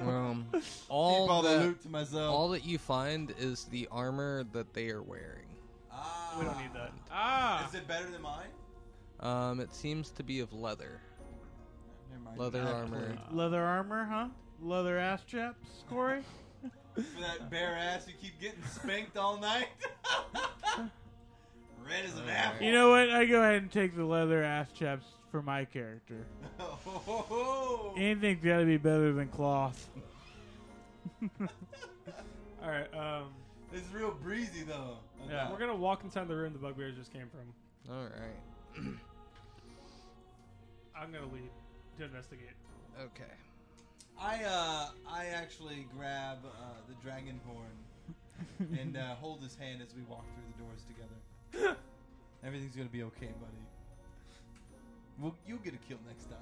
Um,
Keep all
all,
the
that,
loot to myself.
all that you find is the armor that they are wearing.
ah,
We don't need that.
Ah,
Is it better than mine?
Um, it seems to be of leather.
Never mind.
Leather
Ah,
armor.
leather armor, huh? Leather ass chaps, Corey.
For that bare ass, you keep getting spanked all night. Red as an apple.
You know what? I go ahead and take the leather ass chaps for my character.
Oh.
Anything's got to be better than cloth.
Alright, um.
It's real breezy though.
We're gonna walk inside the room the bugbears just came from.
Alright.
I'm gonna lead to investigate.
Okay.
I uh, I actually grab uh, the dragon horn and uh, hold his hand as we walk through the doors together. Everything's gonna be okay, buddy. Well, you'll get a kill next time.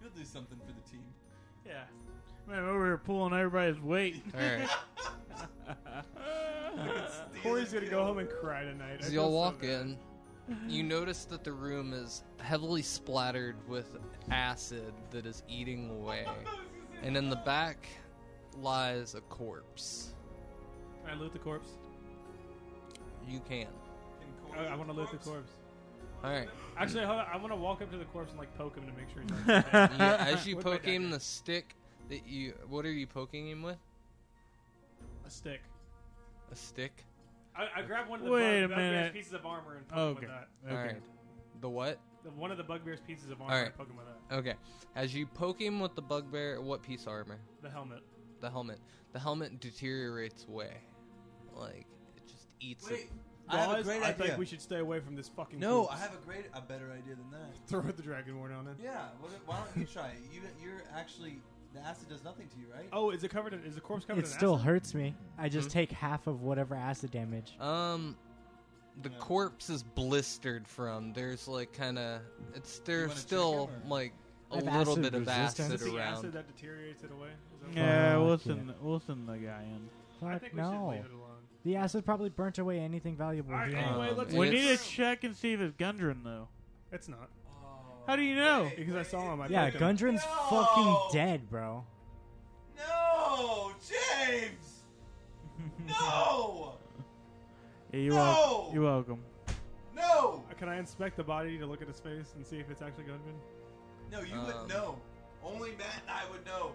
You'll do something for the team.
Yeah.
Man, I'm over here pulling everybody's weight.
Alright.
Corey's gonna go home and cry tonight. I
As
feel
y'all
so
walk
bad.
in, you notice that the room is heavily splattered with acid that is eating away. And in the back lies a corpse.
Can I loot the corpse?
You can.
I, I wanna loot the corpse.
Alright.
Actually, hold on. I wanna walk up to the corpse and like poke him to make sure he's not dead.
Yeah, as you
With my
poke him,
dagger.
the stick that you. What are you poking him with?
a stick.
A stick?
I, I grab one of the
Wait a
bug, bugbear's
minute.
pieces of armor and poke him
Okay.
with that.
Okay.
Alright. The what?
The- One of the bugbear's pieces of armor
Alright.
and poke him with that.
Okay. As you poke him with the bugbear, what piece of armor?
The helmet.
the helmet. The helmet deteriorates away. Like it just eats it.
Wait, I have a
Guys,
great
I
idea.
think we should stay away from this fucking.
no,
corpse.
I have a great, a better idea than that.
Throw the dragon ward on it.
Yeah, what, why don't you try it? You, you're actually the acid does nothing to you, right?
Oh, is it covered? In, is the corpse covered?
It
in
still
acid?
hurts me. I just take half of whatever acid damage.
Um, the
Yeah.
corpse is blistered from. There's like kind of it's
wanna
there's
check
still
him, or-
like a
I have
little
acid
bit of
resistance.
acid
Is it the acid
around.
that deteriorates it away? Is that what-
Yeah,
Fuck
we'll
yeah.
send, we'll send the guy in.
Fuck
I think we
no.
should leave it alone.
The acid probably burnt away anything valuable.
Alright,
here.
Um,
Anyway, let's-
and
We
it's-
need to check and see if it's Gundren, though.
It's not.
Oh.
How do you know?
Wait,
Because I
wait,
saw him, Uh, I
yeah,
fucked him.
Gundren's
No!
fucking dead, bro.
No, James. No,
Yeah, you're,
No!
wel- you're welcome.
no,
Uh, Can I inspect the body to look at his face and see if it's actually Gundren?
no. You
Um,
would know. Only Matt and I would know.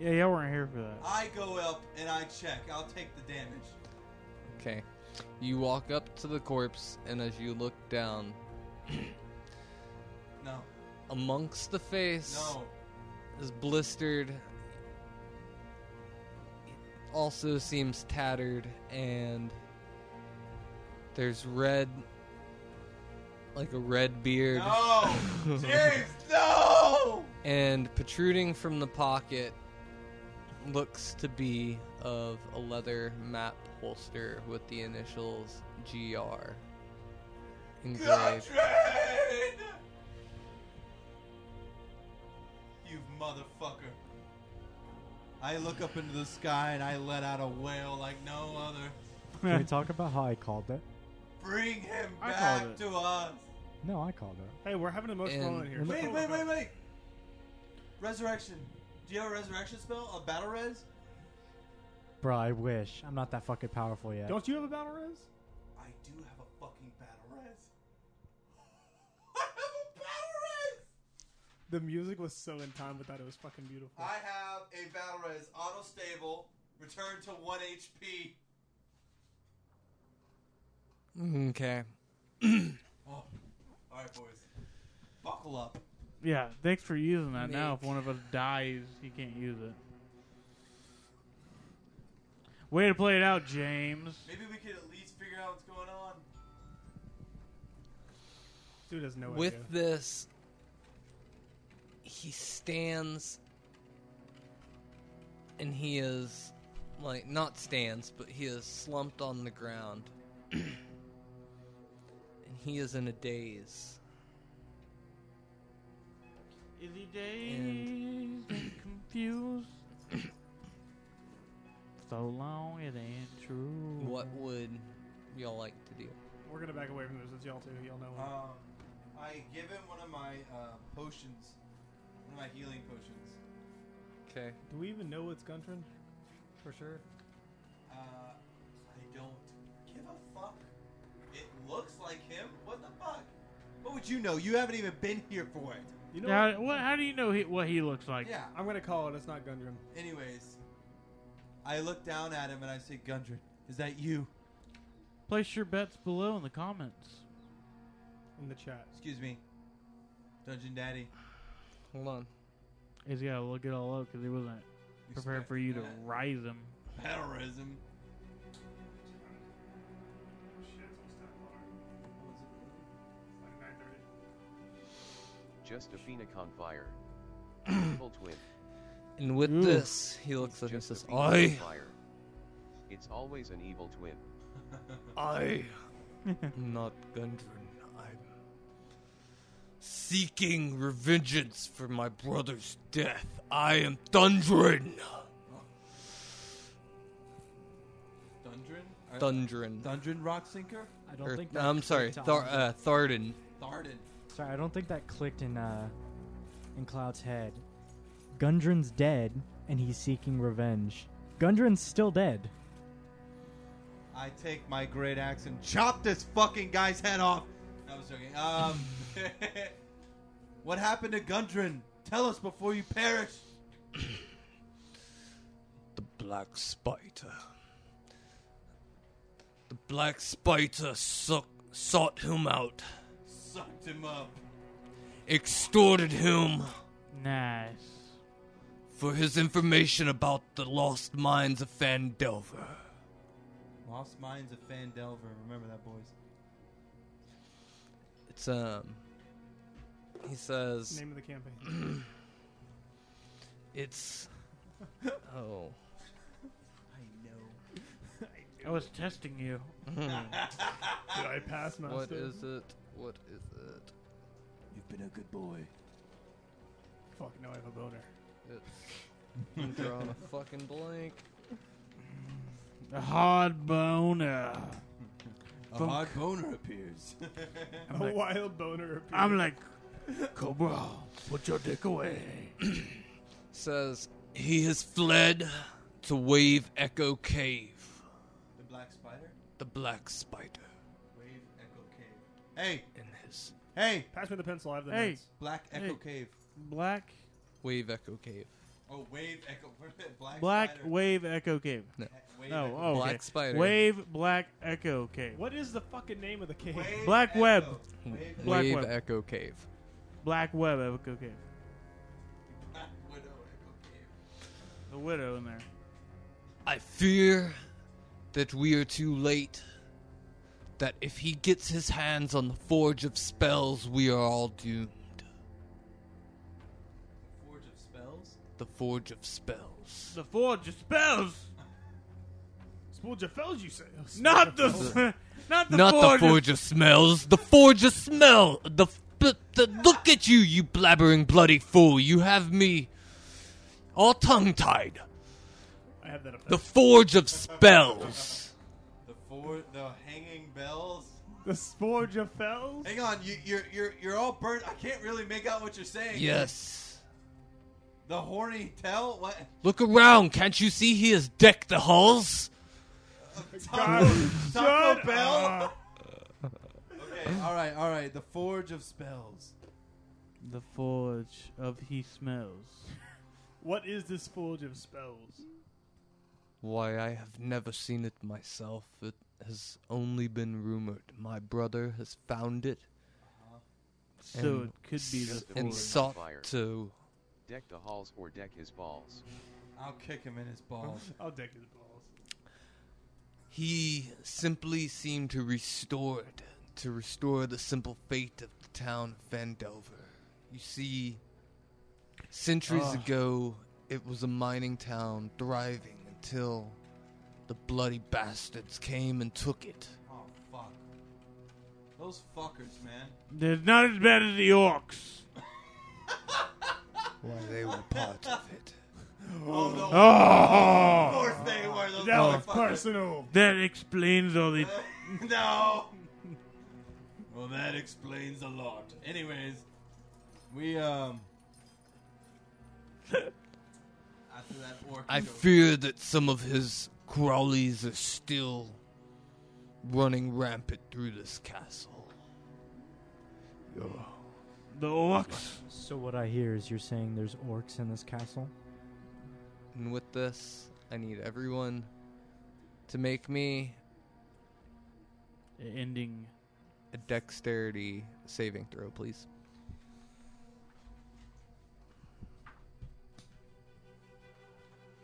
Yeah, y'all weren't here for that.
I go up and I check. I'll take the damage.
Okay, you walk up to the corpse, and as you look down,
No,
amongst the face
no.
is blistered. Also seems tattered, and there's red, like a red beard.
No! James, no!
and protruding from the pocket looks to be of a leather map holster with the initials GR engraved.
Gudrun! You motherfucker. I look up into the sky and I let out a wail like no other.
Can we talk about how I called it?
Bring him
I
back
called it.
to us!
No, I called it.
Hey, we're having an emotional
And-
moment here.
Wait,
Shut
wait,
the
wait,
fuck up.
wait! Resurrection. Do you have a resurrection spell? A battle res?
Bro, I wish. I'm not that fucking powerful yet.
Don't you have a battle res?
I do have a fucking battle res. I have a battle res!
The music was so in time with that. It was fucking beautiful.
I have a battle res auto stable, return to 1 HP.
Okay.
Oh. Alright, boys. Buckle up.
Yeah, thanks for using that. Now, if
Make-
one of us dies, you can't use it. Way to play it out, James.
Maybe we could at least figure out what's going on.
Dude has no
With
idea.
this, he stands and he is, like, not stands, but he is slumped on the ground. and he is in a daze.
Is he dazed and confused? so long it ain't true.
What would y'all like to do?
We're gonna back away from this. It's y'all two. Y'all know.
Uh.
him.
Um, I give him one of my uh, potions, one of my healing potions.
Okay.
Do we even know it's Gundren? For sure.
Uh, I don't give a fuck. It looks like him. What the fuck? What would you know? You haven't even been here for it.
You know.
Now, what? How do you know he, what he looks like?
Yeah.
what? I'm gonna call it. It's not Gundren.
Anyways, I look down at him and I say, Gundren, is that you?
Place your bets below in the comments.
In the chat.
Excuse me, Dungeon Daddy.
Hold on.
He's got to look it all up because he wasn't prepared for you to rise him.
Terrorism.
Just a phoenix on fire. Evil twin.
And with
Ooh.
this, he looks up and
Just a
says,
phoenix on
I,
fire. It's always an evil twin.
I, not Gundren, I'm seeking revengeance for my brother's death. I am Dundren!
Dundren? Or-
Dundren.
Dundren Rock Sinker?
I don't
Or-
think. That
I'm sorry,
clicked
Thar-
on-
uh, Tharden.
Tharden.
sorry, I don't think that clicked in uh, in Cloud's head. Gundren's dead, and he's seeking revenge. Gundren's still dead.
I take my great axe and chop this fucking guy's head off. I was joking. Um, what happened to Gundren? Tell us before you perish.
The Black Spider. The Black Spider suck- sought him out,
Sucked him up.
extorted him.
Nice.
for his information about the lost mines of Fandelver.
Lost Minds of Fandelver. Remember that, boys.
It's um. He says
Name of the campaign.
it's. Oh.
I know.
I was testing you.
Did I pass master?
What is it? What is it?
You've been a good boy.
Fuck no, I have a boner.
It's. I'm drawing a fucking blank.
A hard boner.
A
From-
hard boner appears.
I'm
a
like,
wild boner.
I'm like Cobra, put your dick away.
Says he has fled to Wave Echo Cave,
the Black Spider?
the Black Spider,
Wave Echo Cave. Hey!
in his
Hey!
Pass me the pencil. I have the
Hey.
notes.
Black Echo
Hey.
Cave.
Black
Wave Echo Cave.
Oh, Wave Echo. Black,
Black
Spider.
Wave Echo Cave.
No.
He- Wave
No,
Echo.
oh,
Black
okay.
Spider.
Wave Black Echo Cave.
What is the fucking name of the cave?
Wave
oh. Black
Echo.
Web.
Wave
Black
Wave
Web.
Echo Cave.
Black Web Echo Cave.
Black Widow Echo Cave.
The widow in there.
I fear that we are too late. That if he gets his hands on the Forge of Spells, we are all doomed.
Forge of Spells?
The Forge of Spells.
The forge of spells,
Spool Jafels, you say? Oh,
not the, not the
Not
forge.
the Forge of Smells, the Forge of Smell! The, f- the, the Look at you, you blabbering bloody fool! You have me all tongue tied.
I have that up there.
The Forge of Spells!
The four, the hanging bells.
The Spool Jafels?
Hang on, you, you're you're you're all burnt. I can't really make out what you're saying.
Yes.
The horny tell what?
Look around, can't you see he has decked the hulls?
Taco, Taco
shut
Bell. okay, all right, all right. The forge of spells.
The forge of he smells.
What is this Forge of Spells?
Why, I have never seen it myself. It has only been rumored. My brother has found it
So
And
it could be the
s-
forge.
and
forge.
sought
Fire.
to.
Deck the halls or deck his balls. Oh,
I'll kick him in his balls.
I'll deck his balls.
He simply seemed to restore it, to restore the simple fate of the town of Vandover. You see, centuries
Ah.
ago, it was a mining town thriving until the bloody bastards came and took it.
Oh fuck. Those fuckers, man.
They're not as bad as the orcs.
Why, they were part of it.
Oh no. Of
Oh,
course they were. Those
That was
motherfuckers.
personal.
that explains all the.
no. Well, that explains a lot. Anyways, we um. After that orc.
I
joke.
fear that some of his crawlies are still running rampant through this castle.
The orcs.
So what I hear is you're saying there's orcs in this castle.
And with this, I need everyone to make me
Ending.
a dexterity saving throw, please.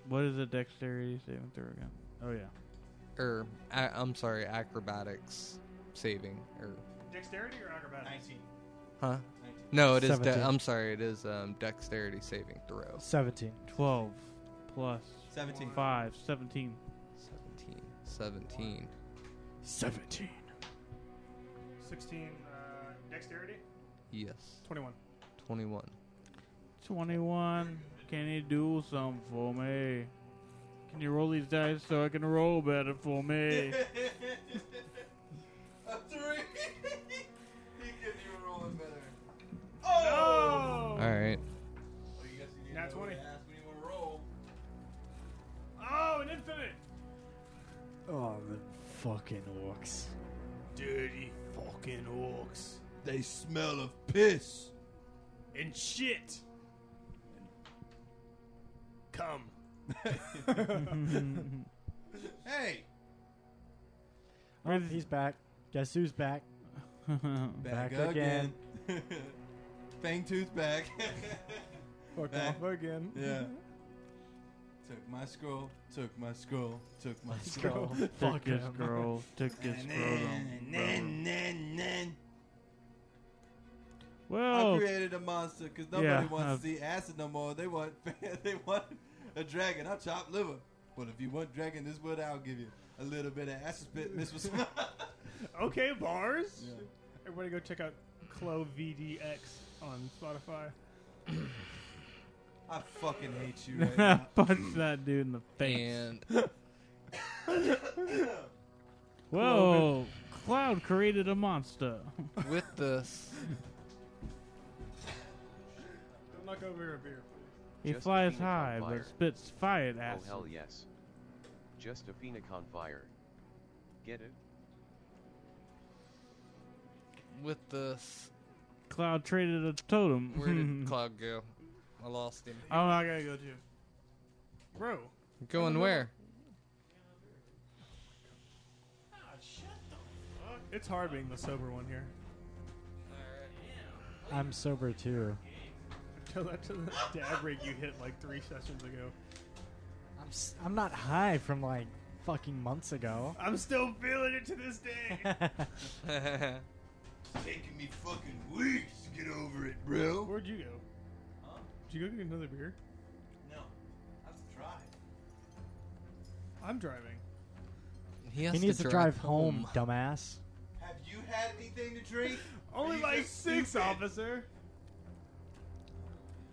What is a dexterity saving throw again? Oh yeah.
Er, I, I'm sorry, acrobatics saving. Or,
Dexterity or acrobatics?
Nineteen.
huh? No, it is. De-
Seventeen.
I'm sorry, it is um, dexterity saving throw.
Seventeen.
12 plus
17.
5, 17.
17. 17.
Seventeen.
16. Uh, dexterity?
Yes.
21.
21.
21. Can you do something for me? Can you roll these dice so I can roll better for me?
A three. he couldn't even roll it better.
Oh!
All right.
Well, you guess you
Nat
didn't know what
20.
to ask when you want to roll.
Oh, an infinite!
Oh, the fucking orcs.
Dirty fucking orcs.
They smell of piss.
And shit! Come.
Hey.
Oh, he's back. Guess who's back? Back again.
Fang tooth back.
Fuck
Back.
off again.
yeah. Took my scroll. Took my scroll. Took my
Scroll.
scroll.
Took his girl. Took his
And
girl.
then, and then, then, then. I
Well,
created a monster because nobody
Oh. Yeah,
wants
I've-
to see acid no more. They want they want a dragon. I'll chop liver. But if you want dragon, this is what I'll give you. A little bit of acid spit. This was
Okay, bars.
Yeah.
Everybody go check out Clo VDX on Spotify.
I fucking hate you right now.
punch that dude in the face.
And
Whoa, Cloud created a monster.
with this,
Don't knock over a beer.
He
Just a
flies
phoenix on
high
fire.
but spits fire at
Oh
acid.
hell yes. Just a phoenix on fire. Get it?
with this,
Cloud traded a
where
totem.
did Cloud go? I lost him.
oh, I gotta go too.
Bro,
Going where?
it's hard being the sober one here.
I'm sober too.
Tell that to the dab rig you hit like three sessions ago.
I'm s- I'm not high from like fucking months ago.
I'm still feeling it to this day.
taking me fucking weeks to get over it, bro.
Where'd you go?
Huh?
Did you go get another beer?
No, I've tried.
I'm driving.
has
he needs to drive, home, dumbass.
Have you had anything to drink?
Only
you
like
just
six,
stupid?
officer.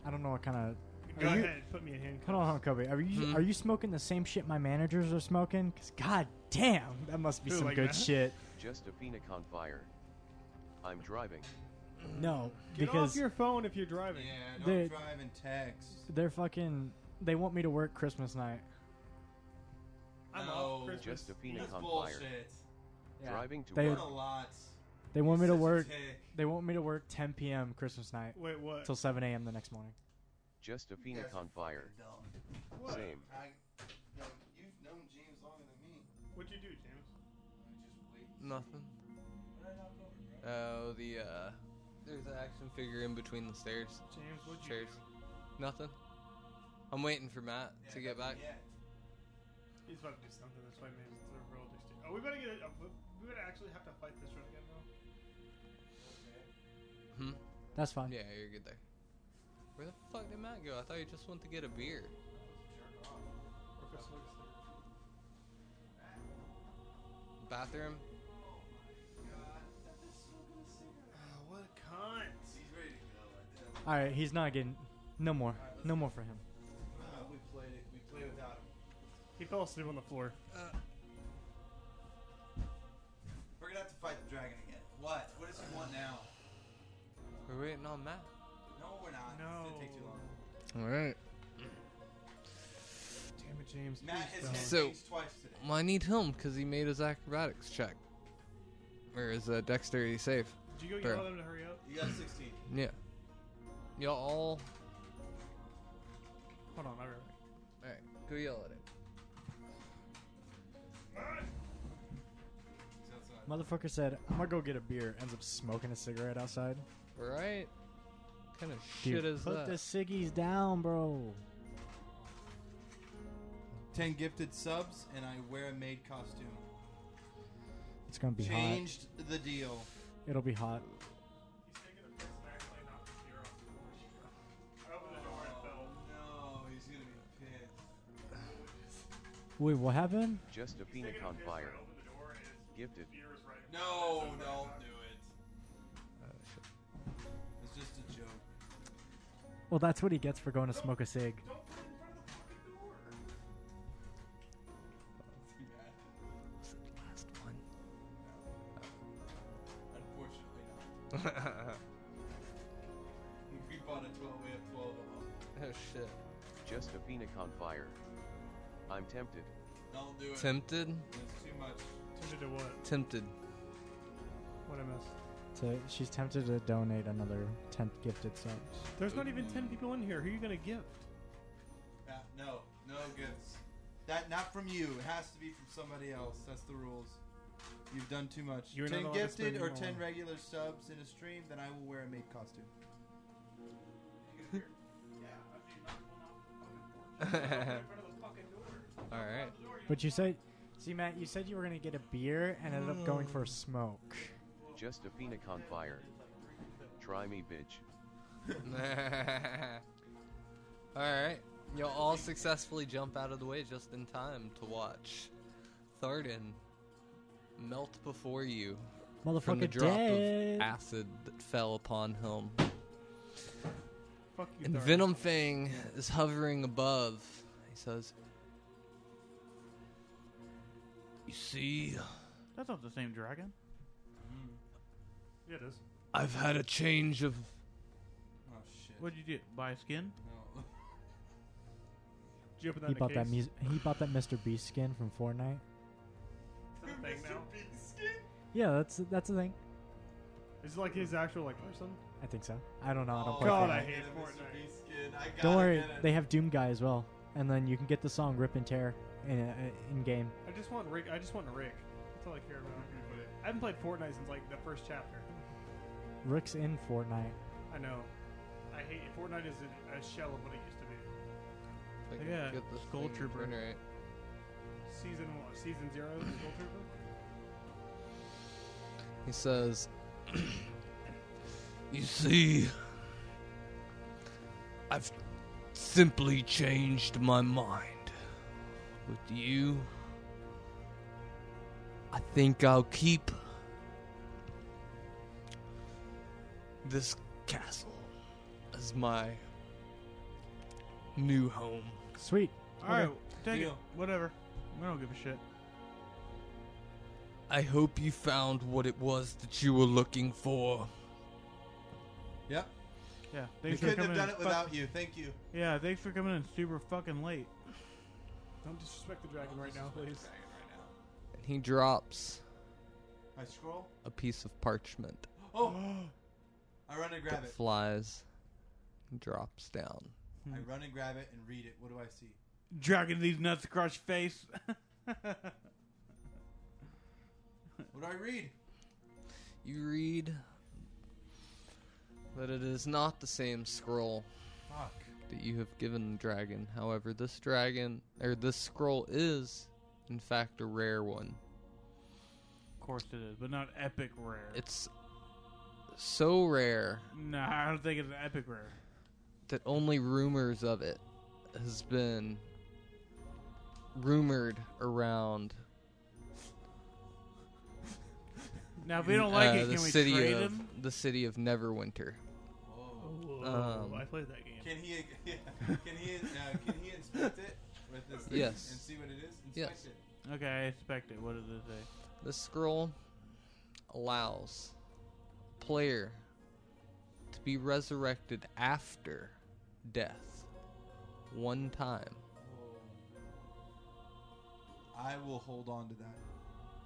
I don't know what kind of.
Go
you-
ahead, put me in handcuffs.
Hold on, hold on, Kobe. Are you
Hmm.
are you smoking the same shit my managers are smoking? Cause god damn, that must be
Who,
some
like
good
that?
shit.
Just a phoenix on fire. I'm driving.
No,
Get off
because
your phone if you're driving.
Yeah, don't
They-
drive and text.
they're fucking. They want me to work Christmas night.
I'm
No,
off Christmas.
Just a phoenix
That's
on fire.
bullshit.
Driving to
They-
What
work.
a lot.
They want me
Such
to
a
work.
tick.
They want me to work 10 p.m. Christmas night
Wait, what?
till 7 a.m. the next morning.
Just
You
a
guys
phoenix
are
on fire.
fucking dumb.
Same.
I, yo, you've known James longer than me.
What'd you do, James?
I just wait.
Nothing.
What did I knock over, bro?
Oh, the uh, there's an action figure in between the stairs.
James, what'd you
Chairs. Nothing. I'm waiting for Matt to
Yeah,
get back.
yeah.
do? He's about to do something. That's why maybe it's a real addiction. Oh, we better get it. Uh, we- we better actually have to fight this one again, though.
Hmm?
That's fine.
Yeah, you're good there. Where the fuck did Matt go? I thought you just went to get a beer.
Or if it's like-
Bathroom.
Oh, what a cunt.
He's ready to go. I did.
All right, he's not getting. No more. No more for him.
Uh, we played it. We played without him.
He fell asleep on the floor.
We're gonna have to fight the dragon again. What? What does he want now?
We're waiting on Matt.
No, we're not.
No.
It's gonna take too long.
All right.
Damn it, James.
Matt has hit
please
So-
things twice today.
Well, I need him because he made his acrobatics check. Or his uh, dexterity save.
don't. Did you go
Bro.
yell at him to hurry up?
You got 16.
Yeah. Y'all all.
Hold on, I'll be right back.
Alright, go yell at it.
He's outside.
Motherfucker said, "I'm gonna go get a beer." Ends up smoking a cigarette outside.
Right? kind of
Dude,
shit is
put
that?
the ciggies down, bro.
10 gifted subs, and I wear a maid costume.
It's gonna be
Changed the deal.
hot. It'll be hot.
He's taking a piss and actually knocked his ear off. I opened the door and it fell.
no, he's gonna be pissed.
Wait, what happened?
Just a
He's
phoenix
taking a
on
piss and
fire.
I opened the door and his
Gifted.
ear was right in front of
No,
him. That's
don't
what I
do
thought.
it.
Oh,
It's just a joke.
Well, that's what he gets for going to smoke a cig.
Don't put it in front of the fucking door.
Too bad.
Last
Unfortunately not.
one.
We bought a 12, we have 12 of them.
oh shit.
Just a phoenix on fire. I'm tempted.
Don't do it.
Tempted?
That's too much.
Tempted to what?
Tempted.
What I missed?
So she's tempted to donate another 10 gifted subs.
There's not even ten people in here. Who are you gonna gift?
Nah, Uh, no, no gifts. That not from you. It has to be from somebody else. That's the rules. You've done too much.
You're not
ten
allowed to
gifted
spend
or
more.
ten regular subs in a stream, then I will wear a maid costume.
Alright, All right.
But you said, see, Matt, you said you were gonna get a beer and ended up going for a smoke.
Just a pina con fire. Try me, bitch.
all right. You'll all successfully jump out of the way just in time to watch Tharden melt before you from the
Motherfucker
drop
dead.
of acid that fell upon him.
Fuck you,
And
Dark.
Venom Fang is hovering above. He says, You see,
That's not the same dragon.
Yeah, it is.
I've had a change of.
Oh shit.
What'd you do? Buy a skin?
No.
Did you open that
He
in a
bought that
case?
mus- he bought that Mr. Beast skin from Fortnite.
Is that a thing now?
Yeah, that's that's the thing.
Is it like his actual like oh, person?
I think so. I don't know. I don't
Oh,
play
God,
Fortnite.
I
get
hate
it, Mr.
Fortnite.
Beast skin. I
Don't
gotta
worry,
get it.
they have Doom Guy as well, and then you can get the song "Rip and Tear" in uh, in game.
I just want Rick. I just want Rick. That's all I care about. I haven't played Fortnite since like the first chapter.
Rick's in Fortnite.
I know. I hate it. Fortnite is a, a shell of what it used to be.
Yeah,
Get this
Skull
thing to
Trooper.
turn Right.
Season one, season zero, Skull Trooper.
He says, You see, I've simply changed my mind. With you, I think I'll keep this castle as my new home.
Sweet.
Alright, take
Deal.
it. Whatever. I don't give a shit.
I hope you found what it was that you were looking for.
Yeah.
Yeah,
We
thanks for
couldn't
coming
have done
in
it
fuck-
without you. Thank you.
Yeah, thanks for coming in super fucking late.
Don't disrespect the dragon right now, please.
And he drops
I scroll.
a piece of parchment.
Oh. I run and grab
that
it.
flies and drops down.
I run and grab it and read it. What do I see?
Dragging these nuts across your face.
What do I read?
You read that it is not the same scroll
Fuck.
that you have given the dragon. However, this dragon or this scroll is in fact a rare one.
of course it is, but not epic rare.
It's so rare
nah, I don't think it's an epic rare.
that only rumors of it has been rumored around
Now, if we don't like
uh,
it,
the
can we
city
trade
of
him?
the city of Neverwinter.
Whoa.
Um,
I played that game.
Can he? Yeah, can he? Uh, can he inspect it with this? Thing
Yes.
And see what it is. Inspect
Yes.
it.
Okay, I expect it. What does it say?
This scroll allows player to be resurrected after death one time.
I will hold on to that.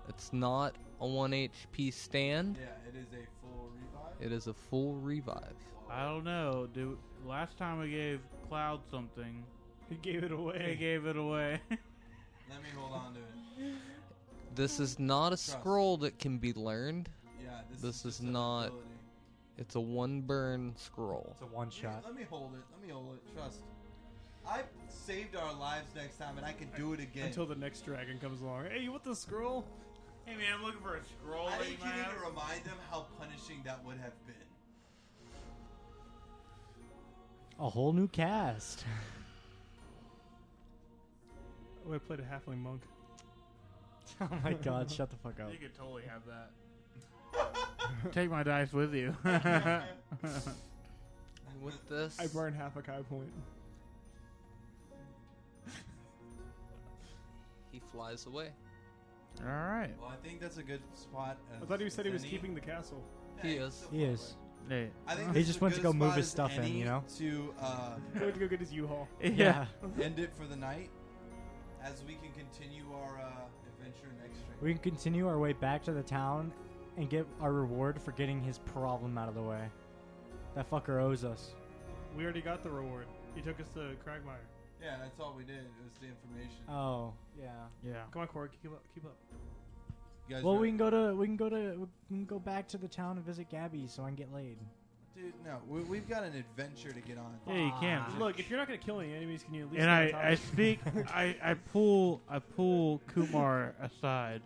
It's not a 1 HP stand,
Yeah, it is a full revive.
it is a full revive.
I don't know. Do last time we gave Cloud something,
He gave it
they
away.
gave it away.
Let me hold on to it.
This is not a scroll that can be learned,
Yeah, this,
This is
just an
not-
ability.
it's a one burn scroll.
It's a one
Let me-
shot.
Let me hold it. Let me hold it. Trust. I saved our lives next time, and I can do it again.
Until the next dragon comes along. Hey, you want the scroll?
hey man, I'm looking for a scroll.
I
that
think
you
you
might
need
have.
to remind them how punishing that would have been.
A whole new cast.
Oh, I played a halfling monk.
oh my God! Shut the fuck up.
You could totally have that. Take my dice with you. That's
And with this,
I burned half a kai point.
he flies away.
all right.
Well, I think that's a good spot.
I thought he said he was
any.
keeping the castle.
He
Yeah,
is.
it's a
He is.
forward.
Hey.
I think
Huh?
this
just
is a
went to
good
go
spot
move his
as
stuff in,
any
you know?
To uh,
Going to go get his U-Haul.
yeah.
end it for the night, as we can continue our uh, adventure next stream.
We can continue our way back to the town and get our reward for getting his problem out of the way. That fucker owes us.
We already got the reward. He took us to Cragmire.
Yeah, that's all we did. It was the information.
Oh yeah.
Yeah.
Come on, Cork. Keep up. Keep up.
You guys
Well,
ready?
we can go to we can go to we can go back to the town and visit Gabby so I can get laid.
Dude, no, we, we've got an adventure to get on.
Yeah, you can.
Look,
Look, if you're not gonna kill any enemies, can you at least?
and
on top
I, I
of
speak, I, I pull, I pull Kumar aside.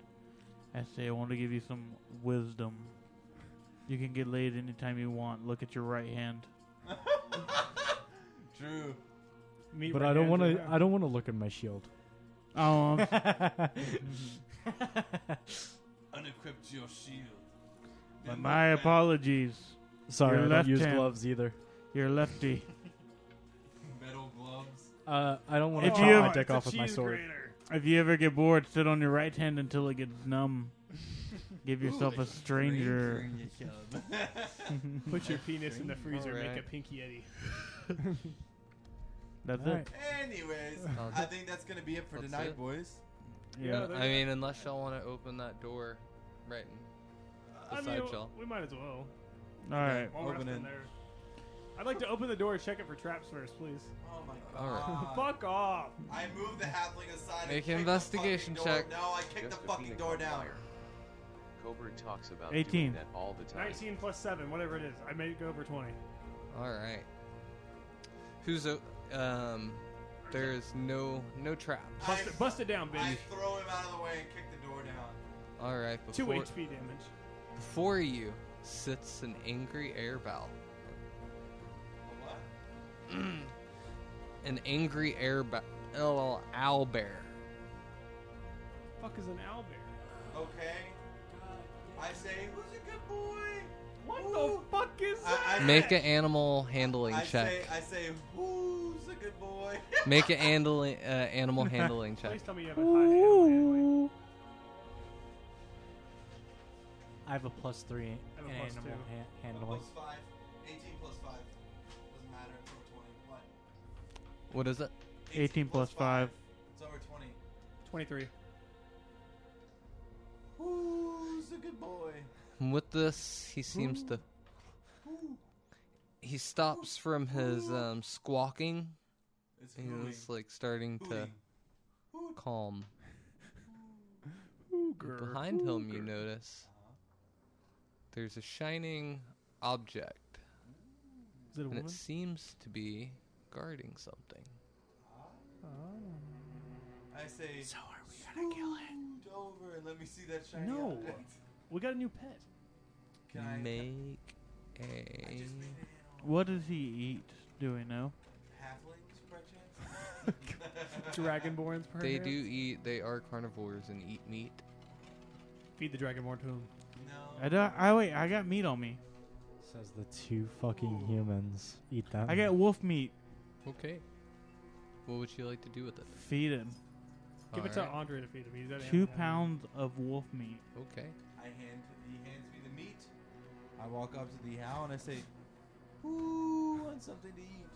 I say, I want to give you some wisdom. You can get laid anytime you want. Look at your right hand.
True.
meat
But
right
I
hand
don't want
the
to.
ground.
I don't want to look at my shield.
Oh, I'm,
Unequipped your shield.
s- my apologies.
Sorry,
Your
I
left
don't use
hand.
gloves either.
You're lefty.
Metal gloves.
Uh, I don't want to
If
chop
you-
my
Oh,
dick
It's a
off with my
cheese
sword.
grater.
If you ever get bored, sit on your right hand until it gets numb. Give yourself a stranger.
Put your penis in the freezer.
Alright.
Make a pinky yeti.
That's
All
it.
right.
Anyways,
Oh,
I think that's gonna be it for
That's
tonight,
it?
boys.
Yeah.
I mean, unless y'all want to open that door, right?
I
Side
mean,
shell.
we might as well.
All right.
While we're up
Open
in
it.
there, I'd like to open the door and check it for traps first, please.
Oh my god.
Alright.
Fuck off.
I moved the halfling aside. and
Make
kicked the
investigation
fucking door-
check.
No, I kicked
Just
the
a
fucking
phoenix
door
on
down.
fire. Coburn talks about
18.
doing that all the time.
19 plus 7, whatever it is. I made it go over 20.
All right. Who's o- um? There's no no traps.
I,
Bust, it, bust it down,
I
bitch.
throw him out of the way and kick the door down.
All right.
2
Before
HP damage.
before you sits an angry air bell.
A what?
An angry air oh, ba- owl owl bear.
Fuck is an owlbear?
Okay. I say, who's a good boy?
What
Ooh.
the fuck is
I-
that?
I-
Make an animal handling
I
check.
say, I say, who's a good boy?
Make an handling uh, animal handling check.
Please tell me you have a high animal handling.
I have a plus three
I have a
in
plus
animal
two.
ha- handling.
plus five. 18 plus five. Doesn't matter. It's over 20. What?
What is it?
18 plus five.
It's over 20.
23.
Who's a good boy?
And With this, he seems to. He stops from his um, squawking
It's
and
hooting.
is like starting to
Hooting.
calm.
Ooh,
But
girl.
Behind him, you notice there's a shining object,
Is it a
and
woman?
it seems to be guarding something.
I say. So are we gonna kill it? Over and let me see that shiny
No.
object.
We got a new pet.
Can I?
Make
I just made
a.
an animal.
What does he eat? Do we know?
Halflings, perchance?
Dragonborns, perhaps?
They do eat. They are carnivores and eat meat.
Feed the dragonborn to him.
No.
I don't. I wait. I got meat on me.
Says the two fucking humans eat them.
I got wolf meat.
Okay. What would you like to do with it?
Feed him.
Give it to
Alright.
Andre to feed him. He's that
Two
animal.
pounds of wolf meat.
Okay.
I hand he hands me the meat. I walk up to the owl and I say, "Who wants something to eat?"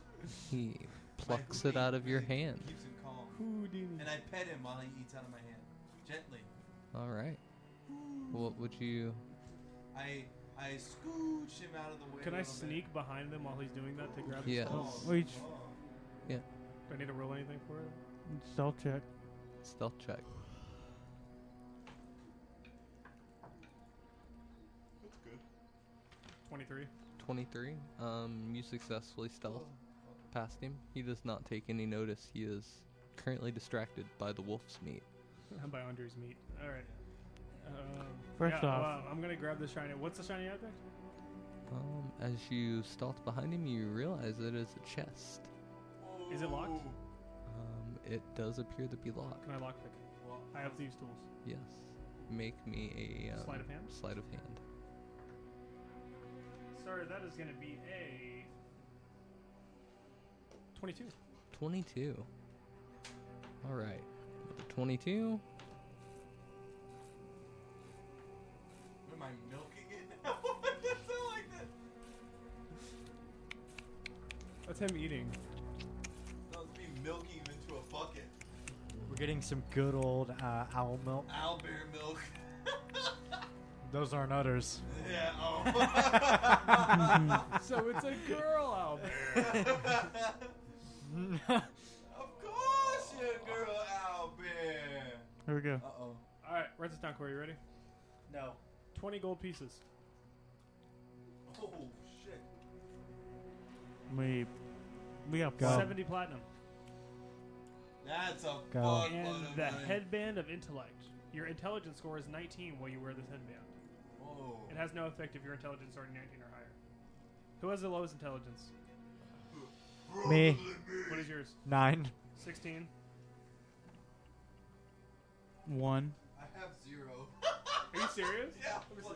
He
My
plucks it
hooting
out of your
keeps him-
hand.
Keeps him calm.
Houdini.
And I pet him while he eats out of my hand, gently.
All right. What would you?
I I scooch him out of the way.
Can
a little
I
bit.
sneak behind them while he's doing that to grab his
Yeah.
balls?
Oh,
Wait.
oh.
Do I need to roll anything for it?
Stealth check.
Stealth check.
That's good.
23.
23. Um, you successfully stealth past him. He does not take any notice. He is currently distracted by the wolf's meat.
I'm by Andre's meat. All right. Um,
First
yeah,
off-
well, I'm gonna grab the shiny. What's the shiny object?
Um, as you stealth behind him, you realize it is a chest.
Is it locked?
Oh,
Um, it does appear to be locked.
Can I lockpick? it?
Well,
I have thieves' tools.
Yes. Make me a um,
Sleight of hand?
Sleight of hand.
Sir, that is gonna be a 22.
22. All right. With a 22.
what am I milking it now? That's not like that.
That's him eating.
That was me milking him into a bucket.
We're getting some good old uh, owl milk.
Owl bear milk.
Those aren't udders.
yeah. Oh.
so it's a girl out there.
of course, you girl owl bear.
Here we go.
Uh oh.
All right, write this down, Corey. You ready? No. 20 gold pieces.
Oh shit.
We we got
Go.
seven.
70 platinum.
That's a
Go.
fuckload
And
of
the
money.
headband of intellect. Your intelligence score is 19 while you wear this headband.
Whoa.
It has no effect if your intelligence is already 19 or higher. Who has the lowest intelligence?
Me
What is yours?
nine.
16.
One.
I have zero.
Are you serious?
yeah.
see.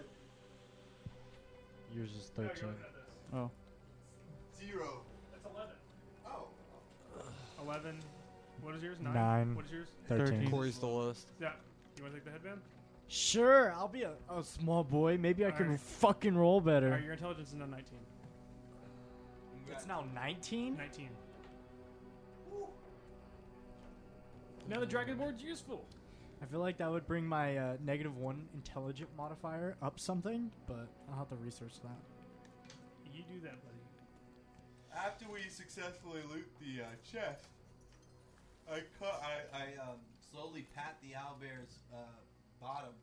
Yours is
No, you're
thirteen.
looking at this.
Oh,
Zero.
That's 11.
Oh.
11. What is yours? 9?
Nine.
What is yours?
Thirteen.
Thirteen.
Corey's the lowest.
Yeah. You want to take the headband?
Sure, I'll be a, a small boy. Maybe I can
Alright.
fucking roll
All right,
better.
your intelligence is now 19.
It's now nineteen.
19. Now the dragon board's useful.
I feel like that would bring my uh, negative one intelligent modifier up something, but I'll have to research that.
You do that, buddy.
After we successfully loot the uh, chest, I cut. I, I um, slowly pat the owlbear's uh, bottom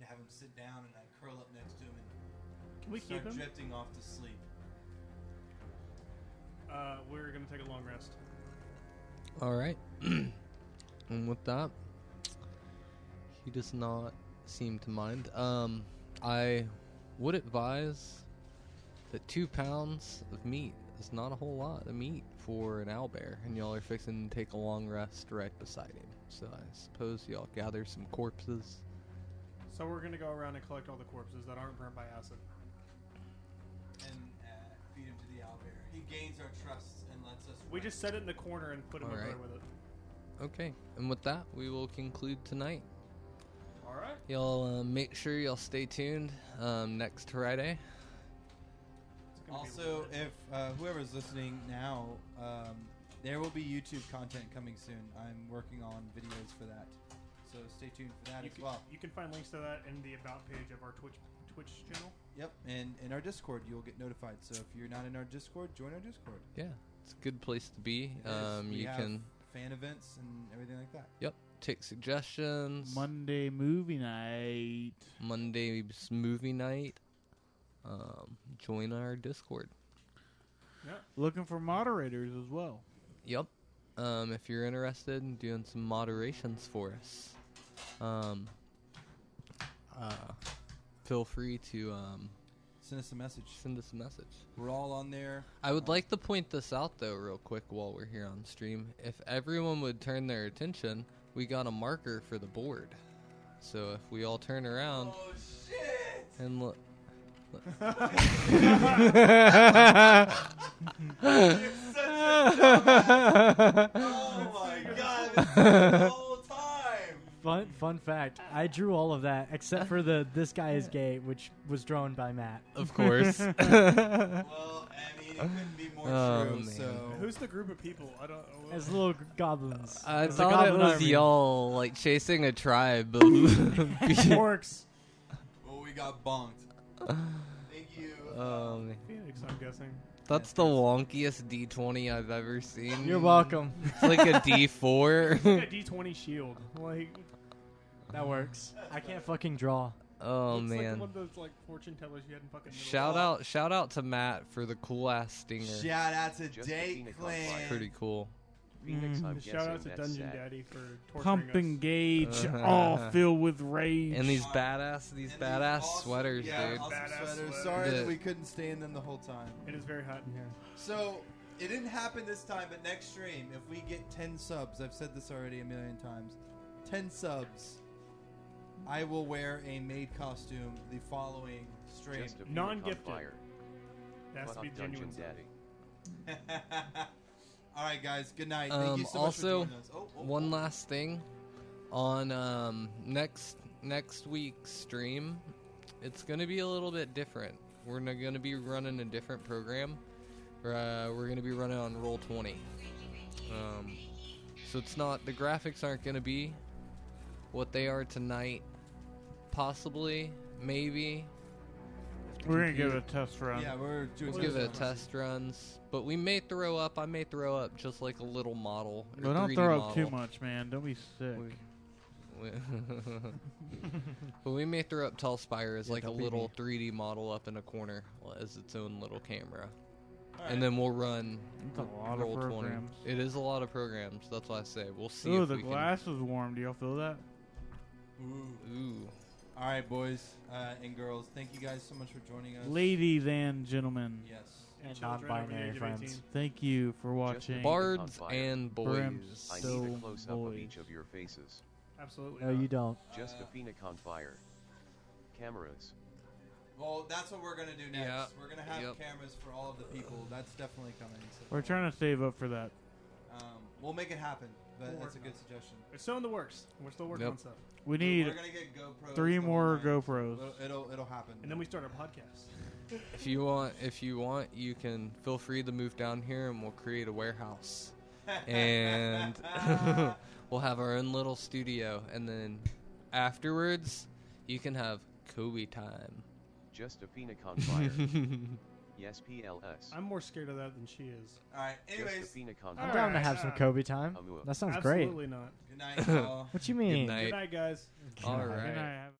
to have him sit down, and I curl up next to him and
Can we
start
keep him?
drifting off to sleep.
Uh, we're going to take a long rest.
All right. and with that, he does not seem to mind. Um, I would advise that two pounds of meat is not a whole lot of meat for an owlbear, and y'all are fixing to take a long rest right beside him. So I suppose y'all gather some corpses.
So we're going to go around and collect all the corpses that aren't burnt by acid.
and uh, feed him to the owlbear. He gains our trust and lets us.
We
rest.
just set it in the corner and put him
All
over there
right.
with it.
Okay, and with that, we will conclude tonight.
All right.
Y'all uh, make sure y'all stay tuned um, next Friday.
It's gonna be
Also,
really-
if uh, whoever's listening now, um, there will be YouTube content coming soon. I'm working on videos for that, so stay tuned for that
you
as
can,
well.
you can find links to that in the about page of our Twitch Twitch channel.
Yep, and in our Discord, you'll get notified. So if you're not in our Discord, join our Discord.
Yeah, it's a good place to be. Um,
Yes, we
you
have
can
fan events and everything like that.
Yep. Take suggestions.
Monday movie night.
Monday's movie night. Um, join our Discord.
Looking for moderators as well.
Yep. Um, if you're interested in doing some moderations for us, um, uh, feel free to um,
Send us a message.
send us a message.
We're all on there.
I would like to point this out, though, real quick while we're here on stream. If everyone would turn their attention, we got a marker for the board. So if we all turn around
Oh, shit!
and look.
Oh my god! I've been saying this the whole time.
Fun fun fact: I drew all of that except for the "This guy is gay," which was drawn by Matt.
Of course.
Well, I mean, it couldn't be more
Oh,
true.
man.
So
Who's the group of people? I don't. uh,
As little g- goblins.
I
As a
thought it
goblin
was
army.
y'all like chasing a tribe. oh
Orcs.
Well, we got bonked. Thank you.
man.
Phoenix, I'm guessing.
Um, That's the wonkiest D20 I've ever seen.
You're welcome.
It's like a Oh,
He's
D4.
got D20 shield. Like,
That works. I can't fucking draw.
Oh
looks like
man.
one of those like fortune tellers you had in fucking. middle
Shout
school.
out shout out to Matt for the cool ass stinger.
Shout out to
Just
Date
Athena
Clan.
Clan.
Pretty cool.
Phoenix,
Mm-hmm.
Mm.
I'm guessing
Shout out to
that's
Dungeon
sad.
Daddy for torturing
Pump and
us.
gauge,
Uh-huh.
all filled with rage.
And these badass these
And these
badass
awesome-
sweaters,
yeah,
dude.
Awesome
Badass
sweaters.
sweaters.
Sorry
The-
that we couldn't stay in them the whole time.
It is very hot in here.
So it didn't happen this time, but next stream, if we get ten subs, I've said this already a million times. Ten subs, I will wear a maid costume the following stream.
Just a Phoenix on
Non-gifted.
fire.
It has
Fuck
to be
Dungeon
genuine.
Daddy.
All right, guys. Good night. Thank
Um,
you so
also,
much for joining us. Oh, oh,
One
oh.
last thing on um, next next week's stream, it's gonna be a little bit different. We're not gonna be running a different program. Uh, we're gonna be running on Roll Twenty. Um, so it's not the graphics aren't gonna be what they are tonight. Possibly, maybe
We're gonna give it a test run.
Yeah, we're doing
we'll give it a test runs, but we may throw up. I may throw up just like a little model. or
but don't
3D
throw up too
model.
much, man. Don't be sick.
We- We- but we may throw up Tall Spire as like a
don't be
little
me.
3D model up in a corner as its own little camera. and then we'll run.
That's a lot of
roll 20.
programs.
It is a lot of programs. That's why I say we'll see.
Ooh,
if
the
we
glass was warm. Do y'all feel that?
Ooh.
Can, ooh,
All right, boys uh, and girls, thank you guys so much for joining us.
Ladies and gentlemen,
Yes.
And
children over the
non-binary
age of
friends.
18.
thank you for watching.
Ain't
bards
on fire.
and boys.
I
So,
need a close up of
boys.
each of your faces.
Absolutely.
No,
not.
you don't.
Just
Uh,
a phoenix on fire. Cameras.
Well, that's what we're gonna do next.
Yeah.
We're gonna have
Yep.
cameras for all of the people. That's definitely coming. So,
We're trying to save up for that.
um, we'll make it happen. But
We'll
that's a
work
good
on
suggestion.
It's still in the works. We're still working
Yep.
on stuff.
We need
We're gonna get GoPros
three
going
more
on.
GoPros.
It'll, it'll it'll happen.
And then we start our podcast.
If you want, if you want, you can feel free to move down here, and we'll create a warehouse, and we'll have our own little studio, and then afterwards, you can have Kobe time.
Just a phoenix on fire. yes, PLS.
I'm more scared of that than she is.
all right.
Just a
Anyways,
phoenix on
All
I'm
fire.
down to
right,
have some
uh,
Kobe time.
I'm-
That sounds great.
Absolutely not.
good night, y'all.
What you mean?
Good night.
Good night, guys.
All
Good night.
right.
Can I have-